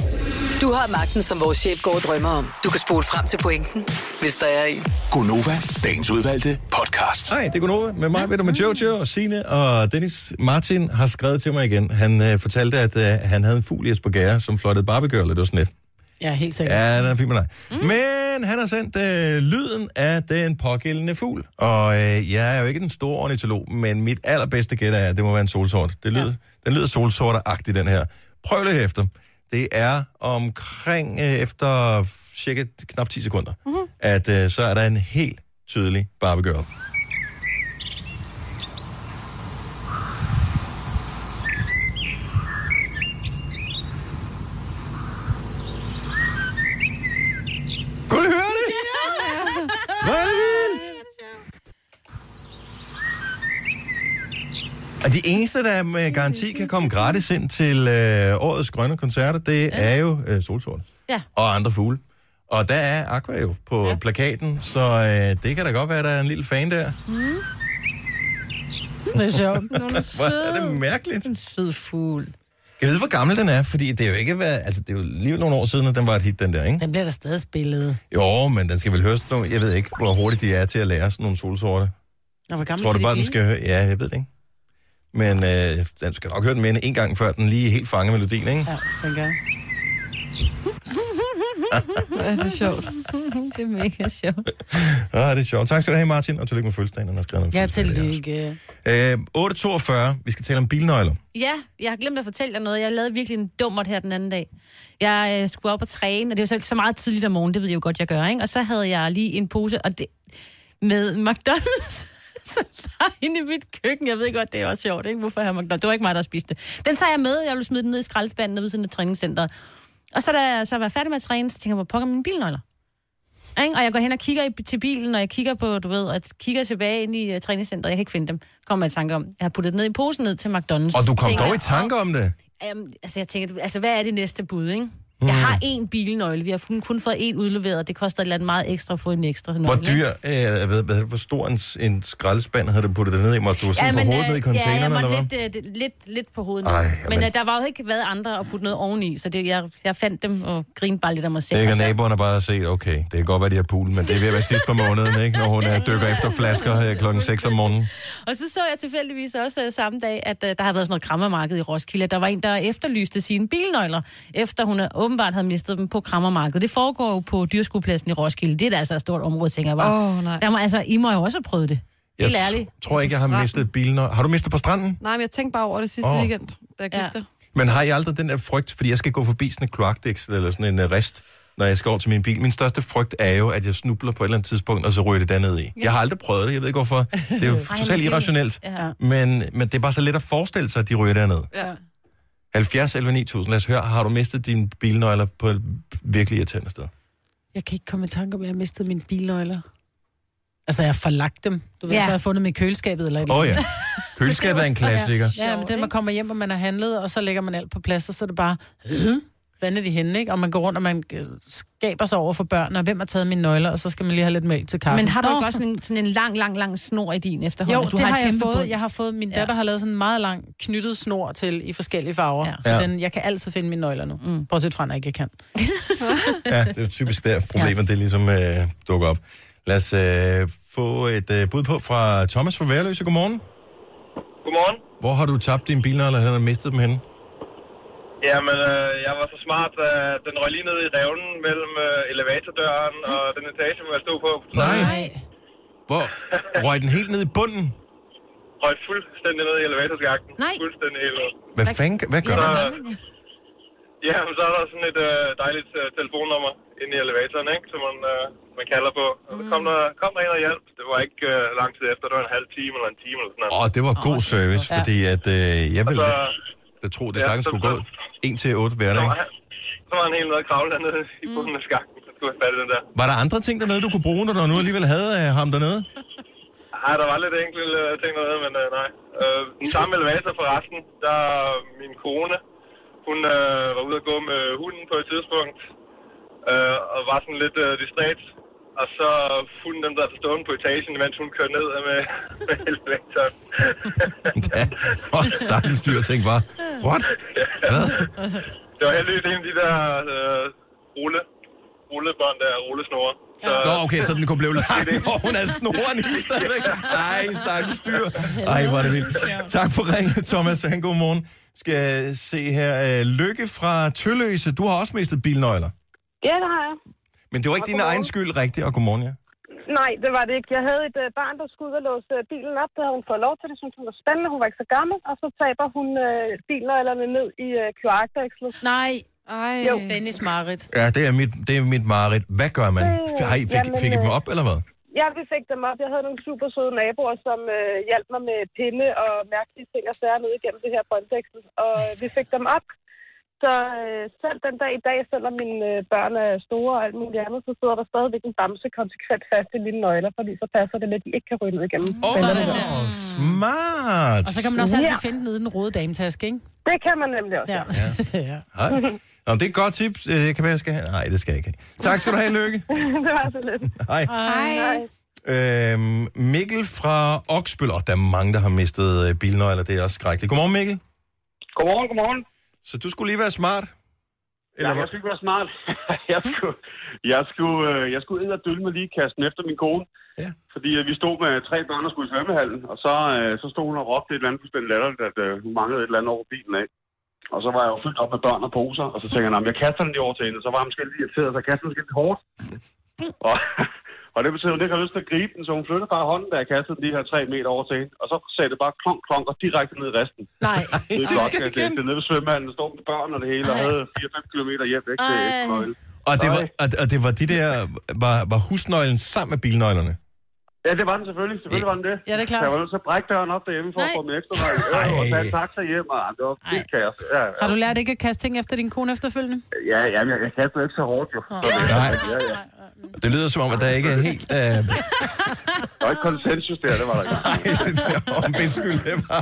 Speaker 6: Du har magten, som vores chef går og drømmer om. Du kan spole frem til pointen, hvis der er en.
Speaker 7: Gonova, dagens udvalgte podcast.
Speaker 1: Hej, det er Gunova med mig, ved du, med Jojo og Sine og Dennis. Martin har skrevet til mig igen. Han øh, fortalte, at øh, han havde en fugl i Esbjerg, som fløjtede Barbie Girl, eller det var sådan lidt.
Speaker 3: Ja, helt sikkert.
Speaker 1: Ja, den er fin med dig. Mm. Men han har sendt øh, lyden af den pågældende fugl. Og øh, jeg er jo ikke den store ornitolog, men mit allerbedste gæt er, at det må være en solsort. Det lyder, ja. Den lyder solsorteragtig, den her. Prøv lige efter. Det er omkring øh, efter cirka knap 10 sekunder, mm-hmm. at øh, så er der en helt tydelig Barbie Girl. Kunne du høre det? Hvor er det vildt? Og de eneste, der med garanti kan komme gratis ind til øh, årets grønne koncerter, det er jo øh, solsorten
Speaker 5: Ja.
Speaker 1: og andre fugle. Og der er Aqua jo på ja. plakaten, så øh, det kan da godt være, at der er en lille fan der.
Speaker 5: Mm.
Speaker 3: Det er sjovt.
Speaker 1: Hvor er det mærkeligt.
Speaker 5: En sød fugl.
Speaker 1: Jeg ved, hvor gammel den er, fordi det er jo ikke været, altså, det er jo lige nogle år siden, at den var et hit, den der, ikke?
Speaker 3: Den bliver der stadig spillet.
Speaker 1: Jo, men den skal vel høres nu. Jeg ved ikke, hvor hurtigt de er til at lære sådan nogle solsorte.
Speaker 3: Nå, hvor gammel
Speaker 1: Tror du
Speaker 3: kan
Speaker 1: bare,
Speaker 3: de
Speaker 1: den
Speaker 3: blive?
Speaker 1: skal høre? Ja, jeg ved det ikke. Men øh, den skal nok høre den mere end en gang, før den lige helt fanger melodien, ikke?
Speaker 3: Ja, tænker jeg.
Speaker 5: Hvor
Speaker 4: er det sjovt.
Speaker 5: det er mega sjovt.
Speaker 1: Ah, det er sjovt. Tak skal du have, Martin, og tillykke med fødselsdagen, han har skrevet om
Speaker 5: Ja,
Speaker 1: fødselsdagen
Speaker 5: tillykke.
Speaker 1: der også. Øh, 8.42, vi skal tale om bilnøgler.
Speaker 5: Ja, jeg har glemt at fortælle dig noget. Jeg lavede virkelig en dummert her den anden dag. Jeg øh, skulle op og træne, og det var så, så meget tidligt om morgenen, det ved jeg jo godt, jeg gør, ikke? Og så havde jeg lige en pose og det, med McDonald's. Så var inde i mit køkken. Jeg ved godt, det er også sjovt, ikke? Hvorfor har McDonald's? Det var ikke mig, der spiste det. Den tager jeg med, jeg ville smide den ned i skraldespanden nede ved siden af træningscenteret. Og så da jeg så var færdig med at træne, så tænker jeg, hvor pokker er mine bilnøgler? Ikke? Og jeg går hen og kigger i, til bilen, og jeg kigger på, du ved, og kigger tilbage ind i uh, træningscenteret. Jeg kan ikke finde dem. Kommer jeg i tanke om, jeg har puttet det ned i posen ned til McDonald's.
Speaker 1: Og du kom
Speaker 5: Tænker
Speaker 1: dog i
Speaker 5: jeg,
Speaker 1: tanke om det.
Speaker 5: Um, altså, jeg tænker, altså, hvad er det næste bud, ikke? Mm. Jeg har én bilnøgle. Vi har kun, kun fået én udleveret. Det koster et eller andet meget ekstra at få en ekstra nøgle.
Speaker 1: Hvor
Speaker 5: ikke?
Speaker 1: dyr, øh, hvad, hvad, hvor stor en, en skraldespand havde du puttet det ned i? Måtte du sådan ja, på hovedet
Speaker 5: øh,
Speaker 1: ned i containeren,
Speaker 5: ja, jeg
Speaker 1: eller
Speaker 5: måtte
Speaker 1: hvad?
Speaker 5: Lidt, øh, det- lidt, lidt på hovedet.
Speaker 1: Ej,
Speaker 5: Ej, men
Speaker 1: jamen.
Speaker 5: øh, der var jo ikke været andre at putte noget oveni, så det, jeg, jeg fandt dem og grinede bare lidt af mig selv.
Speaker 1: Det kan
Speaker 5: Og så-
Speaker 1: naboerne bare har set, okay, det kan godt være, de har poolen, men det er ved at være sidst på måneden, ikke? Når hun øh, dykker efter flasker øh, klokken 6 om morgenen.
Speaker 5: Og så så jeg tilfældigvis også øh, samme dag, at øh, der har været sådan noget krammermarked i Roskilde. Der var en, der efterlyste sine bilnøgler, efter hun øh, åbenbart havde mistet dem på krammermarkedet. Det foregår jo på dyrskuepladsen i Roskilde. Det er da altså et stort område, tænker jeg bare.
Speaker 4: Åh, nej.
Speaker 5: Der må, altså, I må jo også have prøvet det. Helt
Speaker 1: Jeg
Speaker 5: ærligt.
Speaker 1: tror ikke, jeg har mistet bilen. Har du mistet på stranden?
Speaker 4: Nej, men jeg tænkte bare over det sidste
Speaker 1: Åh.
Speaker 4: oh. weekend, da jeg gik ja. der.
Speaker 1: Men har jeg aldrig den der frygt, fordi jeg skal gå forbi sådan en kloakdæksel eller sådan en øh, rest, når jeg skal over til min bil. Min største frygt er jo, at jeg snubler på et eller andet tidspunkt, og så ryger det dernede i. Jeg har aldrig prøvet det, jeg ved ikke hvorfor. Det er jo
Speaker 5: Ej, men
Speaker 1: totalt
Speaker 5: det-
Speaker 1: irrationelt.
Speaker 5: Ja.
Speaker 1: Men, men det er bare så let at forestille sig, at de ryger derned.
Speaker 5: Ja.
Speaker 1: 70 11 9000, lad os høre, har du mistet dine bilnøgler på et virkelig irriterende sted?
Speaker 3: Jeg kan ikke komme i tanke om, at jeg har mistet mine bilnøgler. Altså, jeg har forlagt dem. Du ved, ja. så har jeg fundet dem i køleskabet eller et
Speaker 1: Åh
Speaker 3: eller
Speaker 1: oh,
Speaker 3: andet.
Speaker 1: ja, køleskabet er en klassiker.
Speaker 3: Ja, men det, man kommer hjem, og man har handlet, og så lægger man alt på plads, og så er det bare, øh, hvad er de henne, ikke? Og man går rundt, og man øh, skaber sig over for børn, og hvem har taget mine nøgler, og så skal man lige have lidt mælk til kaffen.
Speaker 5: Men har du ikke
Speaker 3: Nå.
Speaker 5: også sådan en, sådan en lang, lang, lang snor i din efterhånden?
Speaker 3: Jo,
Speaker 5: du
Speaker 3: det har,
Speaker 5: et
Speaker 3: jeg
Speaker 5: kæmpe
Speaker 3: fået.
Speaker 5: bånd.
Speaker 3: Jeg har fået, min datter ja. har lavet sådan en meget lang knyttet snor til i forskellige farver. Ja. Så
Speaker 1: Ja.
Speaker 3: den, jeg kan altid finde mine nøgler nu. Mm. Bortset fra, når jeg ikke kan.
Speaker 1: Ja, det er typisk der problemet, det ligesom øh, dukker op. Lad os øh, få et øh, bud på fra Thomas fra Værløse. Godmorgen.
Speaker 18: Godmorgen.
Speaker 1: Hvor har du tabt dine bilnøgler, eller har du mistet dem henne?
Speaker 18: Jamen, øh, jeg var så smart, at øh, den røg lige ned i revnen mellem øh, elevatordøren og den etage, hvor jeg stod på.
Speaker 1: Nej. Hvor? Røg den helt ned i bunden?
Speaker 18: Røg fuldstændig ned i elevatorskakten.
Speaker 5: Nej.
Speaker 18: Fuldstændig helt ned.
Speaker 1: Hvad fanden, hvad gør
Speaker 18: så,
Speaker 1: du?
Speaker 18: Ja, men så er der sådan et øh, dejligt øh, telefonnummer inde i elevatoren, ikke? Som man, øh, man kalder på. Og så
Speaker 1: Mm.
Speaker 18: kom der, kom der en og hjalp. Det var ikke øh, lang tid efter. Det var en halv time eller en time eller sådan noget.
Speaker 1: Åh, oh, det var god service,
Speaker 18: Ja.
Speaker 1: fordi at, øh, jeg ville
Speaker 18: Altså,
Speaker 1: jeg tror, det
Speaker 18: ja,
Speaker 1: sagtens
Speaker 18: så-
Speaker 1: skulle gå 1 til 8 hverdag.
Speaker 18: Så var han helt nede og kravle dernede i bunden af skakten. Så skulle jeg fat i den der.
Speaker 1: Var der andre ting dernede, du kunne bruge, når du nu alligevel havde øh, ham dernede?
Speaker 18: Nej, der var lidt enkelte øh, ting dernede, men øh, nej. Øh, den samme elevator forresten, der øh, min kone, hun øh, var ude at gå med hunden på et tidspunkt, øh, og var sådan lidt øh, distræt. Og så fulgte dem, der havde stående på etagen, mens hun kørte ned med, med elevatoren.
Speaker 1: Ja. Åh, stakkels dyr ting bare. What? Hvad?
Speaker 18: Det var heldigvis en af de der øh, rulle, rullebånd der, rullesnore. Så,
Speaker 1: Nå, okay, så den kunne blive langt, og hun havde snoren i stadigvæk. Ej, stakkels dyr. Ej, hvor er det vildt. Tak for ringen, Thomas. Han god morgen. Skal se her. øh, Lykke fra Tølløse. Du har også mistet bilnøgler.
Speaker 19: Ja, det har jeg.
Speaker 1: Men det var ikke
Speaker 19: Og
Speaker 1: din
Speaker 19: godmorgen.
Speaker 1: egen skyld, rigtigt? Og godmorgen, ja.
Speaker 19: Nej, det var det ikke. Jeg havde et øh, barn, der skulle ud og låse øh, bilen op. Det havde hun fået lov til. Det syntes hun var spændende. Hun var ikke så gammel. Og så taber hun øh, bilnøglerne ned i øh, kloakdækslet.
Speaker 3: Nej.
Speaker 4: Ej.
Speaker 19: Jo.
Speaker 3: Dennis Marit.
Speaker 1: Ja, det er mit, det er mit mareridt. Hvad gør man?
Speaker 19: Øh,
Speaker 1: Har I, fik,
Speaker 19: jamen,
Speaker 1: fik I dem
Speaker 19: øh,
Speaker 1: op, eller hvad?
Speaker 19: Ja, vi fik dem op. Jeg havde nogle super søde naboer, som øh, hjalp mig med pinde og mærkelige ting og sager ned igennem det her båndtekstet. Og øh, vi fik dem op. Så øh, selv den dag i dag, selvom mine øh, børn er store og alt muligt andet, så sidder der stadigvæk en bamse konsekvent fast i mine nøgler, fordi så passer det med, at de ikke kan ryge ned igennem.
Speaker 1: Åh, oh, smart.
Speaker 3: Og så kan man også altid
Speaker 19: Ja.
Speaker 3: finde den ude i den røde dametaske, ikke?
Speaker 19: Det kan man nemlig også.
Speaker 3: Ja. ja.
Speaker 1: Hej. Nå, det er et godt tip. Øh, Det kan være, jeg skal have. Nej, det skal jeg ikke have. Tak skal du have, Lykke.
Speaker 19: det var så lidt.
Speaker 1: Hej.
Speaker 19: Hej.
Speaker 1: Øhm, Mikkel fra Oksbøl. Og der er mange, der har mistet øh, bilnøgler. Det er også skrækkeligt. Godmorgen, Mikkel.
Speaker 18: Godmorgen, godmorgen.
Speaker 1: Så du skulle lige være smart?
Speaker 18: Eller ja, jeg skulle ikke være smart. jeg skulle, jeg skulle, øh, jeg skulle ind og dølle med lige kasten efter min kone.
Speaker 1: Ja.
Speaker 18: Fordi øh, vi stod med tre børn og skulle i svømmehallen, og så, øh, så stod hun og råbte et eller andet fuldstændig latterligt, at øh, hun manglede et eller andet over bilen af. Og så var jeg jo fyldt op med børn og poser, og så tænkte jeg, "Nå, men jeg kaster den lige over til hende, og så var hun måske lidt irriteret, så jeg kastede den måske lidt hårdt. og, og det betød, at hun ikke havde lyst til at gribe den, så hun flyttede bare hånden, da jeg kastede den de her tre meter over til hende. Og så sagde det bare klonk, klonk og direkte ned i resten.
Speaker 3: Nej,
Speaker 18: det er godt, at det, det er nede ved svømmehallen, der stod med børn og det hele, og
Speaker 1: Ej.
Speaker 18: havde 4-5 km hjem væk til
Speaker 1: Ej.
Speaker 18: Esbøjle.
Speaker 1: Og det var, og, og det var de der... Var, var husnøglen sammen med bilnøglerne?
Speaker 18: Ja, det var den selvfølgelig. Selvfølgelig var den det.
Speaker 3: Ja, det er klart.
Speaker 18: Så Jeg var nødt til at brække døren op derhjemme for at få min ekstra vej. Og tage en taxa hjem, og det var fint kaos. Ja, ja.
Speaker 3: Har du lært ikke at kaste ting efter din kone efterfølgende?
Speaker 18: Ja, ja, men jeg, jeg kastede ikke så hårdt, jo.
Speaker 1: Nej.
Speaker 18: Ja, ja.
Speaker 1: Det lyder som om, at der ikke er helt... Øh,
Speaker 18: Der var ikke konsensus der, det var der ikke.
Speaker 1: om beskyld, det var,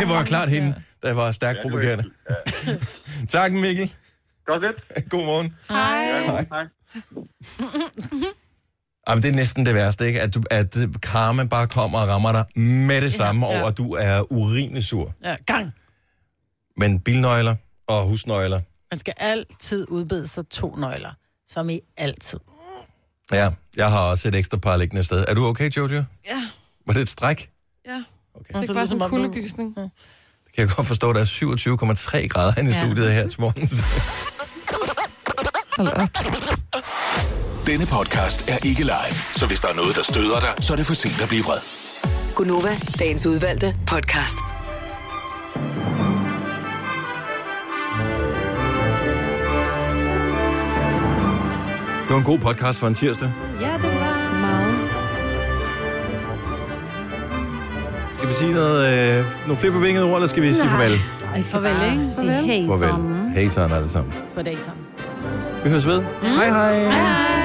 Speaker 1: det var klart hende, der var stærkt provokerende. tak, Mikkel.
Speaker 18: Godt lidt.
Speaker 1: Godmorgen.
Speaker 18: Hej. Hej. Hej.
Speaker 1: Jamen, det er næsten det værste, ikke? At, du, at øh, karma bare kommer og rammer dig med det samme ja, ja. over, at du er urinesur.
Speaker 3: Ja, gang.
Speaker 1: Men bilnøgler og husnøgler,
Speaker 3: Man skal altid udbede sig to nøgler. Som i altid.
Speaker 1: ja, jeg har også et ekstra par liggende sted. Er du okay, Jojo?
Speaker 4: Ja,
Speaker 1: Var det et stræk?
Speaker 4: ja. Okay.
Speaker 3: Så
Speaker 4: Det
Speaker 3: lyder
Speaker 4: er bare
Speaker 3: som
Speaker 4: sådan
Speaker 3: om
Speaker 4: en
Speaker 3: du-
Speaker 4: kuldegysning.
Speaker 1: Det kan jeg godt forstå, at der er 27,3 grader inde i
Speaker 4: Ja.
Speaker 1: studiet her til morgen.
Speaker 4: Hold op.
Speaker 7: Denne podcast er ikke live, så hvis der er noget, der støder dig, så er det for sent at blive vred.
Speaker 6: Gunova, dagens udvalgte podcast.
Speaker 1: Det var en god podcast for en tirsdag.
Speaker 5: Ja, det var...
Speaker 4: Meget.
Speaker 1: Skal vi sige noget, øh, nogle flere bevingede ord, eller skal vi sige farvel?
Speaker 3: Ej, farvel, ikke? Farvel.
Speaker 1: Farvel. Hej sammen alle sammen.
Speaker 3: Goddag sammen.
Speaker 1: Vi høres ved. Mm. Hej hej. hej, hej.